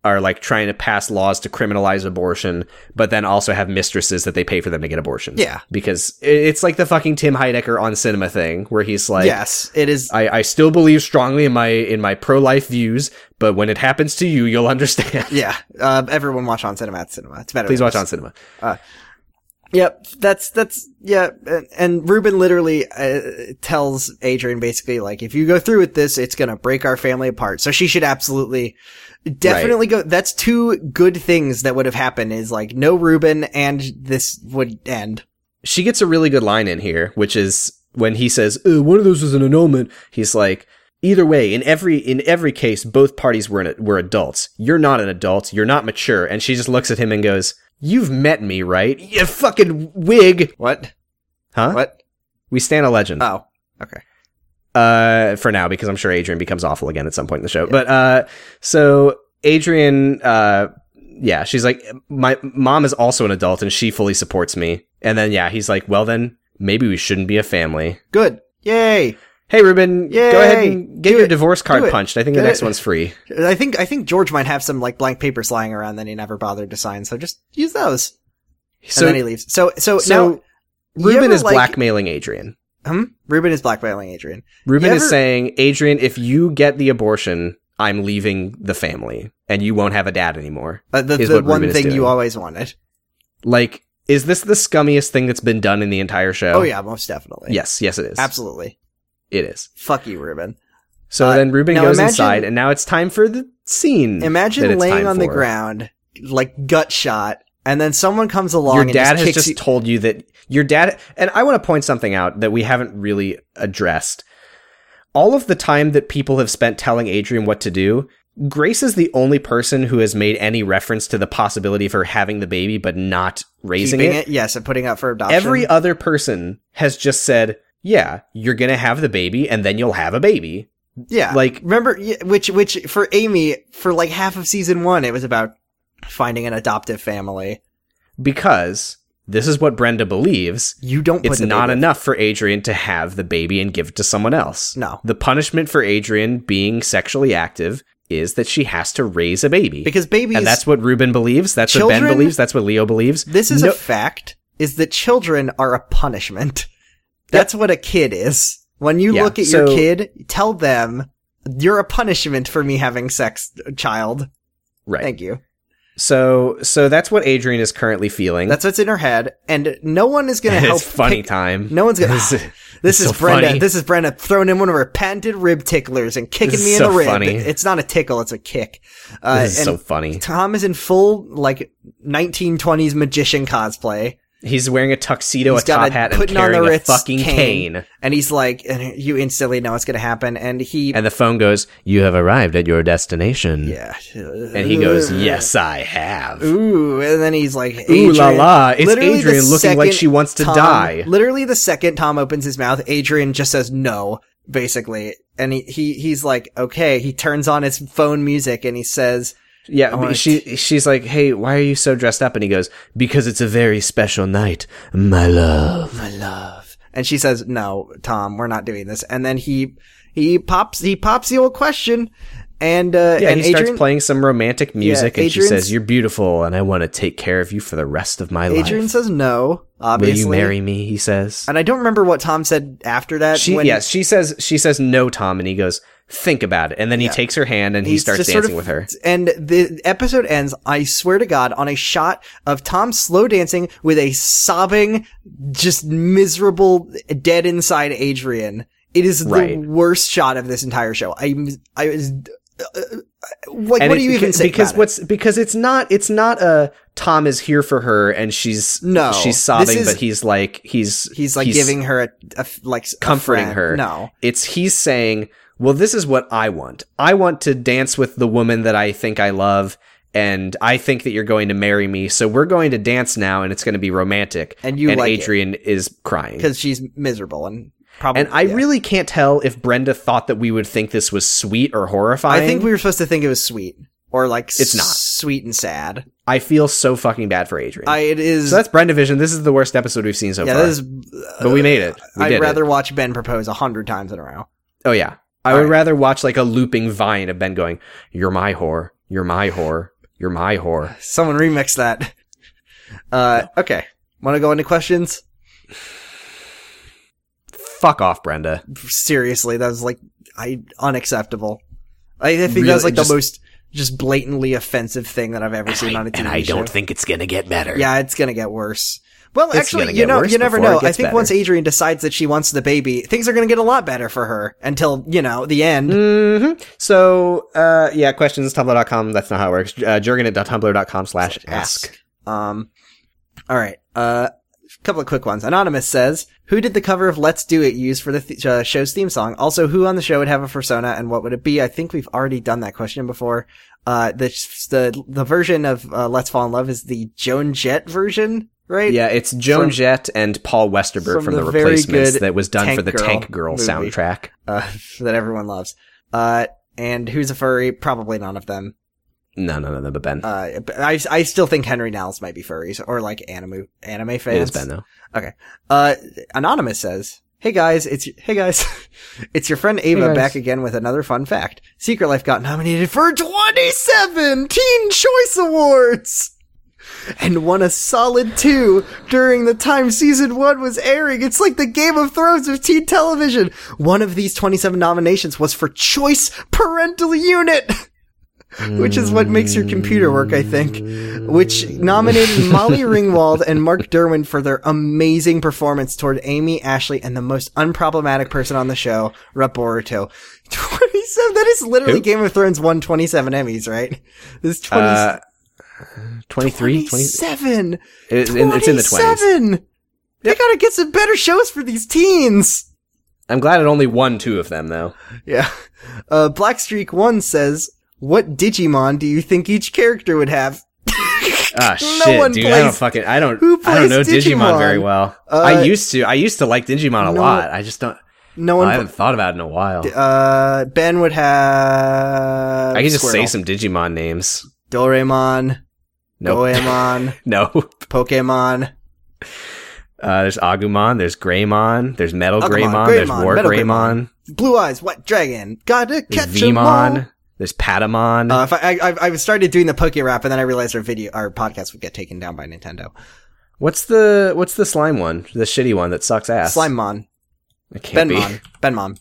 Speaker 2: are like trying to pass laws to criminalize abortion, but then also have mistresses that they pay for them to get abortions.
Speaker 3: Yeah.
Speaker 2: because i- it's like the fucking Tim Heidecker on cinema thing where he's like,
Speaker 3: yes, it is.
Speaker 2: I, I still believe strongly in my in my pro life views, but when it happens to you, you'll understand.
Speaker 3: yeah, uh, everyone watch on cinema at cinema. It's better.
Speaker 2: Please
Speaker 3: than
Speaker 2: watch
Speaker 3: this.
Speaker 2: on cinema.
Speaker 3: Yep, that's that's yeah, and, and Ruben literally uh, tells Adrian basically like if you go through with this, it's gonna break our family apart. So she should absolutely, definitely go. That's two good things that would have happened is like no Ruben and this would end.
Speaker 2: she gets a really good line in here, which is when he says, "Uh, "One of those was an annulment." He's like, "Either way, in every in every case, both parties were an, were adults. You're not an adult. You're not mature." And she just looks at him and goes, "You've met me, right? You fucking wig,
Speaker 3: What?
Speaker 2: huh?"
Speaker 3: What?
Speaker 2: We stand a legend
Speaker 3: Oh, okay.
Speaker 2: uh, for now because I'm sure Adrian becomes awful again at some point in the show. But uh, so Adrian, uh, yeah, she's like, my mom is also an adult and she fully supports me. And then yeah, he's like, well then maybe we shouldn't be a family.
Speaker 3: Good. Yay.
Speaker 2: Hey Ruben,
Speaker 3: Yay!
Speaker 2: go ahead and get
Speaker 3: Do
Speaker 2: your
Speaker 3: it.
Speaker 2: divorce card
Speaker 3: Do it.
Speaker 2: punched. I think
Speaker 3: Get
Speaker 2: the next
Speaker 3: it.
Speaker 2: one's free.
Speaker 3: I think I think George might have some like blank papers lying around that he never bothered to sign. So just use those.
Speaker 2: So
Speaker 3: and then he leaves. So so,
Speaker 2: so
Speaker 3: now you
Speaker 2: Ruben
Speaker 3: ever,
Speaker 2: is
Speaker 3: like-
Speaker 2: blackmailing Adrian.
Speaker 3: Hmm? Ruben is blackmailing Adrian.
Speaker 2: Ruben
Speaker 3: you
Speaker 2: is
Speaker 3: ever-
Speaker 2: saying, Adrian, if you get the abortion, I'm leaving the family and you won't have a dad anymore.
Speaker 3: Uh, the
Speaker 2: Is
Speaker 3: the
Speaker 2: what
Speaker 3: one
Speaker 2: Ruben is
Speaker 3: thing you
Speaker 2: doing.
Speaker 3: always wanted.
Speaker 2: Like, is this the scummiest thing that's been done in the entire show?
Speaker 3: Oh yeah, most definitely.
Speaker 2: Yes, yes, it is.
Speaker 3: absolutely.
Speaker 2: It is.
Speaker 3: Fuck you, Ruben.
Speaker 2: So
Speaker 3: Uh,
Speaker 2: then Ruben
Speaker 3: now
Speaker 2: goes
Speaker 3: imagine-
Speaker 2: inside, and now it's time for the scene. that
Speaker 3: Imagine
Speaker 2: it's
Speaker 3: laying
Speaker 2: time
Speaker 3: on the
Speaker 2: for.
Speaker 3: ground, like gut shot, and then someone comes along.
Speaker 2: Your
Speaker 3: and
Speaker 2: dad
Speaker 3: just
Speaker 2: has
Speaker 3: kicks
Speaker 2: just
Speaker 3: you-
Speaker 2: told you that your dad, and I want to point something out that we haven't really addressed. All of the time that people have spent telling Adrian what to do, Grace is the only person who has made any reference to the possibility of her having the baby but not raising
Speaker 3: keeping
Speaker 2: it.
Speaker 3: Yes, and putting up for adoption.
Speaker 2: Every other person has just said, "Yeah, you're gonna have the baby, and then you'll have a baby."
Speaker 3: yeah,
Speaker 2: like-
Speaker 3: remember yeah, which which for Amy for like half of season one it was about finding an adoptive family.
Speaker 2: because this is what Brenda believes.
Speaker 3: You don't. Put
Speaker 2: It's
Speaker 3: the
Speaker 2: not
Speaker 3: baby-
Speaker 2: enough for Adrian to have the baby and give it to someone else.
Speaker 3: No.
Speaker 2: The punishment for Adrian being sexually active is that she has to raise a baby.
Speaker 3: because babies.
Speaker 2: and that's what Ruben believes. That's what Ben
Speaker 3: Children-
Speaker 2: believes. That's what Leo believes.
Speaker 3: this is
Speaker 2: No-
Speaker 3: a fact. Is that children are a punishment? That's what a kid is. When you
Speaker 2: Yeah,
Speaker 3: look at your
Speaker 2: so-
Speaker 3: kid, tell them you're a punishment for me having sex, child.
Speaker 2: right.
Speaker 3: Thank you.
Speaker 2: So, so that's what Adrian is currently feeling.
Speaker 3: That's what's in her head, and no one is going to
Speaker 2: it's
Speaker 3: help.
Speaker 2: funny
Speaker 3: pick-
Speaker 2: time.
Speaker 3: No one's going.
Speaker 2: This is-
Speaker 3: to This is
Speaker 2: so
Speaker 3: Brenda.
Speaker 2: funny.
Speaker 3: This is Brenda throwing in one of her patented rib ticklers and kicking
Speaker 2: This is
Speaker 3: me in
Speaker 2: so
Speaker 3: the rib.
Speaker 2: funny.
Speaker 3: It's not a tickle; it's a kick. Uh,
Speaker 2: this is so
Speaker 3: and
Speaker 2: funny.
Speaker 3: Tom is in full like 1920s magician cosplay.
Speaker 2: He's wearing a tuxedo, a
Speaker 3: He's got
Speaker 2: top
Speaker 3: a-
Speaker 2: hat, and
Speaker 3: putting on the
Speaker 2: carrying a
Speaker 3: Ritz
Speaker 2: fucking
Speaker 3: cane.
Speaker 2: cane.
Speaker 3: And he's like, and you instantly know it's going to happen. And he,
Speaker 2: And the phone goes, "You have arrived at your destination."
Speaker 3: yeah,
Speaker 2: And he goes, "Yes, I have."
Speaker 3: Ooh, and then he's like,
Speaker 2: Ooh la
Speaker 3: Adrian-
Speaker 2: la, it's
Speaker 3: Literally the
Speaker 2: Adrian looking like
Speaker 3: second
Speaker 2: she wants to
Speaker 3: Tom-
Speaker 2: die.
Speaker 3: Literally, the second Tom opens his mouth, Adrian just says no, basically, and he, he he's like, okay. He turns on his phone music and he says,
Speaker 2: Yeah,
Speaker 3: wanna
Speaker 2: but she she's like, "Hey, why are you so dressed up?" And he goes, "Because it's a very special night, my love."
Speaker 3: "My love," and she says, "No, Tom, we're not doing this." And then he he pops he pops the old question, and uh,
Speaker 2: Yeah,
Speaker 3: and
Speaker 2: he starts
Speaker 3: Adrian,
Speaker 2: playing some romantic music, and she
Speaker 3: Adrian's-
Speaker 2: says, "You're beautiful, and I want to take care of you for the rest of my
Speaker 3: Adrian
Speaker 2: life."
Speaker 3: says no,
Speaker 2: Will
Speaker 3: obviously.
Speaker 2: you marry me? He says.
Speaker 3: And I don't remember what Tom said after that.
Speaker 2: She
Speaker 3: when
Speaker 2: yeah, she says she says no, Tom, and he goes, "Think about it." And then he
Speaker 3: Yeah.
Speaker 2: takes her hand and he
Speaker 3: He's
Speaker 2: starts
Speaker 3: just
Speaker 2: dancing
Speaker 3: sort of-
Speaker 2: with her.
Speaker 3: And the episode ends, I swear to God, on a shot of Tom slow dancing with a sobbing, just miserable, dead inside Adrian. It is
Speaker 2: Right.
Speaker 3: the worst shot of this entire show. I, I was, uh, like,
Speaker 2: And
Speaker 3: what
Speaker 2: it-
Speaker 3: do you even
Speaker 2: because-
Speaker 3: say?
Speaker 2: Because
Speaker 3: about it?
Speaker 2: what's because it's not it's not a Tom is here for her and she's
Speaker 3: No,
Speaker 2: she's
Speaker 3: this
Speaker 2: sobbing,
Speaker 3: is-
Speaker 2: but he's like he's
Speaker 3: He's like giving her a, a f- like a
Speaker 2: comforting
Speaker 3: friend.
Speaker 2: her.
Speaker 3: No,
Speaker 2: It's he's saying, "Well, this is what I want. I want to dance with the woman that I think I love." And I think that you're going to marry me, so we're going to dance now, and it's going to be romantic.
Speaker 3: And you like it.
Speaker 2: Adrian is crying.
Speaker 3: because she's miserable and Probably.
Speaker 2: And I
Speaker 3: yeah.
Speaker 2: really can't tell if Brenda thought that we would think this was sweet or horrifying.
Speaker 3: I think we were supposed to think it was sweet or like
Speaker 2: It's not.
Speaker 3: sweet and sad.
Speaker 2: I feel so fucking bad for Adrian.
Speaker 3: I it is.
Speaker 2: so that's Brenda Vision. This is the worst episode we've seen so
Speaker 3: yeah,
Speaker 2: far.
Speaker 3: that is. uh,
Speaker 2: but we made it. We did
Speaker 3: I'd
Speaker 2: it.
Speaker 3: rather watch Ben propose a hundred times in a row.
Speaker 2: Oh yeah. I
Speaker 3: All
Speaker 2: would
Speaker 3: right.
Speaker 2: rather watch like a looping vine of Ben going, "You're my whore. You're my whore. You're my whore."
Speaker 3: Someone remix that. Uh, okay. Want to go into questions?
Speaker 2: Fuck off, Brenda.
Speaker 3: Seriously, that was like I unacceptable. I, I think
Speaker 2: Really,
Speaker 3: that was like
Speaker 2: just-
Speaker 3: the most just blatantly offensive thing that I've ever seen on a TV
Speaker 2: and I
Speaker 3: show.
Speaker 2: don't think it's gonna get better.
Speaker 3: Yeah, it's gonna get worse. Well,
Speaker 2: It's
Speaker 3: actually,
Speaker 2: gonna
Speaker 3: you
Speaker 2: get
Speaker 3: know,
Speaker 2: worse
Speaker 3: you never
Speaker 2: before it
Speaker 3: know. I
Speaker 2: gets
Speaker 3: think
Speaker 2: better.
Speaker 3: once Adrian decides that she wants the baby, things are gonna get a lot better for her until you know the end.
Speaker 2: hmm So, uh, yeah, questions, tumblr.com. That's not how it works. Uh, jurgen.tumblr.com slash ask.
Speaker 3: Um, all right. Uh, a couple of quick ones. Anonymous says, "Who did the cover of Let's Do It use for the th- uh, show's theme song? Also, who on the show would have a persona and what would it be?" I think we've already done that question before. Uh, the the the version of uh, Let's Fall in Love is the Joan Jett version, right?
Speaker 2: Yeah, it's Joan
Speaker 3: From-
Speaker 2: Jett and Paul Westerberg
Speaker 3: from
Speaker 2: from,
Speaker 3: the
Speaker 2: the,
Speaker 3: very
Speaker 2: replacements
Speaker 3: good
Speaker 2: that was done
Speaker 3: Tank
Speaker 2: for the
Speaker 3: Girl
Speaker 2: Tank Girl
Speaker 3: movie.
Speaker 2: soundtrack.
Speaker 3: uh, that everyone loves. Uh, and who's a furry? Probably none of them.
Speaker 2: No, no, no, no, but Ben.
Speaker 3: Uh, but I, I still think Henry Nowles might be furries or like anime anime fans.
Speaker 2: it is Ben, though.
Speaker 3: Uh, anonymous says, "Hey guys, it's hey guys, it's your friend Ava
Speaker 2: guys.
Speaker 3: back again with another fun fact. Secret Life got nominated for 27 Teen Choice Awards." And won a solid two during the time season one was airing. It's like the Game of Thrones of teen television. One of these 27 nominations was for Choice Parental Unit, which is what makes your computer work, I think which nominated Molly Ringwald and Mark Derwin for their amazing performance toward Amy Ashley and the most unproblematic person on the show, Raboruto. 27, that is literally
Speaker 2: Who?
Speaker 3: Game of Thrones won 27 Emmys, right? This is 20,
Speaker 2: Uh, 23? 20,
Speaker 3: 27.
Speaker 2: it- it- it's in the 20s.
Speaker 3: 27. They gotta get some better shows for these teens.
Speaker 2: I'm glad it only won two of them, though.
Speaker 3: Yeah. Uh, Black Streak 1 says, what Digimon do you think each character would have?
Speaker 2: Ah,
Speaker 3: No
Speaker 2: shit,
Speaker 3: one
Speaker 2: dude. I
Speaker 3: plays-
Speaker 2: don't fucking. I don't.
Speaker 3: who
Speaker 2: I don't
Speaker 3: plays
Speaker 2: know Digimon,
Speaker 3: Digimon?
Speaker 2: very well.
Speaker 3: Uh,
Speaker 2: I used to. I used to like Digimon a
Speaker 3: no-
Speaker 2: lot. I just don't.
Speaker 3: No one.
Speaker 2: I haven't thought about it in a while.
Speaker 3: uh, Ben would have.
Speaker 2: I can just say
Speaker 3: Squirtle.
Speaker 2: some Digimon names.
Speaker 3: Doraemon,
Speaker 2: No,
Speaker 3: Goemon,
Speaker 2: no.
Speaker 3: Pokemon,
Speaker 2: Uh, there's Agumon. There's Greymon. There's Metal
Speaker 3: Agumon,
Speaker 2: Greymon. There's
Speaker 3: Greymon,
Speaker 2: War
Speaker 3: Metal
Speaker 2: Greymon.
Speaker 3: Blue Eyes, What Dragon, Gotta
Speaker 2: There's
Speaker 3: Catch 'em All.
Speaker 2: Vmon. There's Patamon.
Speaker 3: Uh, if I, I I- I started doing the Poke Rap and then I realized our video our podcast would get taken down by Nintendo.
Speaker 2: what's the What's the slime one? The shitty one that sucks ass.
Speaker 3: Slimemon,
Speaker 2: It can't be.
Speaker 3: Benmon, Benmon.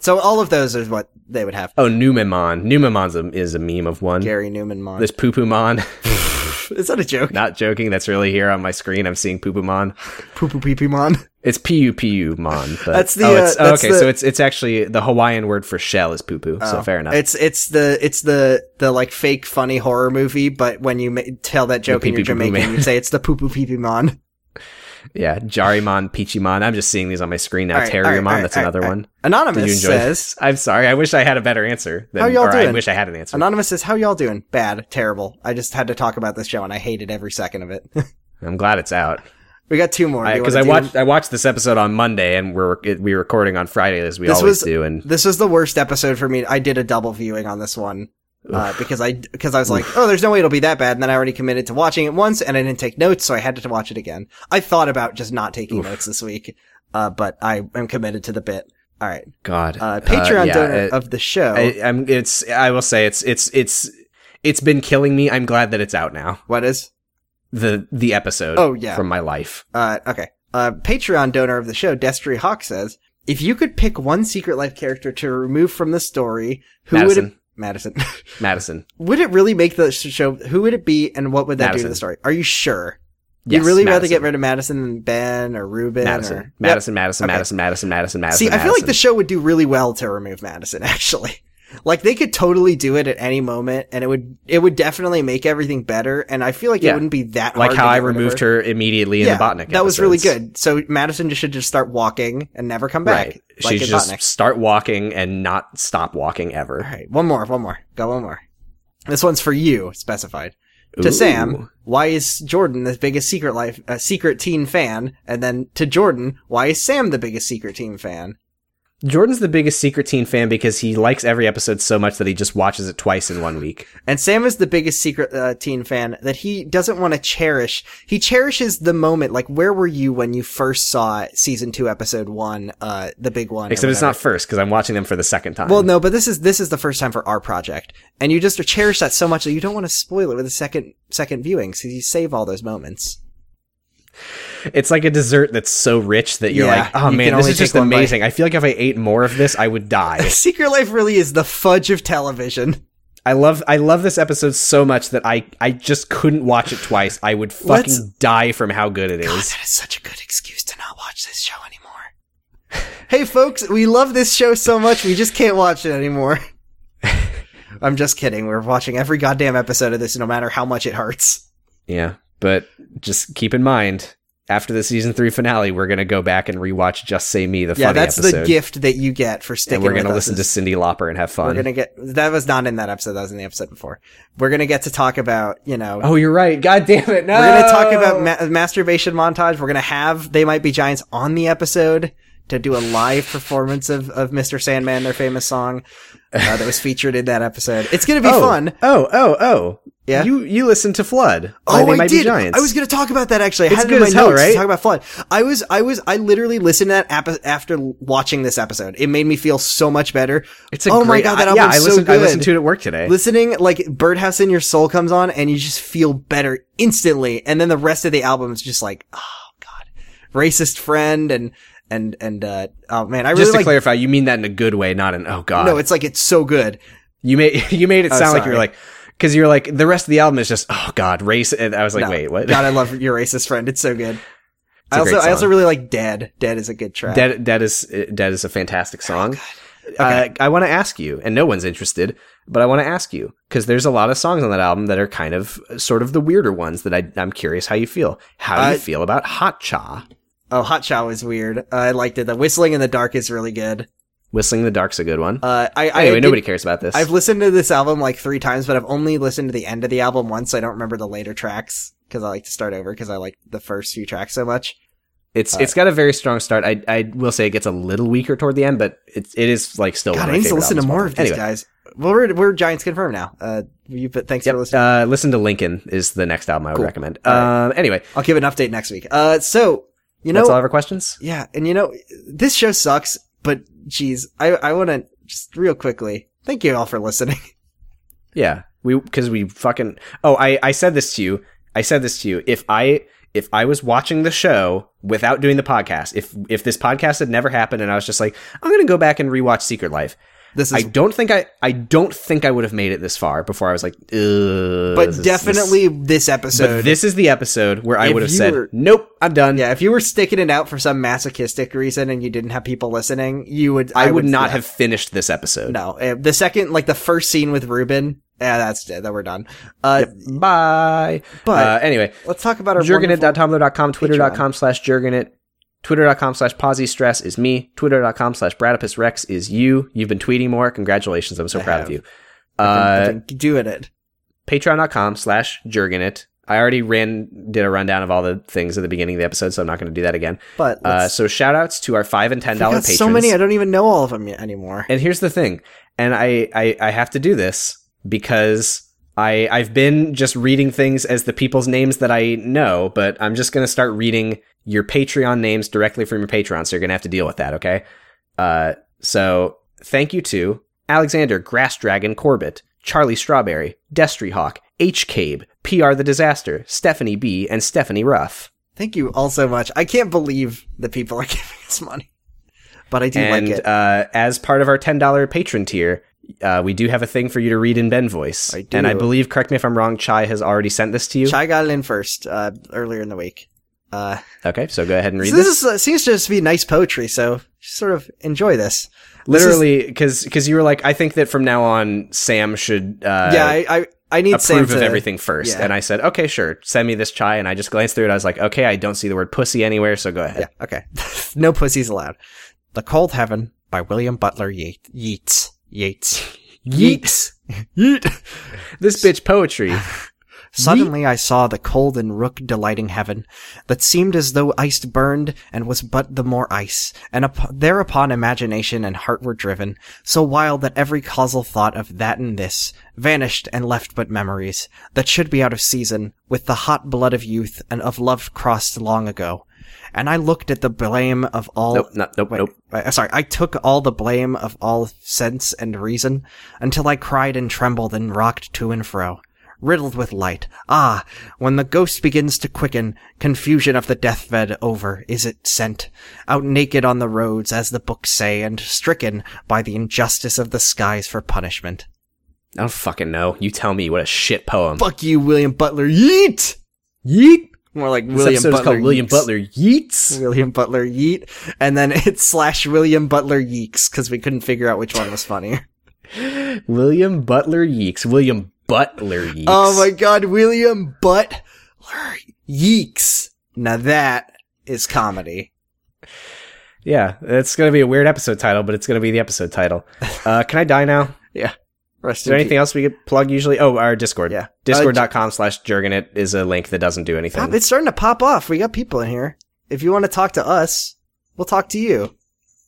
Speaker 3: So all of those is what they would have.
Speaker 2: Oh, Numemon. Numemon's a, is a meme of one.
Speaker 3: Gary Newmanmon.
Speaker 2: There's Poopumon.
Speaker 3: Is that a joke?
Speaker 2: Not joking. That's really here on my screen. I'm seeing Poopumon.
Speaker 3: Poo poo pee pee mon.
Speaker 2: It's P-U-P-U mon. But,
Speaker 3: That's the,
Speaker 2: oh, it's,
Speaker 3: uh, that's
Speaker 2: okay,
Speaker 3: the- Oh,
Speaker 2: so it's it's actually the Hawaiian word for shell is poo-poo, so fair enough.
Speaker 3: It's it's the it's the the like fake funny horror movie, but when you ma- tell that joke
Speaker 2: pee
Speaker 3: and you're
Speaker 2: pee poo poo
Speaker 3: Jamaican,
Speaker 2: man.
Speaker 3: you say it's the poo poo pee pee mon.
Speaker 2: yeah, Jarimon, Peachimon. I'm just seeing these on my screen now.
Speaker 3: All right, all right,
Speaker 2: Terriermon,
Speaker 3: all right,
Speaker 2: that's
Speaker 3: all right,
Speaker 2: another
Speaker 3: all right.
Speaker 2: one. Did you
Speaker 3: Anonymous
Speaker 2: enjoy
Speaker 3: says,
Speaker 2: this? I'm sorry. I wish I had a better answer. Than,
Speaker 3: How y'all
Speaker 2: or I
Speaker 3: doing?
Speaker 2: wish I had an answer.
Speaker 3: Anonymous says, "How y'all doing? Bad, terrible. I just had to talk about this show, and I hated every second of it.
Speaker 2: I'm glad it's out.
Speaker 3: we got two more. Do you
Speaker 2: Because I,
Speaker 3: wanna do
Speaker 2: watched
Speaker 3: them?
Speaker 2: I watched this episode on Monday, and we're it, we're recording on Friday as we
Speaker 3: This
Speaker 2: always
Speaker 3: was-
Speaker 2: do. And
Speaker 3: This was the worst episode for me. I did a double viewing on this one uh, because I because I was like, oh, there's no way it'll be that bad, and then I already committed to watching it once, and I didn't take notes, so I had to watch it again. I thought about just not taking notes this week, uh, but I am committed to the bit. All right,
Speaker 2: God,
Speaker 3: uh, Patreon
Speaker 2: yeah,
Speaker 3: donor
Speaker 2: it-
Speaker 3: of the show.
Speaker 2: I, I'm. It's. I will say it's. It's. It's. It's been killing me. I'm glad that it's out now.
Speaker 3: what is?
Speaker 2: The the episode.
Speaker 3: Oh, yeah.
Speaker 2: From my life.
Speaker 3: Uh, okay. Uh, Patreon donor of the show, Destry Hawk says, if you could pick one Secret Life character to remove from the story, who would it?
Speaker 2: Madison.
Speaker 3: Madison.
Speaker 2: Madison.
Speaker 3: would it really make the sh- show? Who would it be, and what would that do to
Speaker 2: Madison.
Speaker 3: the story? Are you sure?
Speaker 2: Yes,
Speaker 3: You'd really rather
Speaker 2: Madison.
Speaker 3: get rid of Madison than Ben or Ruben
Speaker 2: Madison.
Speaker 3: or
Speaker 2: Madison, Madison,
Speaker 3: Okay.
Speaker 2: Madison, Madison, Madison,
Speaker 3: Yep.
Speaker 2: Madison.
Speaker 3: See, I feel like
Speaker 2: Madison.
Speaker 3: the show would do really well to remove Madison. Actually, like they could totally do it at any moment, and it would it would definitely make everything better. And I feel like it
Speaker 2: Yeah.
Speaker 3: wouldn't be that
Speaker 2: like
Speaker 3: hard
Speaker 2: how
Speaker 3: to
Speaker 2: I
Speaker 3: get rid of
Speaker 2: removed her immediately in the Botnik.
Speaker 3: That was really
Speaker 2: episodes.
Speaker 3: good. So Madison just should just start walking and never come back.
Speaker 2: Right.
Speaker 3: Like
Speaker 2: she
Speaker 3: in
Speaker 2: just
Speaker 3: Botnick.
Speaker 2: start walking and not stop walking ever.
Speaker 3: All right. One more. One more. Got one more. This one's for you, specified.
Speaker 2: Ooh.
Speaker 3: to Sam, why is Jordan the biggest secret life uh, secret teen fan? And then to Jordan, why is Sam the biggest secret teen fan?
Speaker 2: Jordan's the biggest Secret Teen fan because he likes every episode so much that he just watches it twice in one week.
Speaker 3: And Sam is the biggest secret uh, teen fan that he doesn't want to cherish. He cherishes the moment, like where were you when you first saw season two, episode one, uh, the big one. or
Speaker 2: Except it's
Speaker 3: whatever.
Speaker 2: not first because I'm watching them for the second time.
Speaker 3: Well, no, but this is this is the first time for our project, and you just cherish that so much that you don't want to spoil it with a second second viewing, because you save all those moments.
Speaker 2: it's like a dessert that's so rich that you're
Speaker 3: Yeah,
Speaker 2: like, oh
Speaker 3: you
Speaker 2: man,
Speaker 3: can
Speaker 2: this
Speaker 3: only
Speaker 2: is just
Speaker 3: take one bite."
Speaker 2: amazing. I feel like if I ate more of this, I would die.
Speaker 3: Secret Life really is the fudge of television.
Speaker 2: I love I love this episode so much that I I just couldn't watch it twice. I would fucking
Speaker 3: Let's-
Speaker 2: die from how good it is.
Speaker 3: Ah, That is such a good excuse to not watch this show anymore. hey, folks, we love this show so much we just can't watch it anymore. I'm just kidding. We're watching every goddamn episode of this, no matter how much it hurts.
Speaker 2: Yeah, but just keep in mind after the season three finale, we're gonna go back and rewatch Just Say Me, the
Speaker 3: Yeah,
Speaker 2: funny
Speaker 3: that's
Speaker 2: episode,
Speaker 3: the gift that you get for sticking.
Speaker 2: and we're
Speaker 3: with
Speaker 2: gonna
Speaker 3: us
Speaker 2: listen
Speaker 3: is-
Speaker 2: to Cindy Lauper and have
Speaker 3: We're
Speaker 2: fun.
Speaker 3: gonna get that was not in that episode. That was in the episode before. We're gonna get to talk about you know.
Speaker 2: Oh, you're right. God damn it! No,
Speaker 3: We're gonna talk about ma- masturbation montage. We're gonna have they might be giants on the episode to do a live performance of of Mr. Sandman, their famous song uh, that was featured in that episode. It's gonna be
Speaker 2: oh,
Speaker 3: fun.
Speaker 2: Oh, oh, oh.
Speaker 3: Yeah?
Speaker 2: You you listened to Flood. by
Speaker 3: oh,
Speaker 2: They
Speaker 3: I
Speaker 2: Might Be
Speaker 3: did.
Speaker 2: Giants.
Speaker 3: I was gonna talk about that actually. I
Speaker 2: It's
Speaker 3: had it
Speaker 2: good
Speaker 3: in my
Speaker 2: as hell,
Speaker 3: notes to
Speaker 2: right?
Speaker 3: talk about flood. I was, I was, I literally listened to that ap- after watching this episode. It made me feel so much better.
Speaker 2: It's a
Speaker 3: oh
Speaker 2: great,
Speaker 3: my god, that
Speaker 2: I,
Speaker 3: album's
Speaker 2: yeah, I
Speaker 3: so
Speaker 2: listened. I
Speaker 3: good.
Speaker 2: listened to it at work today.
Speaker 3: listening like birdhouse in your soul comes on and you just feel better instantly and then the rest of the album is just like oh god racist friend and and and uh oh man i really
Speaker 2: Just to
Speaker 3: like
Speaker 2: clarify, you mean that in a good way, not an oh god.
Speaker 3: no it's like it's so good
Speaker 2: you made you made it sound like you were
Speaker 3: sorry.
Speaker 2: like because you're like the rest of the album is just oh god race. And I was like,
Speaker 3: No.
Speaker 2: wait, what?
Speaker 3: god i love your racist friend it's so good
Speaker 2: a
Speaker 3: i also
Speaker 2: great
Speaker 3: i also
Speaker 2: song.
Speaker 3: really like dead dead is a good track
Speaker 2: Dead, dead is uh, dead is a fantastic song. uh, I want to ask you, and no one's interested, but I want to ask you because there's a lot of songs on that album that are kind of uh, sort of the weirder ones that I, I'm curious how you feel. How do
Speaker 3: Uh,
Speaker 2: you feel about Hot Cha?
Speaker 3: oh hot chow is weird i liked it the whistling in the dark is really good
Speaker 2: Whistling in the Dark's a good one.
Speaker 3: uh i i
Speaker 2: anyway,
Speaker 3: did-
Speaker 2: nobody cares about this.
Speaker 3: I've listened to this album like three times, but I've only listened to the end of the album once. So I don't remember the later tracks because I like to start over because I like the first few tracks so much.
Speaker 2: It's it's got a very strong start. I I will say it gets a little weaker toward the end, but it's it is like still. one of
Speaker 3: God, I
Speaker 2: my
Speaker 3: need to
Speaker 2: favorite
Speaker 3: listen to
Speaker 2: albums
Speaker 3: more
Speaker 2: all
Speaker 3: of these
Speaker 2: time.
Speaker 3: guys. Well, we're, we're Giants confirmed now. Uh, you but thanks for
Speaker 2: Yep.
Speaker 3: listening.
Speaker 2: Uh, listen to Lincoln is the next album I would
Speaker 3: Cool.
Speaker 2: recommend.
Speaker 3: All
Speaker 2: Um, anyway,
Speaker 3: I'll give an update next week. Uh, so you know,
Speaker 2: that's all of our questions.
Speaker 3: yeah, and you know, this show sucks, but geez, I I want to just real quickly thank you all for listening.
Speaker 2: Yeah, we because we fucking. Oh, I I said this to you. I said this to you. If I if I was watching the show without doing the podcast, if if this podcast had never happened, and I was just like, I'm gonna go back and rewatch Secret Life.
Speaker 3: This
Speaker 2: I
Speaker 3: is
Speaker 2: don't think I I don't think I would have made it this far before I was like, Ugh,
Speaker 3: but
Speaker 2: this is- this-
Speaker 3: definitely this episode.
Speaker 2: But this is the episode where I
Speaker 3: If
Speaker 2: would have
Speaker 3: you
Speaker 2: said,
Speaker 3: were-
Speaker 2: "Nope, I'm done."
Speaker 3: Yeah, if you were sticking it out for some masochistic reason and you didn't have people listening, you would.
Speaker 2: I, would not
Speaker 3: yeah.
Speaker 2: have finished this episode.
Speaker 3: No, uh, the second, like the first scene with Ruben. Yeah, that's it. That we're done. Uh,
Speaker 2: Bye.
Speaker 3: But-
Speaker 2: uh, anyway,
Speaker 3: let's talk about our wonderful-
Speaker 2: jurgenit.tumblr.com, twitter.com slash jurgenit, twitter.com slash posyststress is me, twitter.com slash bradipusrex is you. You've been tweeting more. Congratulations. I'm so
Speaker 3: I
Speaker 2: proud
Speaker 3: have.
Speaker 2: of you.
Speaker 3: I've
Speaker 2: Uh,
Speaker 3: been doing it.
Speaker 2: patreon.com slash jurgenit. I already ran, did a rundown of all the things at the beginning of the episode, so I'm not going to do that again.
Speaker 3: But
Speaker 2: Uh,
Speaker 3: let's-
Speaker 2: so shout outs to our 5 and $10
Speaker 3: we
Speaker 2: dollar
Speaker 3: got
Speaker 2: patrons.
Speaker 3: so many, I don't even know all of them yet anymore.
Speaker 2: And here's the thing, and I, I I have to do this because I I've been just reading things as the people's names that I know, but I'm just gonna start reading your Patreon names directly from your Patreon, so you're gonna have to deal with that, okay? Uh, so thank you to Alexander Grass Dragon Corbett, Charlie Strawberry, Destry Hawk, H Cabe, PR the Disaster, Stephanie B, and Stephanie Ruff.
Speaker 3: Thank you all so much. I can't believe that people are giving us money, but I do
Speaker 2: and
Speaker 3: like it.
Speaker 2: uh, as part of our ten dollar patron tier, uh, we do have a thing for you to read in Ben voice.
Speaker 3: I do.
Speaker 2: And I believe, correct me if I'm wrong, Chai has already sent this to you.
Speaker 3: Chai got it in first uh, earlier in the week. Uh,
Speaker 2: Okay, so go ahead and read
Speaker 3: so
Speaker 2: this.
Speaker 3: this is, uh, seems to just be nice poetry, so just sort of enjoy this. This is-
Speaker 2: Literally, because you were like, I think that from now on, Sam should uh,
Speaker 3: yeah, I, I, I need Sam
Speaker 2: approve
Speaker 3: to
Speaker 2: of everything first.
Speaker 3: yeah.
Speaker 2: And I said, okay, sure, send me this Chai. And I just glanced through it. I was like, okay, I don't see the word pussy anywhere, so go ahead.
Speaker 3: Yeah, okay. no pussies allowed. The Cold Heaven by William Butler Ye- Yeats. Yeats. Yeats. Yeat.
Speaker 2: This bitch poetry.
Speaker 3: Suddenly I saw the cold and rook delighting heaven, that seemed as though ice burned and was but the more ice, and up- thereupon imagination and heart were driven, so wild that every causal thought of that and this vanished and left but memories, that should be out of season, with the hot blood of youth and of love crossed long ago. And I looked at the blame of all
Speaker 2: Nope, not, nope,
Speaker 3: Wait,
Speaker 2: nope.
Speaker 3: wait, sorry, I took all the blame of all sense and reason until I cried and trembled and rocked to and fro, riddled with light. Ah, when the ghost begins to quicken, confusion of the deathbed over, is it sent out naked on the roads, as the books say, and stricken by the injustice of the skies for punishment.
Speaker 2: I don't fucking know. You tell me what a shit poem.
Speaker 3: Fuck you, William Butler. Yeet.
Speaker 2: Yeet.
Speaker 3: More like
Speaker 2: This
Speaker 3: William
Speaker 2: episode
Speaker 3: Butler.
Speaker 2: is called William
Speaker 3: Yeats.
Speaker 2: Butler Yeats.
Speaker 3: William Butler Yeet, and then it's slash William Butler Yeeks because we couldn't figure out which one was funnier.
Speaker 2: William Butler Yeeks. William Butler Yeeks.
Speaker 3: Oh my god, William Butler Yeeks. Now that is comedy.
Speaker 2: Yeah, it's gonna be a weird episode title, but it's gonna be the episode title. Uh, can I die now?
Speaker 3: Rest
Speaker 2: Is there
Speaker 3: in
Speaker 2: anything else we could plug usually? Oh, our Discord.
Speaker 3: Yeah.
Speaker 2: Discord.com slash Jurgenit is a link that doesn't do
Speaker 3: peace.
Speaker 2: anything.
Speaker 3: Stop, It's starting to pop off. We got people in here. If you want to talk to us, we'll talk to you.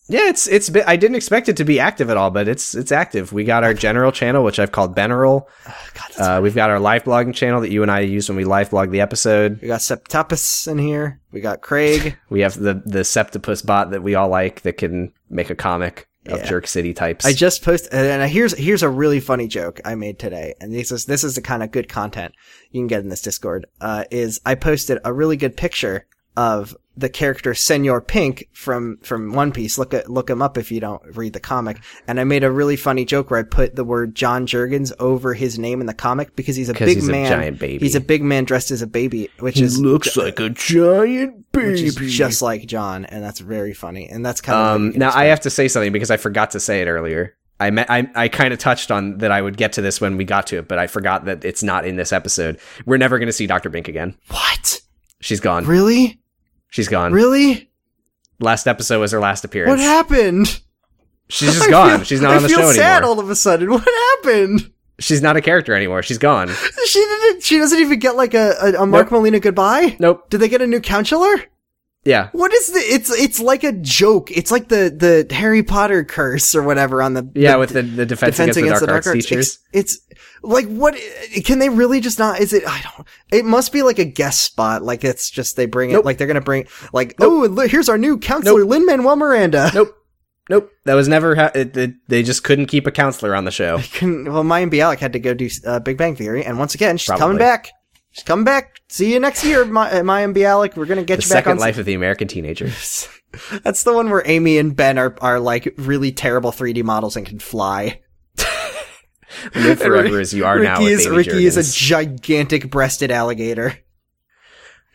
Speaker 2: Yeah, it's it's been, I didn't expect it to be active at all, but it's it's active. We got our general channel, which I've called Beneral.
Speaker 3: Oh, god, that's-
Speaker 2: Uh, we've got our live blogging channel that you and I use when we live blog the episode.
Speaker 3: we got Septopus in here. We got Craig.
Speaker 2: We have the the Septipus bot that we all like that can make a comic of
Speaker 3: Yeah.
Speaker 2: Jerk City types.
Speaker 3: I just posted, and here's here's a really funny joke I made today, and this is this is the kind of good content you can get in this Discord. Uh, is I posted a really good picture of the character Senor Pink from from One Piece. Look at look him up if you don't read the comic. And I made a really funny joke where I put the word John Jurgens over his name in the comic because he's a
Speaker 2: 'Cause
Speaker 3: big
Speaker 2: he's a
Speaker 3: man.
Speaker 2: giant baby.
Speaker 3: He's a big man dressed as a baby, which is
Speaker 4: looks like a giant
Speaker 3: which
Speaker 4: baby.
Speaker 3: is just like John, and that's very funny. And that's kind of
Speaker 2: um, now I have to say something because I forgot to say it earlier. I me- I, I kind of touched on that I would get to this when we got to it, but I forgot that it's not in this episode. We're never going to see Doctor Bink again.
Speaker 3: what
Speaker 2: She's gone.
Speaker 3: really
Speaker 2: She's gone.
Speaker 3: really
Speaker 2: Last episode was her last appearance.
Speaker 3: what happened.
Speaker 2: She's just
Speaker 3: I
Speaker 2: gone.
Speaker 3: feel-
Speaker 2: She's not
Speaker 3: I
Speaker 2: on the
Speaker 3: feel
Speaker 2: show
Speaker 3: sad
Speaker 2: anymore.
Speaker 3: all of a sudden. What happened?
Speaker 2: She's not a character anymore. She's gone.
Speaker 3: She didn't. She doesn't even get like a a, a Mark
Speaker 2: Nope.
Speaker 3: Molina goodbye.
Speaker 2: Nope.
Speaker 3: Did they get a new counselor?
Speaker 2: Yeah.
Speaker 3: What is the? It's it's like a joke. It's like the the Harry Potter curse or whatever on the
Speaker 2: Yeah,
Speaker 3: the
Speaker 2: with the, the defense, against, the dark, arts, teachers.
Speaker 3: It's, it's like what can they really just not? Is it? I don't. It must be like a guest spot. Like it's just they bring it.
Speaker 2: Nope.
Speaker 3: Like they're gonna bring like oh look, here's our new counselor
Speaker 2: Nope.
Speaker 3: Lin Manuel Miranda.
Speaker 2: Nope. Nope. That was never how it, it, they just couldn't keep a counselor on the show.
Speaker 3: Couldn't- well, Mayim Bialik had to go do uh, Big Bang Theory, and once again, she's
Speaker 2: Probably.
Speaker 3: coming back. She's coming back. See you next year, Ma- uh, Mayim Bialik. We're gonna get
Speaker 2: The
Speaker 3: you back
Speaker 2: second
Speaker 3: on.
Speaker 2: life of the American teenager.
Speaker 3: That's the one where Amy and Ben are are like really terrible 3D models and can fly.
Speaker 2: Live forever as you are now.
Speaker 3: Ricky
Speaker 2: with
Speaker 3: is
Speaker 2: Amy
Speaker 3: Ricky is
Speaker 2: Juergens.
Speaker 3: a gigantic breasted alligator.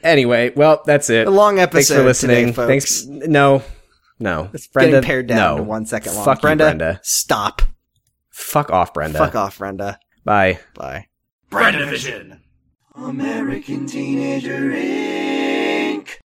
Speaker 2: anyway, well, that's it.
Speaker 3: A long episode.
Speaker 2: Thanks for listening.
Speaker 3: Today, folks.
Speaker 2: Thanks. No, no.
Speaker 3: It's
Speaker 2: Brenda,
Speaker 3: getting pared down
Speaker 2: no.
Speaker 3: to one second long.
Speaker 2: Fuck you,
Speaker 3: Brenda,
Speaker 2: Brenda.
Speaker 3: stop.
Speaker 2: Fuck off, Brenda.
Speaker 3: Fuck off, Brenda.
Speaker 2: Bye.
Speaker 3: Bye.
Speaker 1: American teenager is.